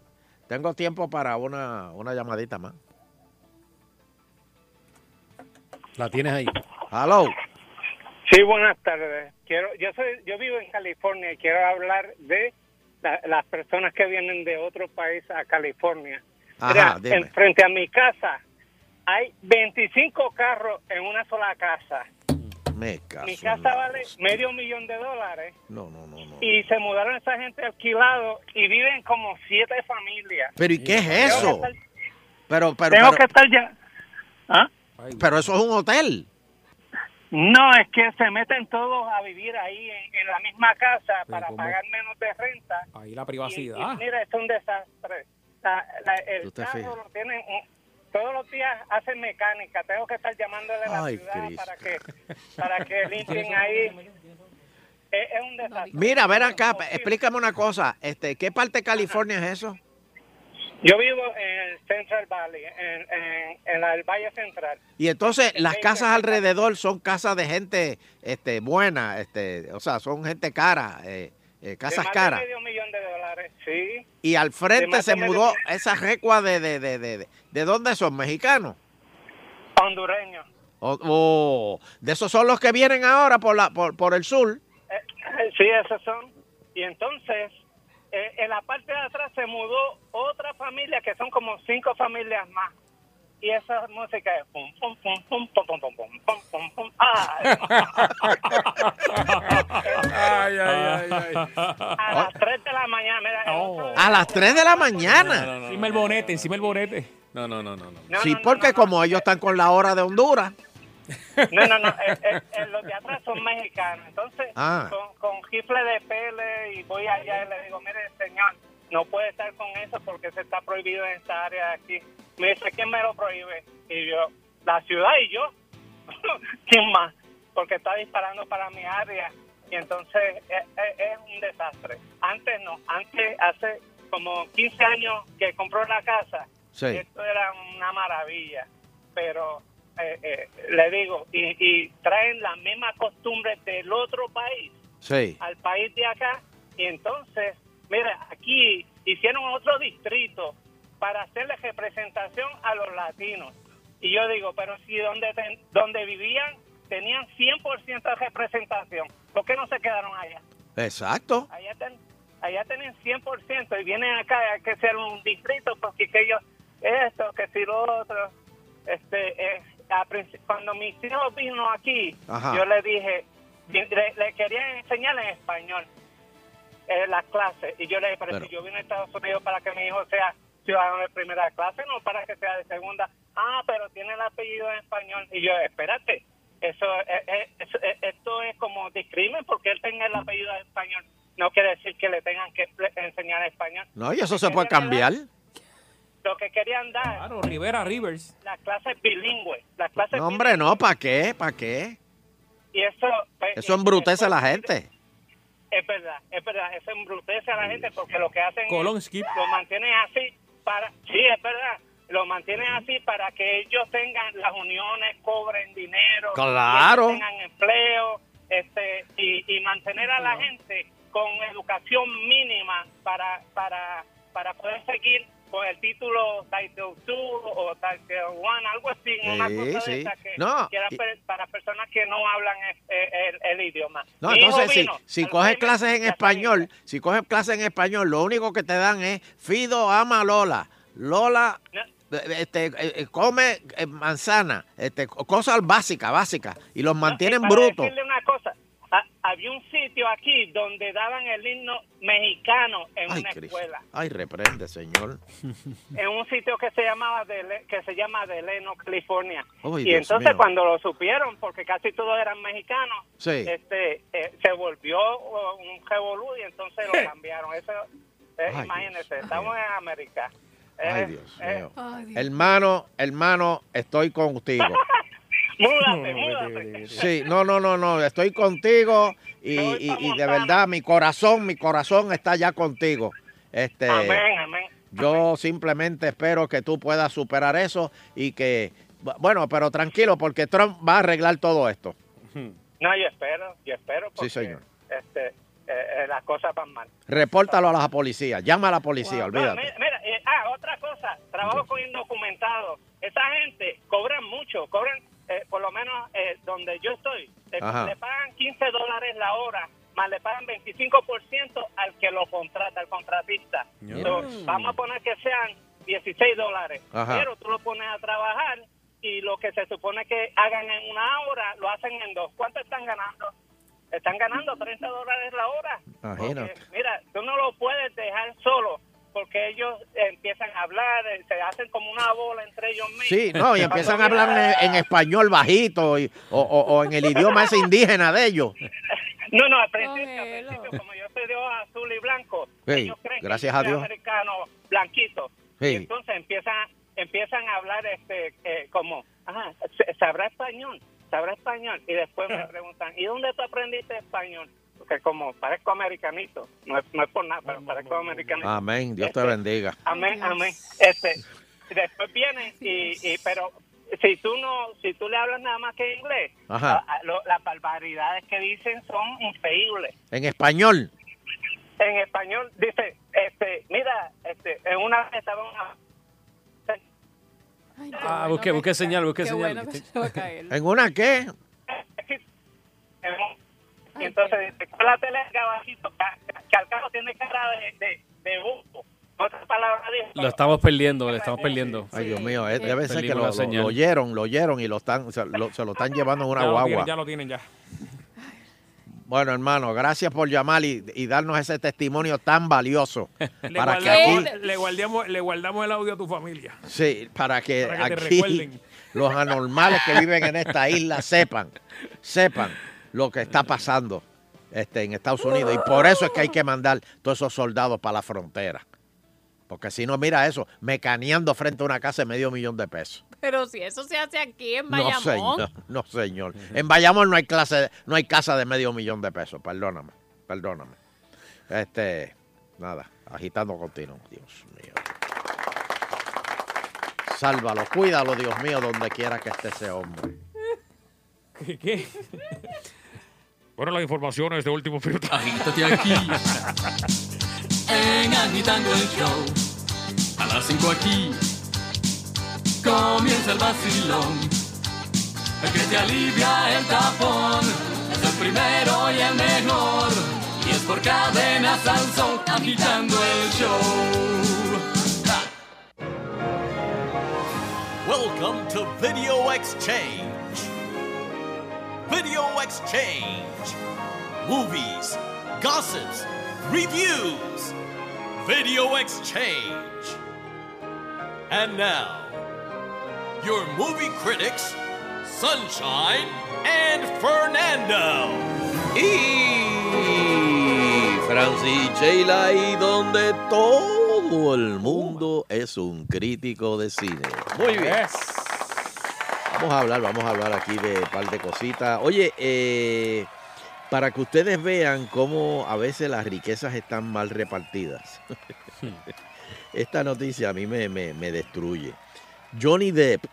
[SPEAKER 11] Tengo tiempo para una, una llamadita más.
[SPEAKER 3] La tienes ahí.
[SPEAKER 11] Hello.
[SPEAKER 10] Sí, buenas tardes. Quiero, yo soy, yo vivo en California y quiero hablar de la- las personas que vienen de otro país a California.
[SPEAKER 11] Ajá,
[SPEAKER 10] Mira, en-
[SPEAKER 11] dime.
[SPEAKER 10] frente a mi casa hay 25 carros en una sola casa.
[SPEAKER 11] Me
[SPEAKER 10] mi
[SPEAKER 11] caso. en
[SPEAKER 10] casa
[SPEAKER 11] la-
[SPEAKER 10] vale medio millón de dólares
[SPEAKER 11] Ah, No, no, no, no.
[SPEAKER 10] y se mudaron esa gente alquilado y viven como siete familias.
[SPEAKER 11] Pero ¿y qué es eso?
[SPEAKER 10] Tengo que estar-
[SPEAKER 11] Pero, pero,
[SPEAKER 10] tengo
[SPEAKER 11] pero-
[SPEAKER 10] que estar ya.
[SPEAKER 11] pero eso es un hotel.
[SPEAKER 10] No, es que se meten todos a vivir ahí en, en la misma casa para
[SPEAKER 2] ¿cómo?
[SPEAKER 10] pagar menos de renta.
[SPEAKER 11] Ah,
[SPEAKER 2] Ahí la
[SPEAKER 10] Y
[SPEAKER 2] privacidad.
[SPEAKER 10] mira, es un desastre. La- la- el
[SPEAKER 2] Tú te
[SPEAKER 10] carro
[SPEAKER 2] fijas.
[SPEAKER 10] lo tienen un- todos los días hacen mecánica. Tengo que estar llamándole a la
[SPEAKER 11] Ay,
[SPEAKER 10] ciudad
[SPEAKER 11] Cristo.
[SPEAKER 10] para que
[SPEAKER 11] [laughs]
[SPEAKER 10] para que limpien ahí. Es, es un desastre.
[SPEAKER 11] Mira, a ver acá, pe- explícame una cosa. Este, ¿Qué parte de California es eso?
[SPEAKER 10] Yo vivo en el Central Valley, en, en, en la- el Valle Central.
[SPEAKER 11] Y entonces las casas alrededor son casas de gente este, buena, este, o sea, son gente cara, eh, eh, casas
[SPEAKER 10] más de
[SPEAKER 11] caras.
[SPEAKER 10] medio millón de dólares, sí.
[SPEAKER 11] Y al
[SPEAKER 10] de
[SPEAKER 11] frente
[SPEAKER 10] más
[SPEAKER 11] se
[SPEAKER 10] de medio-
[SPEAKER 11] mudó esa recua de, de, de, de, de, ¿de dónde son? ¿Mexicanos?
[SPEAKER 10] Hondureños.
[SPEAKER 11] O- o- de esos son los que vienen ahora por, la, por, por el sur.
[SPEAKER 10] Sí, esos son. Y entonces, eh, en la parte de atrás se mudó otra familia, que son como cinco familias más. Y esa música es pum, pum, pum, pum, pum, pum, pum, pum, pum, pum, pum. Ah, Ay. [laughs]
[SPEAKER 11] Ay, ay, ay,
[SPEAKER 10] A
[SPEAKER 11] Ah, oh,
[SPEAKER 10] las 3 de la mañana, mira, el
[SPEAKER 2] Oh.
[SPEAKER 10] otro-
[SPEAKER 11] A las 3 de la mañana.
[SPEAKER 2] Ah, Encima el bonete, encima el bonete.
[SPEAKER 3] No, no, no, no. no.
[SPEAKER 11] sí, porque como ellos están con la hora de Honduras.
[SPEAKER 10] eh. No, no, no, eh, eh, eh, los de atrás son mexicanos. Entonces,
[SPEAKER 11] Ah.
[SPEAKER 10] con, con gifle de pele y voy allá y le digo, mire, señor, no puede estar con eso porque se está prohibido en esta área de aquí. Me dice, ¿quién me lo prohíbe? Y yo, [laughs] la ciudad y yo. ¿Quién más? Porque está disparando para mi área. y entonces es, es- es un desastre. Antes no, antes hace como 15 años que compró la casa,
[SPEAKER 11] Sí.
[SPEAKER 10] esto era una maravilla, pero eh, eh, le digo, y, y traen las mismas costumbres del otro país
[SPEAKER 11] Sí.
[SPEAKER 10] al país de acá, y entonces, mira, aquí hicieron otro distrito para hacerle representación a los latinos. Y yo digo, pero si donde, ten- donde vivían tenían 100% de representación, ¿por qué no se quedaron allá?
[SPEAKER 11] Exacto.
[SPEAKER 10] Allá, ten- allá tienen 100% y vienen acá y hay que ser un distrito porque que ellos, esto, que si lo otro. Este, es, a princi- cuando mis hijos vino aquí,
[SPEAKER 8] Ajá.
[SPEAKER 10] yo le dije, le, le quería enseñar en español eh, las clases. Y yo le dije, pero,
[SPEAKER 8] Pero-
[SPEAKER 10] si yo vine a Estados Unidos para que mi hijo sea ciudadano de primera clase, no para que sea de segunda. Ah, pero tiene el apellido en español. Y yo, espérate, eso, eh, eh, eso, eh, esto es como discrimen porque él tenga el apellido en español. No quiere decir que le tengan que pre- enseñar español.
[SPEAKER 11] No, y eso se puede cambiar.
[SPEAKER 10] Lo que querían dar.
[SPEAKER 11] Ah.
[SPEAKER 10] Claro,
[SPEAKER 2] Rivera Rivers.
[SPEAKER 10] Las clases bilingües. Las clases
[SPEAKER 11] No, hombre, no, ¿para qué? ¿Para qué?
[SPEAKER 10] bilingües. Y eso, pues,
[SPEAKER 11] Eso embrutece a la gente.
[SPEAKER 10] Es verdad, es verdad, eso embrutece a la gente porque lo que hacen es-
[SPEAKER 2] Kolonsky.
[SPEAKER 10] lo mantienen así para, sí, es verdad, lo mantienen así para que ellos tengan las uniones, cobren dinero,
[SPEAKER 11] Claro.
[SPEAKER 10] que ellos tengan empleo, este, y, y mantener a la gente con educación mínima para, para, para poder seguir con el título Title 2 o Title 1, algo así, una
[SPEAKER 11] Sí,
[SPEAKER 10] cosa
[SPEAKER 11] sí.
[SPEAKER 10] de esas que,
[SPEAKER 11] No,
[SPEAKER 10] que era
[SPEAKER 11] y-
[SPEAKER 10] per- para personas que no hablan el, el- el idioma.
[SPEAKER 11] No,
[SPEAKER 10] Mi hijo
[SPEAKER 11] entonces si,
[SPEAKER 10] vino
[SPEAKER 11] si
[SPEAKER 10] a los
[SPEAKER 11] coges
[SPEAKER 10] seis meses
[SPEAKER 11] clases en español, si coges clases en español, lo único que te dan es Fido ama a Lola, Lola eh, este, eh, eh, come eh, manzana, este, co- cosas básicas, básicas, y los mantienen
[SPEAKER 10] para
[SPEAKER 11] brutos.
[SPEAKER 10] decirle una cosa, ha- había un sitio aquí donde daban el himno mexicano en
[SPEAKER 11] Ay,
[SPEAKER 10] una
[SPEAKER 11] Cristo.
[SPEAKER 10] escuela,
[SPEAKER 11] Ay, reprende, señor.
[SPEAKER 10] en un sitio que se llamaba Dele- que se llama Deleno, California.
[SPEAKER 11] Ay,
[SPEAKER 10] y
[SPEAKER 11] Dios
[SPEAKER 10] entonces
[SPEAKER 11] mío.
[SPEAKER 10] cuando lo supieron, porque casi todos eran mexicanos,
[SPEAKER 11] Sí.
[SPEAKER 10] este, eh, se volvió oh, un revolú y entonces
[SPEAKER 11] [laughs]
[SPEAKER 10] lo cambiaron. Eso, eh,
[SPEAKER 11] Ay,
[SPEAKER 10] imagínense, estamos en América.
[SPEAKER 11] Ay,
[SPEAKER 10] Eh,
[SPEAKER 11] Dios
[SPEAKER 10] eh,
[SPEAKER 11] mío. Hermano, hermano, estoy contigo.
[SPEAKER 2] [laughs]
[SPEAKER 11] Sí, no, no, no, no, estoy contigo y, y- y de verdad mi corazón, mi corazón está ya contigo. Este,
[SPEAKER 10] Amén, amén.
[SPEAKER 11] Yo simplemente espero que tú puedas superar eso y que, bu- bueno, pero tranquilo porque Trump va a arreglar todo esto.
[SPEAKER 10] No, yo espero, yo espero porque
[SPEAKER 11] Sí, señor.
[SPEAKER 10] este, eh, eh, las cosas van mal.
[SPEAKER 11] Repórtalo a la policía, llama a la policía,
[SPEAKER 10] No,
[SPEAKER 11] olvídate.
[SPEAKER 10] mira, mira, eh, ah, otra cosa, trabajo con indocumentados. Esa gente cobran mucho, cobran, eh, por lo menos eh, donde yo estoy, le,
[SPEAKER 11] Ajá.
[SPEAKER 10] le pagan 15 dólares la hora, más le pagan 25% al que lo contrata, al contratista.
[SPEAKER 11] Mira.
[SPEAKER 10] So, vamos a poner que sean 16 dólares,
[SPEAKER 11] Ajá.
[SPEAKER 10] pero tú lo pones a trabajar y lo que se supone que hagan en una hora, lo hacen en dos. ¿Cuánto están ganando? Están ganando 30 dólares la hora.
[SPEAKER 11] Imagínate.
[SPEAKER 10] Mira, tú no lo puedes dejar solo porque ellos empiezan a hablar, eh, se hacen como una bola entre ellos mismos.
[SPEAKER 11] Sí, no, y empiezan a hablar en, en español bajito y- o, o- o en el idioma ese indígena de ellos.
[SPEAKER 10] No, no, al principio, al
[SPEAKER 11] [laughs]
[SPEAKER 10] principio, como yo soy de ojos azul y blanco,
[SPEAKER 11] Sí,
[SPEAKER 10] ellos creen
[SPEAKER 11] gracias
[SPEAKER 10] que
[SPEAKER 11] a
[SPEAKER 10] yo soy
[SPEAKER 11] Dios.
[SPEAKER 10] americano blanquito.
[SPEAKER 11] Sí.
[SPEAKER 10] Y entonces empiezan, empiezan a hablar este, eh, como, ah, se- ¿sabrá español? ¿Sabrá español? Y
[SPEAKER 11] [laughs]
[SPEAKER 10] después me preguntan, ¿y dónde tú aprendiste español? Porque como parezco americanito, no es, no es por nada, pero parezco americanito. Este,
[SPEAKER 11] Amén, Dios te bendiga.
[SPEAKER 10] Amén, amén. Este, y después vienen y, y- pero si tú no, si tú le hablas nada más que inglés,
[SPEAKER 11] Ajá.
[SPEAKER 10] a- a- lo- las barbaridades que dicen son increíbles.
[SPEAKER 11] En español.
[SPEAKER 10] En español dice, este, mira, este, en una vez estaba una
[SPEAKER 3] Ah, busqué, busqué señal, busqué
[SPEAKER 10] qué
[SPEAKER 3] señal.
[SPEAKER 10] bueno que
[SPEAKER 3] Este-
[SPEAKER 10] se va a caer.
[SPEAKER 11] [laughs] ¿En una qué?
[SPEAKER 10] en un- y entonces dice, con la tele abajito, que, que al cabo tiene cara de, de, de bufo. Otra palabra dijo,
[SPEAKER 3] Lo estamos perdiendo, lo estamos perdiendo.
[SPEAKER 11] Ay, Dios mío, eh,
[SPEAKER 3] Sí.
[SPEAKER 11] debe ser que
[SPEAKER 3] Perdimos
[SPEAKER 11] lo,
[SPEAKER 3] la
[SPEAKER 11] lo-
[SPEAKER 3] señal.
[SPEAKER 11] lo oyeron, lo oyeron y lo están, se lo, se lo están llevando en una
[SPEAKER 2] ya Lo
[SPEAKER 11] guagua.
[SPEAKER 2] tienen, ya lo tienen, ya.
[SPEAKER 11] Bueno, hermano, gracias por llamar y, y darnos ese testimonio tan valioso.
[SPEAKER 2] [laughs] Le,
[SPEAKER 11] para que
[SPEAKER 2] guardamos,
[SPEAKER 11] aquí,
[SPEAKER 2] le, guardamos, le guardamos el audio a tu familia.
[SPEAKER 11] sí, para que,
[SPEAKER 2] para que te
[SPEAKER 11] aquí
[SPEAKER 2] recuerden. [laughs]
[SPEAKER 11] los anormales que viven en esta isla sepan, sepan lo que está pasando este, en Estados Unidos. Y por eso es que hay que mandar todos esos soldados para la frontera. Porque si no, mira eso, mecaneando frente a una casa de medio millón de pesos.
[SPEAKER 4] Pero si eso se hace aquí en
[SPEAKER 11] No,
[SPEAKER 4] Bayamón.
[SPEAKER 11] señor. No, señor. En Bayamón no hay clase, de- no hay casa de medio millón de pesos. Perdóname, perdóname. Este, nada, agitando continuo. Dios mío. Sálvalo, cuídalo, Dios mío, donde quiera que esté ese hombre.
[SPEAKER 2] ¿Qué? qué? Bueno, las informaciones de último minuto.
[SPEAKER 8] Agítate aquí. En Agitando el Show. A las 5 aquí comienza el vacilón. El que te alivia el tapón es el primero y el mejor. Y es por cadena Sansón agitando el show.
[SPEAKER 12] Welcome to Video Exchange. Video Exchange. Movies, gossips, reviews. Video Exchange. And now, your movie critics, Sunshine and Fernando.
[SPEAKER 11] Y Francis Sheila, y donde todo el mundo es un crítico de cine. Muy bien. Vamos a hablar, vamos a hablar aquí de un par de cositas. Oye, eh, para que ustedes vean cómo a veces las riquezas están mal repartidas.
[SPEAKER 2] Hmm.
[SPEAKER 11] Esta noticia a mí me, me- me destruye. Johnny Depp,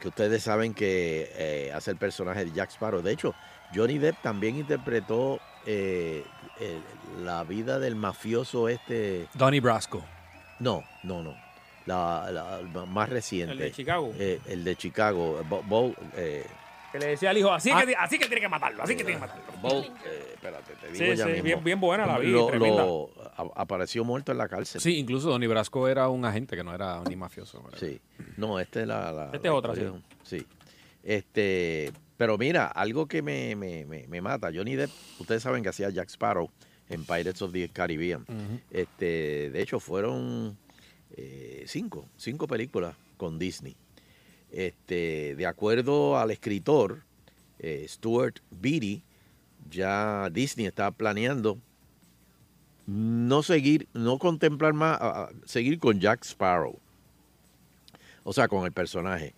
[SPEAKER 11] que ustedes saben que eh, hace el personaje de Jack Sparrow. De hecho, Johnny Depp también interpretó eh, eh, la vida del mafioso este.
[SPEAKER 3] Donnie Brasco.
[SPEAKER 11] No, no, no. La, la- la más reciente.
[SPEAKER 2] ¿El de Chicago?
[SPEAKER 11] Eh, el de Chicago. Bo- Bo- eh,
[SPEAKER 2] Que le decía al hijo, así,
[SPEAKER 11] Ah.
[SPEAKER 2] que, ti- así que tiene que matarlo, así que tiene que matarlo.
[SPEAKER 11] Bo- eh, espérate, te digo
[SPEAKER 2] Sí,
[SPEAKER 11] ya
[SPEAKER 2] sí,
[SPEAKER 11] mismo.
[SPEAKER 2] bien, bien buena la vida,
[SPEAKER 11] Lo-
[SPEAKER 2] tremenda.
[SPEAKER 11] lo- a- apareció muerto en la cárcel.
[SPEAKER 3] Sí, incluso Donnie Brasco era un agente que no era ni mafioso.
[SPEAKER 11] Sí. No, este es la, la-
[SPEAKER 3] Esta es
[SPEAKER 11] la
[SPEAKER 3] otra, sí.
[SPEAKER 11] historia. Sí. Este, pero mira, algo que me, me- me- me mata. Johnny Depp, ustedes saben que hacía Jack Sparrow en Pirates of the Caribbean. Este, de hecho, fueron eh, cinco, cinco películas con Disney. Este, de acuerdo al escritor eh, Stuart Beatty, ya Disney está planeando no seguir, no contemplar más, a- a- seguir con Jack Sparrow. O sea, con el personaje.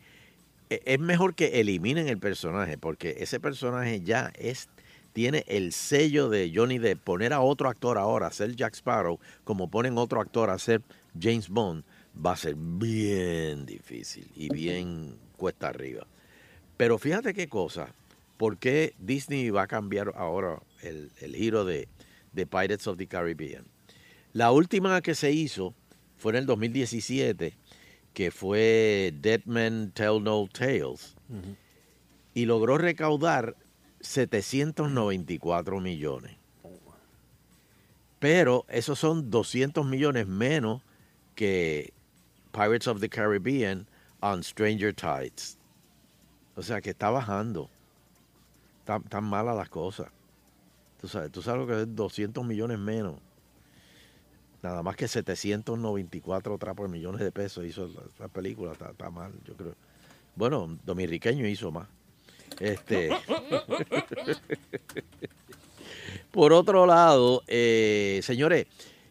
[SPEAKER 11] E- Es mejor que eliminen el personaje, porque ese personaje ya es, tiene el sello de Johnny Depp. Poner a otro actor ahora a ser Jack Sparrow, como ponen otro actor a ser James Bond, va a ser bien difícil y bien cuesta arriba. Pero fíjate qué cosa. ¿Por qué Disney va a cambiar ahora el, el giro de, de Pirates of the Caribbean? La última que se hizo fue en el 2017, que fue Dead Men Tell No Tales, y logró recaudar 794 millones. Pero esos son 200 millones menos que Pirates of the Caribbean on Stranger Tides. O sea que está bajando. Tan, tan malas las cosas. Tú sabes, tú sabes lo que es 200 millones menos. Nada más que 794 trapos de millones de pesos hizo la, la película. Está, está mal, yo creo. Bueno, Dominriqueño hizo más. Este. Por otro lado, eh, señores,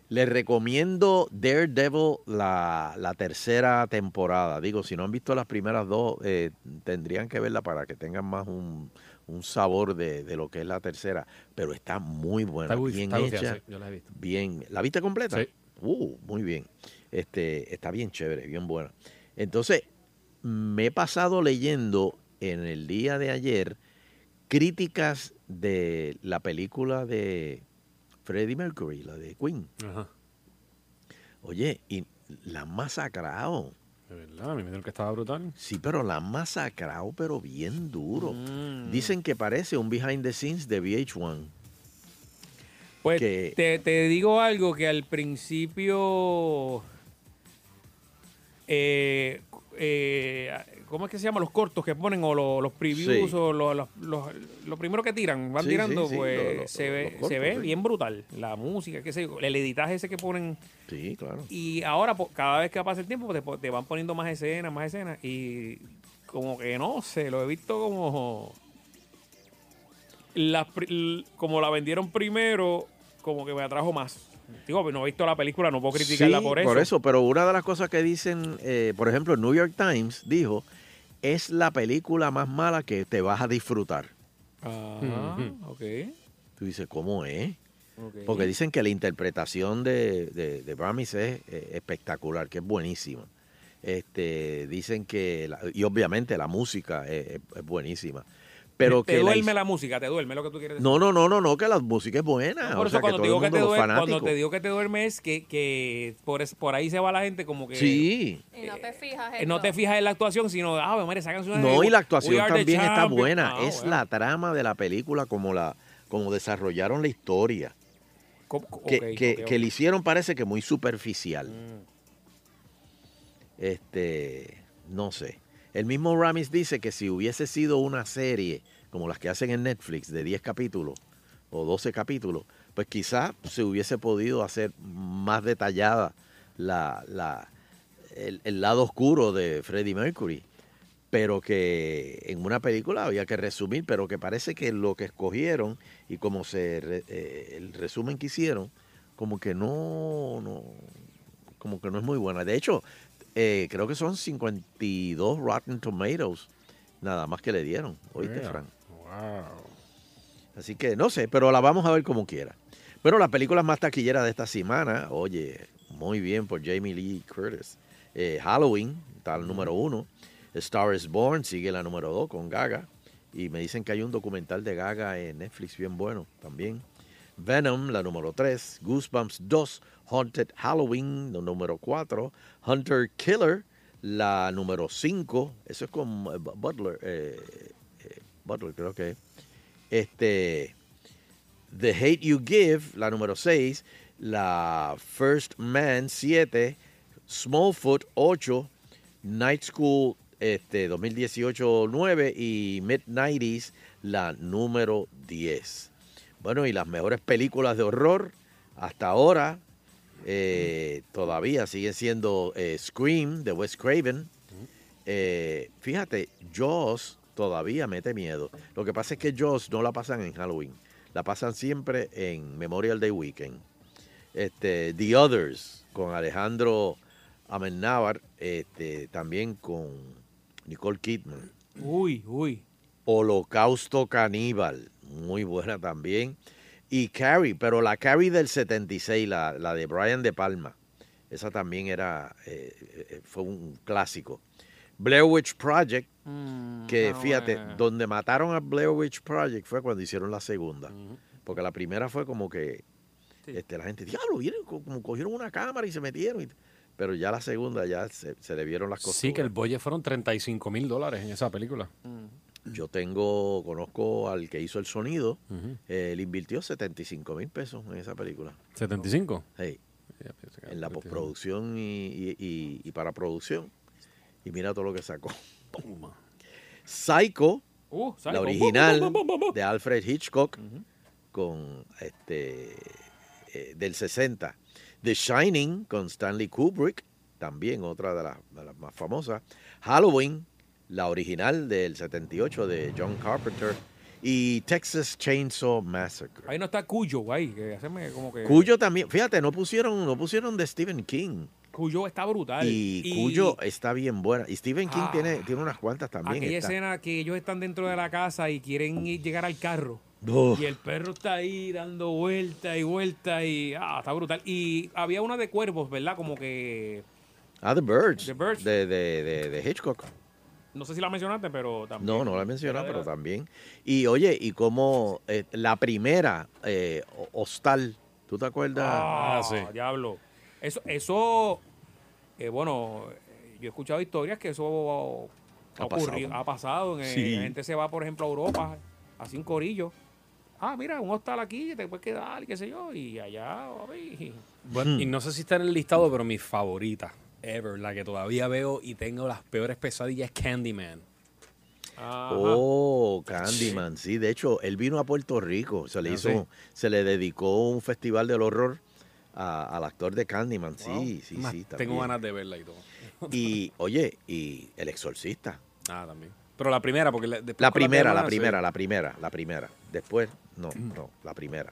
[SPEAKER 11] les recomiendo Daredevil la, la tercera temporada. Digo, si no han visto las primeras dos, eh, tendrían que verla para que tengan más un, un sabor de, de lo que es la tercera. Pero está muy buena,
[SPEAKER 3] Está guf-
[SPEAKER 11] bien
[SPEAKER 3] está gufiada,
[SPEAKER 11] hecha.
[SPEAKER 3] sí, yo la he visto.
[SPEAKER 11] Bien. ¿La viste completa?
[SPEAKER 3] Sí.
[SPEAKER 11] Uh, muy bien. Este, está bien chévere, bien buena. Entonces, me he pasado leyendo en el día de ayer críticas de la película de Freddie Mercury, la de Queen. Oye, y la han masacrado.
[SPEAKER 3] De verdad, me imagino que estaba brutal.
[SPEAKER 11] Sí, pero la han masacrado, pero bien duro. Dicen que parece un behind the scenes de VH1.
[SPEAKER 2] Pues
[SPEAKER 11] que,
[SPEAKER 2] Te, te digo algo que al principio. eh, eh, ¿Cómo es que se llama? Los cortos que ponen o lo- los previews
[SPEAKER 11] Sí.
[SPEAKER 2] o lo, los- los- lo primero que tiran, van
[SPEAKER 11] Sí, sí,
[SPEAKER 2] tirando,
[SPEAKER 11] sí,
[SPEAKER 2] pues
[SPEAKER 11] lo- lo-
[SPEAKER 2] se ve,
[SPEAKER 11] los cortos,
[SPEAKER 2] se ve
[SPEAKER 11] sí.
[SPEAKER 2] bien brutal. La música, qué sé yo, el editaje ese que ponen.
[SPEAKER 11] Sí, claro.
[SPEAKER 2] Y ahora, po- cada vez que pasa el tiempo, pues, te, po- te van poniendo más escenas, más escenas. Y como que no sé, lo he visto como. las pri- l- como la vendieron primero, como que me atrajo más. Digo, pues, no he visto la película, no puedo criticarla
[SPEAKER 11] Sí,
[SPEAKER 2] por eso.
[SPEAKER 11] Por eso, pero una de las cosas que dicen, eh, por ejemplo, el New York Times dijo es la película más mala que te vas a disfrutar.
[SPEAKER 2] Ajá, ok.
[SPEAKER 11] Tú dices, ¿cómo es?
[SPEAKER 2] Ok.
[SPEAKER 11] Porque dicen que la interpretación de, de, de Ramis es eh, espectacular, que es buenísima. Este, dicen que, la- y obviamente la música es, es- es buenísima. Pero
[SPEAKER 2] te
[SPEAKER 11] que la
[SPEAKER 2] duerme la, música, te duerme lo que tú quieres decir.
[SPEAKER 11] No, no, no, no, no, que la música es buena.
[SPEAKER 2] Por
[SPEAKER 11] o
[SPEAKER 2] eso
[SPEAKER 11] sea, que
[SPEAKER 2] cuando
[SPEAKER 11] todo
[SPEAKER 2] te,
[SPEAKER 11] el
[SPEAKER 2] digo que
[SPEAKER 11] mundo,
[SPEAKER 2] te
[SPEAKER 11] los
[SPEAKER 2] duerme, cuando
[SPEAKER 11] fanáticos.
[SPEAKER 2] te digo que te duerme es que, que por, es- por ahí se va la gente como que...
[SPEAKER 11] Sí.
[SPEAKER 4] Y no te fijas
[SPEAKER 2] eh, no te fijas en la actuación, sino, ah, María, esa canción... es
[SPEAKER 11] No,
[SPEAKER 2] de-
[SPEAKER 11] y la
[SPEAKER 2] We
[SPEAKER 11] actuación
[SPEAKER 2] Are the
[SPEAKER 11] también está
[SPEAKER 2] Champions.
[SPEAKER 11] buena.
[SPEAKER 2] Ah,
[SPEAKER 11] es
[SPEAKER 2] bueno.
[SPEAKER 11] la trama de la película, como la como desarrollaron la historia.
[SPEAKER 2] Co-
[SPEAKER 11] que,
[SPEAKER 2] ok,
[SPEAKER 11] que-
[SPEAKER 2] ok, ok. Mm.
[SPEAKER 11] que le hicieron parece que muy superficial. Este, no sé. El mismo Ramis dice que si hubiese sido una serie como las que hacen en Netflix de 10 capítulos o 12 capítulos, pues quizás se hubiese podido hacer más detallada la, la- el, el lado oscuro de Freddie Mercury. Pero que en una película había que resumir, pero que parece que lo que escogieron y como se re- eh, el resumen que hicieron, como que no, no, como que no es muy buena. De hecho, eh, creo que son 52 Rotten Tomatoes, nada más que le dieron. Oíste,
[SPEAKER 2] Yeah.
[SPEAKER 11] Fran. Así que no sé, pero la vamos a ver como quiera. Pero la película más taquillera de esta semana, oye, muy bien por Jamie Lee Curtis. Eh, Halloween está el número uno. Star is Born sigue la número dos con Gaga. Y me dicen que hay un documental de Gaga en Netflix bien bueno también. Venom, la número 3. Goosebumps 2. Haunted Halloween, la número 4. Hunter Killer, la número 5. Eso es con eh, Bu- Butler. eh, eh, Butler, creo que es. Este, The Hate You Give, la número 6. La First Man, 7. Smallfoot, 8. Night School este, 2018-9 y Mid-90s, la número 10. Bueno, y las mejores películas de horror hasta ahora eh, todavía siguen siendo eh, Scream de Wes Craven. Eh, fíjate, Jaws todavía mete miedo. Lo que pasa es que Jaws no la pasan en Halloween, la pasan siempre en Memorial Day Weekend. Este, The Others con Alejandro Amenábar, este, también con Nicole Kidman.
[SPEAKER 2] Uy, uy.
[SPEAKER 11] Holocausto Caníbal, muy buena también. Y Carrie, pero la Carrie del 76, la, la de Brian De Palma, esa también era, eh, eh, fue un clásico. Blair Witch Project, que
[SPEAKER 14] ah,
[SPEAKER 11] fíjate,
[SPEAKER 14] bueno.
[SPEAKER 11] donde mataron a Blair Witch Project fue cuando hicieron la segunda. Porque la primera fue como que este, la gente, diablo, vienen co- como cogieron una cámara y se metieron. y- pero ya la segunda ya se, se le vieron las cosas. Mm.
[SPEAKER 3] Sí, que el bolle fueron 35 mil dólares en esa película.
[SPEAKER 11] Yo tengo, conozco al que hizo el sonido, eh, le invirtió 75 mil pesos en esa película.
[SPEAKER 3] ¿75?
[SPEAKER 11] Sí. En la postproducción y, y- y- y para producción. Y mira todo lo que sacó. Psycho,
[SPEAKER 2] Uh,
[SPEAKER 11] la
[SPEAKER 2] Psycho.
[SPEAKER 11] original de Alfred Hitchcock, con este eh, del 60. The Shining con Stanley Kubrick, también otra de las, de las más famosas. Halloween, la original del 78 de John Carpenter. Y Texas Chainsaw Massacre.
[SPEAKER 2] Ahí no está Cuyo, ahí, que haceme como que...
[SPEAKER 11] Cuyo también, fíjate, no pusieron, no pusieron de Stephen King.
[SPEAKER 2] Cuyo está brutal. Ah.
[SPEAKER 11] Y, Cuyo está bien buena. Y Stephen King tiene, tiene unas cuantas también.
[SPEAKER 2] Aquella
[SPEAKER 11] está.
[SPEAKER 2] escena que ellos están dentro de la casa y quieren ir- llegar al carro.
[SPEAKER 11] Uf.
[SPEAKER 2] Y el perro está ahí dando vuelta y vuelta y... Ah, está brutal. Y había una de cuervos, ¿verdad? Como que...
[SPEAKER 11] Ah, The Birds.
[SPEAKER 2] The Birds.
[SPEAKER 11] De, de- de- de Hitchcock.
[SPEAKER 2] No sé si la mencionaste, pero también...
[SPEAKER 11] No, no la he mencionado,
[SPEAKER 2] Era de
[SPEAKER 11] pero
[SPEAKER 2] la-
[SPEAKER 11] también. Y oye, y como eh, la primera, eh, ho- Hostal, ¿tú te acuerdas?
[SPEAKER 2] Ah, diablo. Eso, eso eh, bueno, eh, yo he escuchado historias que eso ha,
[SPEAKER 11] Ha
[SPEAKER 2] ocurrido,
[SPEAKER 11] pasado.
[SPEAKER 2] ha pasado. en-
[SPEAKER 11] Sí.
[SPEAKER 2] La gente se va, por ejemplo, a Europa, a cinco corillo. Ah, mira, un hostal aquí, te puedes quedar, y qué sé yo, y allá, papi.
[SPEAKER 3] Bueno,
[SPEAKER 11] Hmm.
[SPEAKER 3] y no sé si está en el listado, pero mi favorita ever, la que todavía veo y tengo las peores pesadillas, Candyman.
[SPEAKER 11] Oh, Candyman, sí. De hecho, él vino a Puerto Rico. Se le
[SPEAKER 3] Ah,
[SPEAKER 11] hizo,
[SPEAKER 3] sí.
[SPEAKER 11] se le dedicó un festival del horror a- al actor de Candyman. Sí, sí,
[SPEAKER 3] Más,
[SPEAKER 11] sí.
[SPEAKER 3] tengo
[SPEAKER 11] también.
[SPEAKER 3] ganas de verla y todo.
[SPEAKER 11] Y, oye, y El Exorcista.
[SPEAKER 3] Ah, también. Pero la primera, porque la, después
[SPEAKER 11] La
[SPEAKER 3] con las
[SPEAKER 11] primera, la
[SPEAKER 3] demás, sí. Mm.
[SPEAKER 11] primera, la primera, la primera. Después, no, no, la primera.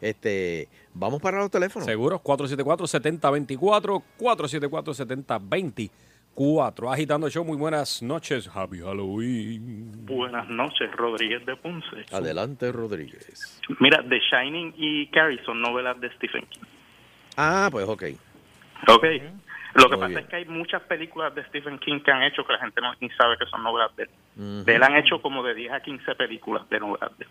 [SPEAKER 11] Este, vamos para los teléfonos.
[SPEAKER 3] Seguros, 474-7024, 474-7020, 4. Agitando el show, muy buenas noches. Happy Halloween.
[SPEAKER 26] Buenas noches, Rodríguez de Ponce.
[SPEAKER 11] Adelante, Rodríguez.
[SPEAKER 26] Mira, The Shining y Carrie son novelas de Stephen King.
[SPEAKER 11] Ah, pues ok.
[SPEAKER 26] Ok. Lo que
[SPEAKER 11] Muy
[SPEAKER 26] pasa
[SPEAKER 11] bien.
[SPEAKER 26] es que hay muchas películas de Stephen King que han hecho que la gente no ni sabe que son novelas de él.
[SPEAKER 11] Ujú.
[SPEAKER 26] De él han hecho como de 10 a 15 películas de novelas de él.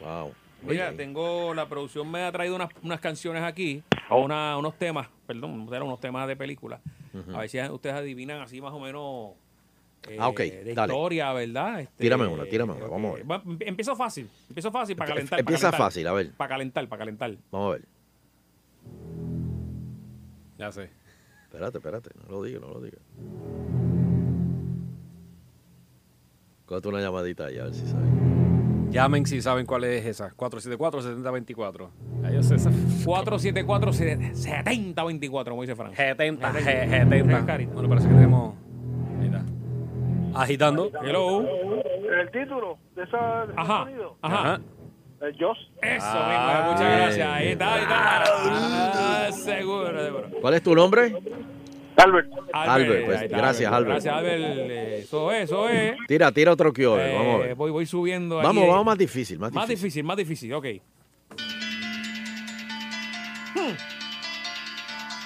[SPEAKER 11] Wow.
[SPEAKER 2] Mira, tengo la producción me ha traído unas, unas canciones aquí,
[SPEAKER 11] Oh.
[SPEAKER 2] o una- unos temas, perdón, no eran unos temas de película.
[SPEAKER 11] Ujú.
[SPEAKER 2] A ver si ustedes adivinan así más o menos eh,
[SPEAKER 11] Ah, ok,
[SPEAKER 2] de
[SPEAKER 11] dale.
[SPEAKER 2] historia, ¿verdad? Este, eh,
[SPEAKER 11] Tírame una, tírame una. Vamos a ver.
[SPEAKER 2] va- em, empiezo fácil, empiezo fácil para calentar.
[SPEAKER 11] Empieza fácil, a ver.
[SPEAKER 2] Para calentar, para calentar.
[SPEAKER 11] Vamos a ver.
[SPEAKER 3] Ya sé.
[SPEAKER 11] Espérate, espérate. No lo diga, no lo diga. Cógete una llamadita ahí, a ver si sabes.
[SPEAKER 3] Llamen si saben cuál es esa. 474-7024. Ya yo sé esa.
[SPEAKER 2] 474-7024, como dice Fran.
[SPEAKER 3] 70, je- 70.
[SPEAKER 2] 70.
[SPEAKER 3] Bueno, parece que tenemos. Ahí está. Agitando.
[SPEAKER 2] Hello.
[SPEAKER 27] El título de esa de ese
[SPEAKER 2] Ajá,
[SPEAKER 27] sonido,
[SPEAKER 3] Ajá.
[SPEAKER 27] el Joss.
[SPEAKER 2] Eso
[SPEAKER 11] Ah,
[SPEAKER 2] mismo, eh, muchas
[SPEAKER 11] bien,
[SPEAKER 2] gracias. Ahí está, ahí está. Ah, seguro, seguro.
[SPEAKER 11] ¿Cuál es tu nombre?
[SPEAKER 27] Albert.
[SPEAKER 11] Albert, pues
[SPEAKER 2] ahí está,
[SPEAKER 11] gracias, Albert.
[SPEAKER 2] Gracias, Albert. Eh, Eso es, eso es.
[SPEAKER 11] Tira, tira otro que
[SPEAKER 2] Eh,
[SPEAKER 11] vamos a ver.
[SPEAKER 2] Voy, voy subiendo ahí
[SPEAKER 11] Vamos,
[SPEAKER 2] de-
[SPEAKER 11] vamos más difícil, más
[SPEAKER 2] Más
[SPEAKER 11] difícil.
[SPEAKER 2] difícil, más difícil, ok. Hmm.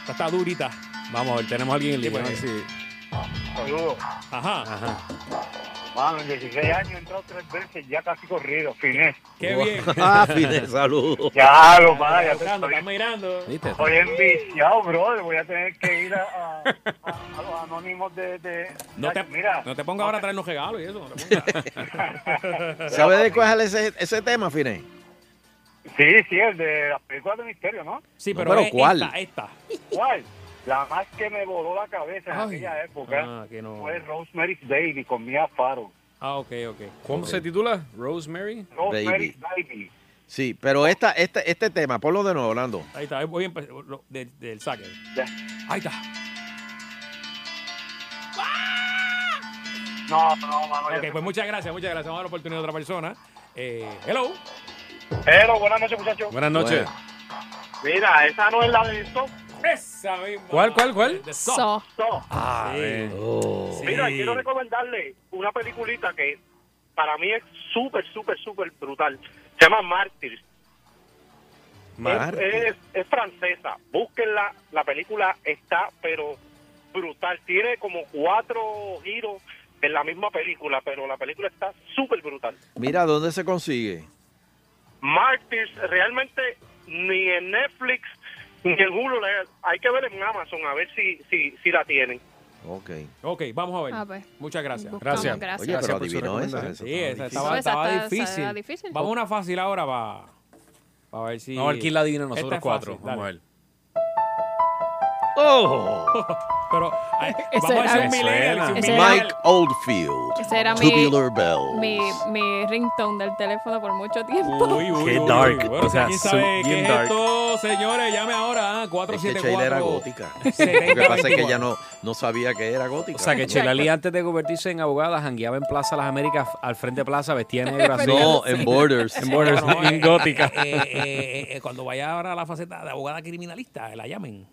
[SPEAKER 2] Esta está durita.
[SPEAKER 3] Vamos a ver, tenemos a alguien en
[SPEAKER 2] Sí,
[SPEAKER 3] línea. a
[SPEAKER 2] pues.
[SPEAKER 3] ver si-
[SPEAKER 7] Saludos.
[SPEAKER 2] Ajá.
[SPEAKER 7] Mano, en 16 años he entrado tres veces, ya casi corrido, finés.
[SPEAKER 2] Qué bien.
[SPEAKER 11] ah, Fidel, saludos.
[SPEAKER 7] Ya lo va, ya
[SPEAKER 2] Buscando,
[SPEAKER 3] [laughs]
[SPEAKER 7] estoy-
[SPEAKER 2] está mirando.
[SPEAKER 7] Estoy enviciado, brother. Voy a tener que ir a, a- a- a los anónimos de. de-
[SPEAKER 2] No te,
[SPEAKER 7] Ay, mira,
[SPEAKER 2] no te pongas ahora a traernos regalos y eso. No te
[SPEAKER 11] [laughs]
[SPEAKER 2] pongas.
[SPEAKER 11] ¿Sabes de cuál es ese, ese tema, Fine?
[SPEAKER 7] sí, sí, el de las películas de misterio, ¿no?
[SPEAKER 2] Sí,
[SPEAKER 11] No, pero pero es ¿cuál? esta,
[SPEAKER 7] ¿Cuál? La más que me voló la cabeza en aquella época Pues.
[SPEAKER 2] ah, que no.
[SPEAKER 7] fue Rosemary's Baby con Mia Farrow.
[SPEAKER 2] Ah, ok, ok.
[SPEAKER 3] ¿Cómo se titula? Rosemary.
[SPEAKER 7] Rosemary's Baby.
[SPEAKER 11] Sí, pero esta, este, este tema, ponlo de nuevo, Orlando.
[SPEAKER 2] Ahí está, eh, voy a empezar lo- de- del saque. Ahí está.
[SPEAKER 7] No, no, mano.
[SPEAKER 2] Ok, pues muchas gracias, muchas gracias. Vamos a dar la oportunidad a otra persona. Eh, hello.
[SPEAKER 7] Pero buenas noches, muchachos.
[SPEAKER 3] Buenas noches.
[SPEAKER 7] Mira, esa no es la de esto.
[SPEAKER 2] Esa misma.
[SPEAKER 3] ¿Cuál, cuál, cuál?
[SPEAKER 2] De
[SPEAKER 7] So.
[SPEAKER 3] Ah, ven.
[SPEAKER 11] Oh.
[SPEAKER 7] Mira, quiero recomendarle una peliculita que para mí es súper, súper, súper brutal. Se llama Mártir. Es,
[SPEAKER 11] Mártir.
[SPEAKER 7] es- es francesa. Búsquenla. La película está, pero brutal. Tiene como cuatro giros en la misma película, pero la película está súper brutal.
[SPEAKER 11] Mira, ¿dónde se consigue?
[SPEAKER 7] Martyrs realmente ni en Netflix ni en Hulu. la- Hay que ver en Amazon a ver si, si, si la tienen.
[SPEAKER 11] Ok.
[SPEAKER 2] Ok, vamos a ver.
[SPEAKER 7] A ver.
[SPEAKER 2] Muchas gracias.
[SPEAKER 7] Buscamos, Gracias. gracias.
[SPEAKER 11] Oye, pero
[SPEAKER 2] por su
[SPEAKER 11] adivinó esa,
[SPEAKER 2] recomendación.
[SPEAKER 11] esa
[SPEAKER 2] Sí,
[SPEAKER 11] estaba difícil.
[SPEAKER 2] esa
[SPEAKER 11] Esa
[SPEAKER 2] estaba, estaba
[SPEAKER 11] está-
[SPEAKER 2] difícil.
[SPEAKER 11] estaba difícil.
[SPEAKER 2] Vamos a una fácil ahora para a ver si.
[SPEAKER 3] Vamos a ver quién la adivina
[SPEAKER 2] Esta
[SPEAKER 3] nosotros
[SPEAKER 2] es
[SPEAKER 3] cuatro.
[SPEAKER 2] fácil,
[SPEAKER 3] Vamos a
[SPEAKER 2] dale.
[SPEAKER 3] ver.
[SPEAKER 11] ¡Oh!
[SPEAKER 2] Pero ay,
[SPEAKER 4] Ese
[SPEAKER 2] vamos a
[SPEAKER 4] era-
[SPEAKER 2] ver si un millennial, si un
[SPEAKER 4] Ese era-
[SPEAKER 2] millennial.
[SPEAKER 11] Mike Oldfield.
[SPEAKER 4] Ese era mi,
[SPEAKER 11] Tubular Bells. Uh,
[SPEAKER 4] mi, mi ringtone del teléfono por mucho [laughs] tiempo.
[SPEAKER 11] Qué dark.
[SPEAKER 2] Bueno,
[SPEAKER 11] o sea,
[SPEAKER 2] ¿quién
[SPEAKER 11] su-
[SPEAKER 2] sabe qué
[SPEAKER 11] bien
[SPEAKER 2] es
[SPEAKER 11] dark.
[SPEAKER 2] esto, señores? Llame ahora, ah,
[SPEAKER 11] Es que Sheila era
[SPEAKER 2] 474.
[SPEAKER 11] gótica. Lo que
[SPEAKER 2] 7024.
[SPEAKER 11] pasa es que ella no, no sabía que era gótica.
[SPEAKER 3] O sea que Sheila Lee, antes de convertirse en abogada, jangueaba en Plaza Las Américas, al frente de Plaza, [laughs] vestía negro así.
[SPEAKER 11] No, en Borders.
[SPEAKER 3] En Borders,
[SPEAKER 2] No, no,
[SPEAKER 3] en
[SPEAKER 2] eh,
[SPEAKER 3] gótica.
[SPEAKER 2] eh, eh, eh, eh, cuando vaya ahora a la faceta de abogada criminalista, la llamen.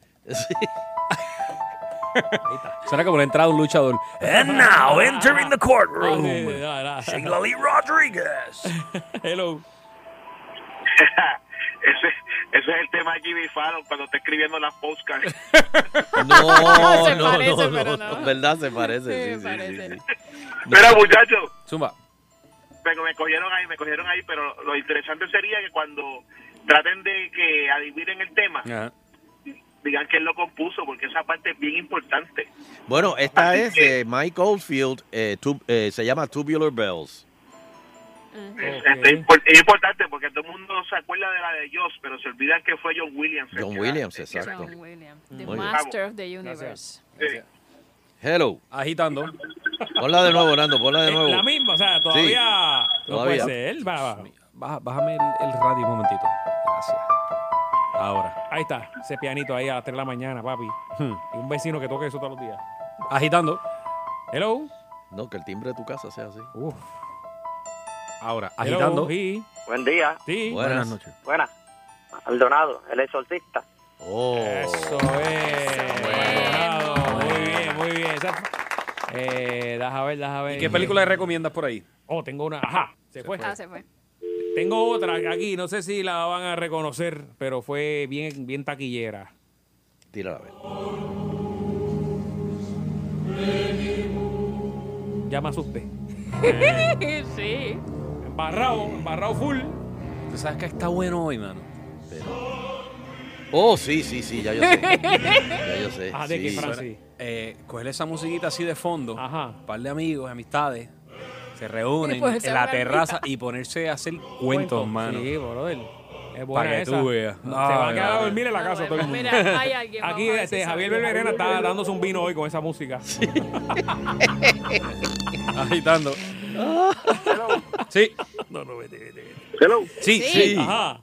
[SPEAKER 3] Suena como la entrada de un luchador. And now, entering the
[SPEAKER 2] Ah,
[SPEAKER 3] courtroom.
[SPEAKER 2] Sheila
[SPEAKER 3] Lee Rodríguez.
[SPEAKER 2] [laughs] Hello.
[SPEAKER 9] ese, ese es el tema de Jimmy Fallon cuando está escribiendo las
[SPEAKER 11] [laughs]
[SPEAKER 9] postcards.
[SPEAKER 11] No,
[SPEAKER 9] Se
[SPEAKER 11] no,
[SPEAKER 9] parece,
[SPEAKER 11] no,
[SPEAKER 9] pero
[SPEAKER 11] no,
[SPEAKER 9] no.
[SPEAKER 11] ¿Verdad? Se parece. Sí, sí, sí, sí.
[SPEAKER 9] Mira, muchachos.
[SPEAKER 3] Zumba.
[SPEAKER 9] Pero me cogieron ahí, me cogieron ahí, pero lo interesante sería que cuando traten de que adivinen el tema, digan quién lo compuso, porque esa parte es bien importante.
[SPEAKER 11] Bueno, esta es de Mike Oldfield. eh, tu- eh, se llama Tubular Bells.
[SPEAKER 4] Ah,
[SPEAKER 9] Es, es impor- es importante porque todo el mundo se acuerda de la de Joss, pero se olvidan que fue John Williams. el
[SPEAKER 11] John
[SPEAKER 9] que-
[SPEAKER 11] Williams, exacto.
[SPEAKER 4] The
[SPEAKER 11] Muy bien.
[SPEAKER 4] Master of the Universe.
[SPEAKER 11] Hello.
[SPEAKER 3] Agitando.
[SPEAKER 11] Ponla de nuevo, Orlando, ponla de
[SPEAKER 3] Es
[SPEAKER 11] nuevo.
[SPEAKER 3] la
[SPEAKER 2] misma, o sea, todavía no
[SPEAKER 11] Todavía.
[SPEAKER 2] puede ser. Va, va.
[SPEAKER 3] Baja- bájame el, el radio un momentito. Gracias. Ahora.
[SPEAKER 2] Ahí está, ese pianito ahí a las 3 de la mañana, papi.
[SPEAKER 3] Hmm.
[SPEAKER 2] Y un vecino que toque eso todos los días.
[SPEAKER 3] Agitando.
[SPEAKER 2] Hello.
[SPEAKER 11] No, que el timbre de tu casa sea así.
[SPEAKER 3] Ahora,
[SPEAKER 2] Hello,
[SPEAKER 3] agitando.
[SPEAKER 2] sí.
[SPEAKER 28] Buen día.
[SPEAKER 2] Sí.
[SPEAKER 3] Buenas noches.
[SPEAKER 28] Buenas. Maldonado, el exorcista.
[SPEAKER 11] Oh.
[SPEAKER 2] Eso es. Maldonado. Muy bien, muy bien. Esa Eh, deja ver, deja ver.
[SPEAKER 3] ¿Y qué película le recomiendas por ahí?
[SPEAKER 2] Oh, tengo una. Ajá, se, fue.
[SPEAKER 4] Ah, se
[SPEAKER 2] [laughs]
[SPEAKER 4] fue.
[SPEAKER 2] Tengo otra aquí, no sé si la van a reconocer, pero fue bien, bien taquillera.
[SPEAKER 11] Tírala a ver.
[SPEAKER 2] Ya me asusté.
[SPEAKER 4] sí.
[SPEAKER 2] Embarrado, embarrado full.
[SPEAKER 3] Tú sabes que está bueno hoy, mano.
[SPEAKER 11] Oh, sí, sí, sí, ya yo sé. ya yo sé.
[SPEAKER 3] Ah, de
[SPEAKER 11] sí.
[SPEAKER 3] que Francis. Eh, cogerle esa musiquita así de fondo. Un par de amigos, amistades. pues, Se reúnen
[SPEAKER 2] Y ponerse
[SPEAKER 3] en
[SPEAKER 2] a
[SPEAKER 3] la
[SPEAKER 2] jugar
[SPEAKER 3] terraza
[SPEAKER 2] guitarra.
[SPEAKER 3] y ponerse a hacer cuentos, mano.
[SPEAKER 2] Sí, brother. Es buena
[SPEAKER 3] que
[SPEAKER 2] esa.
[SPEAKER 3] tú veas.
[SPEAKER 2] Se
[SPEAKER 3] No,
[SPEAKER 2] van a quedar
[SPEAKER 3] no,
[SPEAKER 2] a dormir en la
[SPEAKER 3] no,
[SPEAKER 2] casa
[SPEAKER 3] no,
[SPEAKER 2] todo el mundo.
[SPEAKER 3] mira,
[SPEAKER 4] hay alguien,
[SPEAKER 2] Aquí
[SPEAKER 4] vamos a ver
[SPEAKER 2] este,
[SPEAKER 4] si
[SPEAKER 2] Javier
[SPEAKER 4] sabe.
[SPEAKER 2] Berberena está dándose un vino hoy con esa música.
[SPEAKER 3] Agitando. Sí.
[SPEAKER 2] No, no, vete, vete, vete.
[SPEAKER 3] Hello. Sí,
[SPEAKER 29] Sí.
[SPEAKER 3] sí.
[SPEAKER 2] Ajá.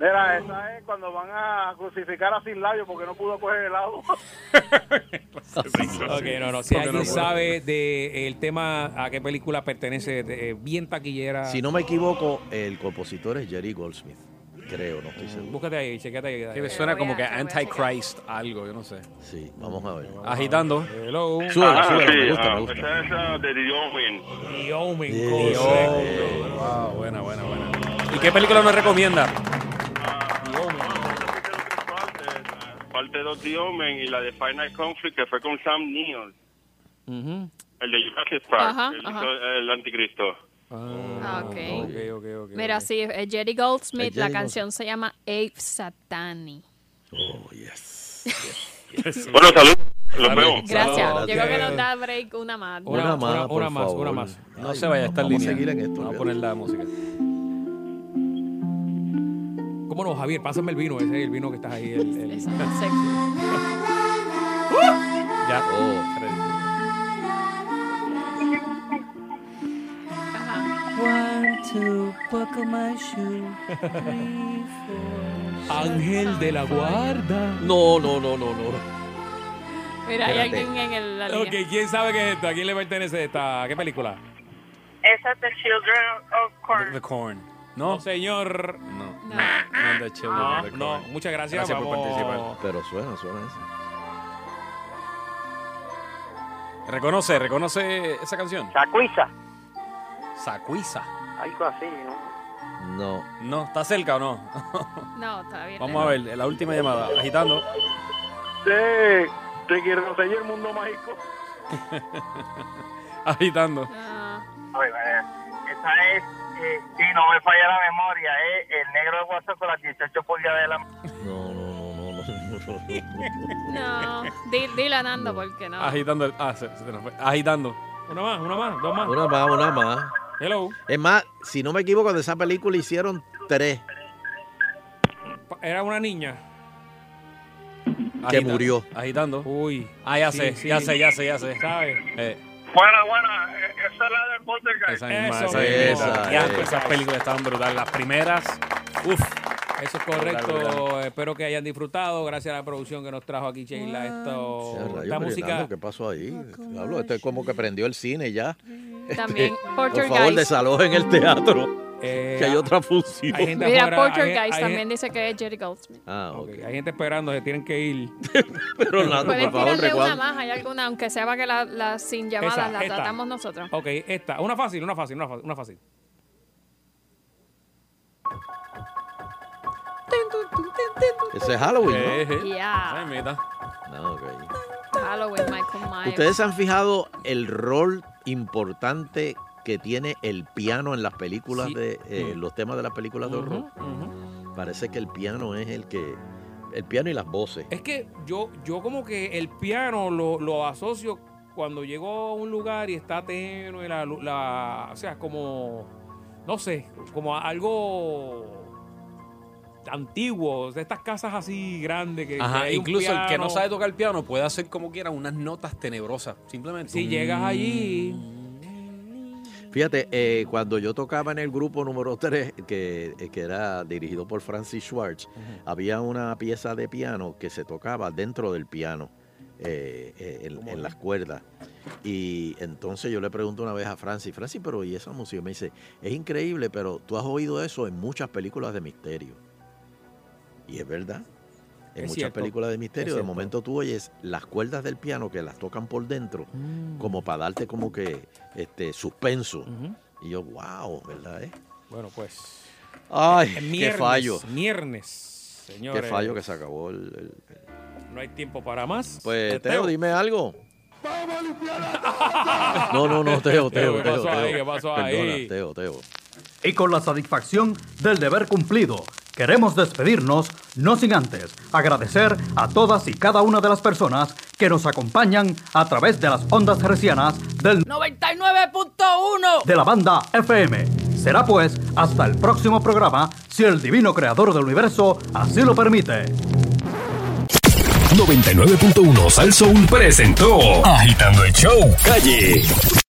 [SPEAKER 29] Mira, esa es cuando van a crucificar a Sin Labio porque no pudo coger helado.
[SPEAKER 2] Ok, no, no. Si
[SPEAKER 3] Porque
[SPEAKER 2] alguien
[SPEAKER 3] no puedo.
[SPEAKER 2] sabe de eh, el tema a qué película pertenece, de- eh, bien taquillera.
[SPEAKER 11] Si no me equivoco, el compositor es Jerry Goldsmith. Creo, no estoy seguro.
[SPEAKER 2] Búscate ahí, chequete ahí.
[SPEAKER 3] Que me suena como que Antichrist, algo, yo no sé.
[SPEAKER 11] Sí, vamos a ver.
[SPEAKER 3] Agitando.
[SPEAKER 2] Hello.
[SPEAKER 11] Súbela,
[SPEAKER 3] Ah,
[SPEAKER 11] súbela,
[SPEAKER 3] sí,
[SPEAKER 11] me gusta,
[SPEAKER 3] ah,
[SPEAKER 11] me gusta.
[SPEAKER 3] esa-
[SPEAKER 1] pues Esa de The Omen.
[SPEAKER 2] The Omen,
[SPEAKER 3] correcto. Wow, buena, buena, buena. ¿Y qué película nos recomienda?
[SPEAKER 1] Parte 2 The Omen y la de Final Conflict que fue con Sam Neill. El de Jurassic Park,
[SPEAKER 4] Ajá,
[SPEAKER 1] el,
[SPEAKER 4] ajá.
[SPEAKER 1] el anticristo.
[SPEAKER 4] Ah, ok.
[SPEAKER 2] ok, ok, ok.
[SPEAKER 4] Mira, sí, es Jerry Goldsmith,
[SPEAKER 1] Es
[SPEAKER 11] Eh,
[SPEAKER 4] la
[SPEAKER 1] Jerry
[SPEAKER 4] canción se llama Ape Satani.
[SPEAKER 1] Bueno, salud. Los veo.
[SPEAKER 4] Gracias. Yo creo que nos da break una más.
[SPEAKER 3] Una más,
[SPEAKER 2] una,
[SPEAKER 3] por
[SPEAKER 2] una más,
[SPEAKER 3] favor.
[SPEAKER 2] una más.
[SPEAKER 3] No se vaya a estar
[SPEAKER 2] Vamos
[SPEAKER 3] línea.
[SPEAKER 2] a seguir en
[SPEAKER 3] esto. Vamos a poner la música.
[SPEAKER 2] ¿Cómo no, Javier? Pásame el vino ese, el vino que estás ahí. El, el- ya.
[SPEAKER 11] Oh,
[SPEAKER 8] One, two, buckle my shoe. Three, four.
[SPEAKER 2] Ángel de la guarda.
[SPEAKER 11] No, no, no, no, no.
[SPEAKER 4] Mira, hay
[SPEAKER 2] Espérate.
[SPEAKER 4] alguien en el, la línea.
[SPEAKER 2] Ok, ¿quién sabe qué es esto? ¿A quién le pertenece esta? ¿A qué película?
[SPEAKER 9] Esa es The Children of Corn.
[SPEAKER 3] The Corn. No,
[SPEAKER 2] señor.
[SPEAKER 3] No.
[SPEAKER 4] No.
[SPEAKER 3] No,
[SPEAKER 2] No, Ah, no, muchas gracias,
[SPEAKER 3] Gracias por
[SPEAKER 2] vamos.
[SPEAKER 3] participar.
[SPEAKER 11] Pero suena, suena eso.
[SPEAKER 3] Reconoce, reconoce esa canción.
[SPEAKER 30] Sacuiza.
[SPEAKER 3] Sacuiza.
[SPEAKER 30] Algo así, ¿no?
[SPEAKER 11] No.
[SPEAKER 3] No, ¿está cerca o no?
[SPEAKER 4] No, está bien.
[SPEAKER 3] Vamos a ver, la última llamada. Agitando.
[SPEAKER 29] De, de que reseñó el mundo mágico.
[SPEAKER 3] Agitando.
[SPEAKER 4] Ah.
[SPEAKER 30] Ay, vaya. eh, Esa es, eh, sí, no me falla la memoria, es el negro de WhatsApp con las 18 pulgadas de la
[SPEAKER 4] No, di- dila Nando, porque no.
[SPEAKER 3] Agitando. el- Ah, se, se nos fue. Agitando.
[SPEAKER 2] Una más, una más, dos más.
[SPEAKER 11] Una más, una más.
[SPEAKER 2] Hello.
[SPEAKER 11] Es más, si no me equivoco, de esa película hicieron tres
[SPEAKER 2] Pa- Era una niña.
[SPEAKER 11] que
[SPEAKER 3] Agitando.
[SPEAKER 11] murió.
[SPEAKER 3] Agitando.
[SPEAKER 2] Uy.
[SPEAKER 3] Ah, ya
[SPEAKER 2] Sí,
[SPEAKER 3] sé,
[SPEAKER 2] sí.
[SPEAKER 3] ya sé, ya sé, ya sé.
[SPEAKER 2] ¿Sabes?
[SPEAKER 3] Eh,
[SPEAKER 25] Buena, buena. Eh, Esa es la del Poltergeist.
[SPEAKER 3] esa misma,
[SPEAKER 2] Eso
[SPEAKER 3] esa misma.
[SPEAKER 2] mismo.
[SPEAKER 3] Ya,
[SPEAKER 2] Esa,
[SPEAKER 3] esas
[SPEAKER 2] esa.
[SPEAKER 3] películas estaban brutales. Las primeras. Uf.
[SPEAKER 2] Eso es
[SPEAKER 3] Brutal,
[SPEAKER 2] correcto. Espero que hayan disfrutado. Gracias a la producción que nos trajo aquí, Sheila. Esto,
[SPEAKER 11] Ya, rayos,
[SPEAKER 2] Oh, esta
[SPEAKER 11] pero
[SPEAKER 2] música.
[SPEAKER 11] Hernando, ¿Qué pasó ahí?
[SPEAKER 4] Ah,
[SPEAKER 11] Hablo, esto es como que prendió el cine ya. Este,
[SPEAKER 4] También,
[SPEAKER 11] por favor,
[SPEAKER 4] Poltergeist.
[SPEAKER 11] desalojen el
[SPEAKER 2] [laughs]
[SPEAKER 11] teatro.
[SPEAKER 2] Eh,
[SPEAKER 11] que hay otra función.
[SPEAKER 2] hay gente
[SPEAKER 4] Mira,
[SPEAKER 2] afuera, hay gen-
[SPEAKER 4] Poltergeist
[SPEAKER 2] hay
[SPEAKER 4] también
[SPEAKER 2] gen-
[SPEAKER 4] dice que es Jerry Goldsmith.
[SPEAKER 11] Ah,
[SPEAKER 2] ok. Hay gente esperando, se tienen que ir. [laughs]
[SPEAKER 11] Pero Orlando,
[SPEAKER 4] Pueden tirarle una más, hay alguna, aunque sea para que las las sin llamadas
[SPEAKER 2] Esa,
[SPEAKER 4] las
[SPEAKER 2] esta.
[SPEAKER 4] tratamos nosotros.
[SPEAKER 2] Ok, esta. Una fácil, una fácil, una fácil. Una fácil.
[SPEAKER 11] Ese es Halloween. ¿no?
[SPEAKER 2] Eh.
[SPEAKER 4] Yeah.
[SPEAKER 11] No, ok.
[SPEAKER 4] Halloween, Michael Myers.
[SPEAKER 11] ¿Ustedes se han fijado el rol importante que tiene el piano en las películas
[SPEAKER 4] Sí.
[SPEAKER 11] de eh, los temas de las películas de horror? Parece que el piano es el que el piano y las voces.
[SPEAKER 2] Es que yo, yo como que el piano lo, lo asocio cuando llego a un lugar y está tenue la, lu- la o sea, como no sé, como a- algo antiguo, de estas casas así grandes que, que
[SPEAKER 3] Ajá,
[SPEAKER 2] hay un
[SPEAKER 3] incluso el que
[SPEAKER 2] piano.
[SPEAKER 3] no sabe tocar el piano puede hacer como quiera unas notas tenebrosas. Simplemente.
[SPEAKER 2] si llegas allí,
[SPEAKER 11] Mm. Fíjate, eh, cuando yo tocaba en el grupo número 3, que, eh, que era dirigido por Francis Schwartz, había una pieza de piano que se tocaba dentro del piano, eh, eh, en, en las cuerdas. Y entonces yo le pregunto una vez a Francis, Francis, pero ¿y esa música? Me dice, es increíble, pero tú has oído eso en muchas películas de misterio. Y es verdad. En
[SPEAKER 2] Es
[SPEAKER 11] muchas
[SPEAKER 2] cierto,
[SPEAKER 11] películas de misterio,
[SPEAKER 2] es
[SPEAKER 11] de
[SPEAKER 2] cierto.
[SPEAKER 11] momento tú oyes las cuerdas del piano que las tocan por dentro,
[SPEAKER 2] Mm.
[SPEAKER 11] como para darte como que este suspenso. Y yo, wow, ¿verdad? eh?
[SPEAKER 2] Bueno, pues.
[SPEAKER 11] Ay,
[SPEAKER 2] eh,
[SPEAKER 11] qué fallo.
[SPEAKER 2] Viernes, señores.
[SPEAKER 11] Qué fallo que se acabó el- el-
[SPEAKER 2] No hay tiempo para más.
[SPEAKER 11] Pues, Teo, dime algo. No, no, no,
[SPEAKER 2] Teo,
[SPEAKER 11] Teo, Teo,
[SPEAKER 2] ¿qué
[SPEAKER 11] Teo.
[SPEAKER 2] pasó ahí?
[SPEAKER 11] Teo.
[SPEAKER 2] ¿Qué pasó
[SPEAKER 11] Perdona,
[SPEAKER 2] ahí?
[SPEAKER 11] Teo, Teo.
[SPEAKER 12] Y con la satisfacción del deber cumplido, queremos despedirnos, no sin antes agradecer a todas y cada una de las personas que nos acompañan a través de las ondas hercianas del
[SPEAKER 8] 99.1.
[SPEAKER 12] de la banda FM. Será pues hasta el próximo programa, si el divino creador del universo así lo permite.
[SPEAKER 3] 99.1 Sal Soul presentó Agitando el Show Calle.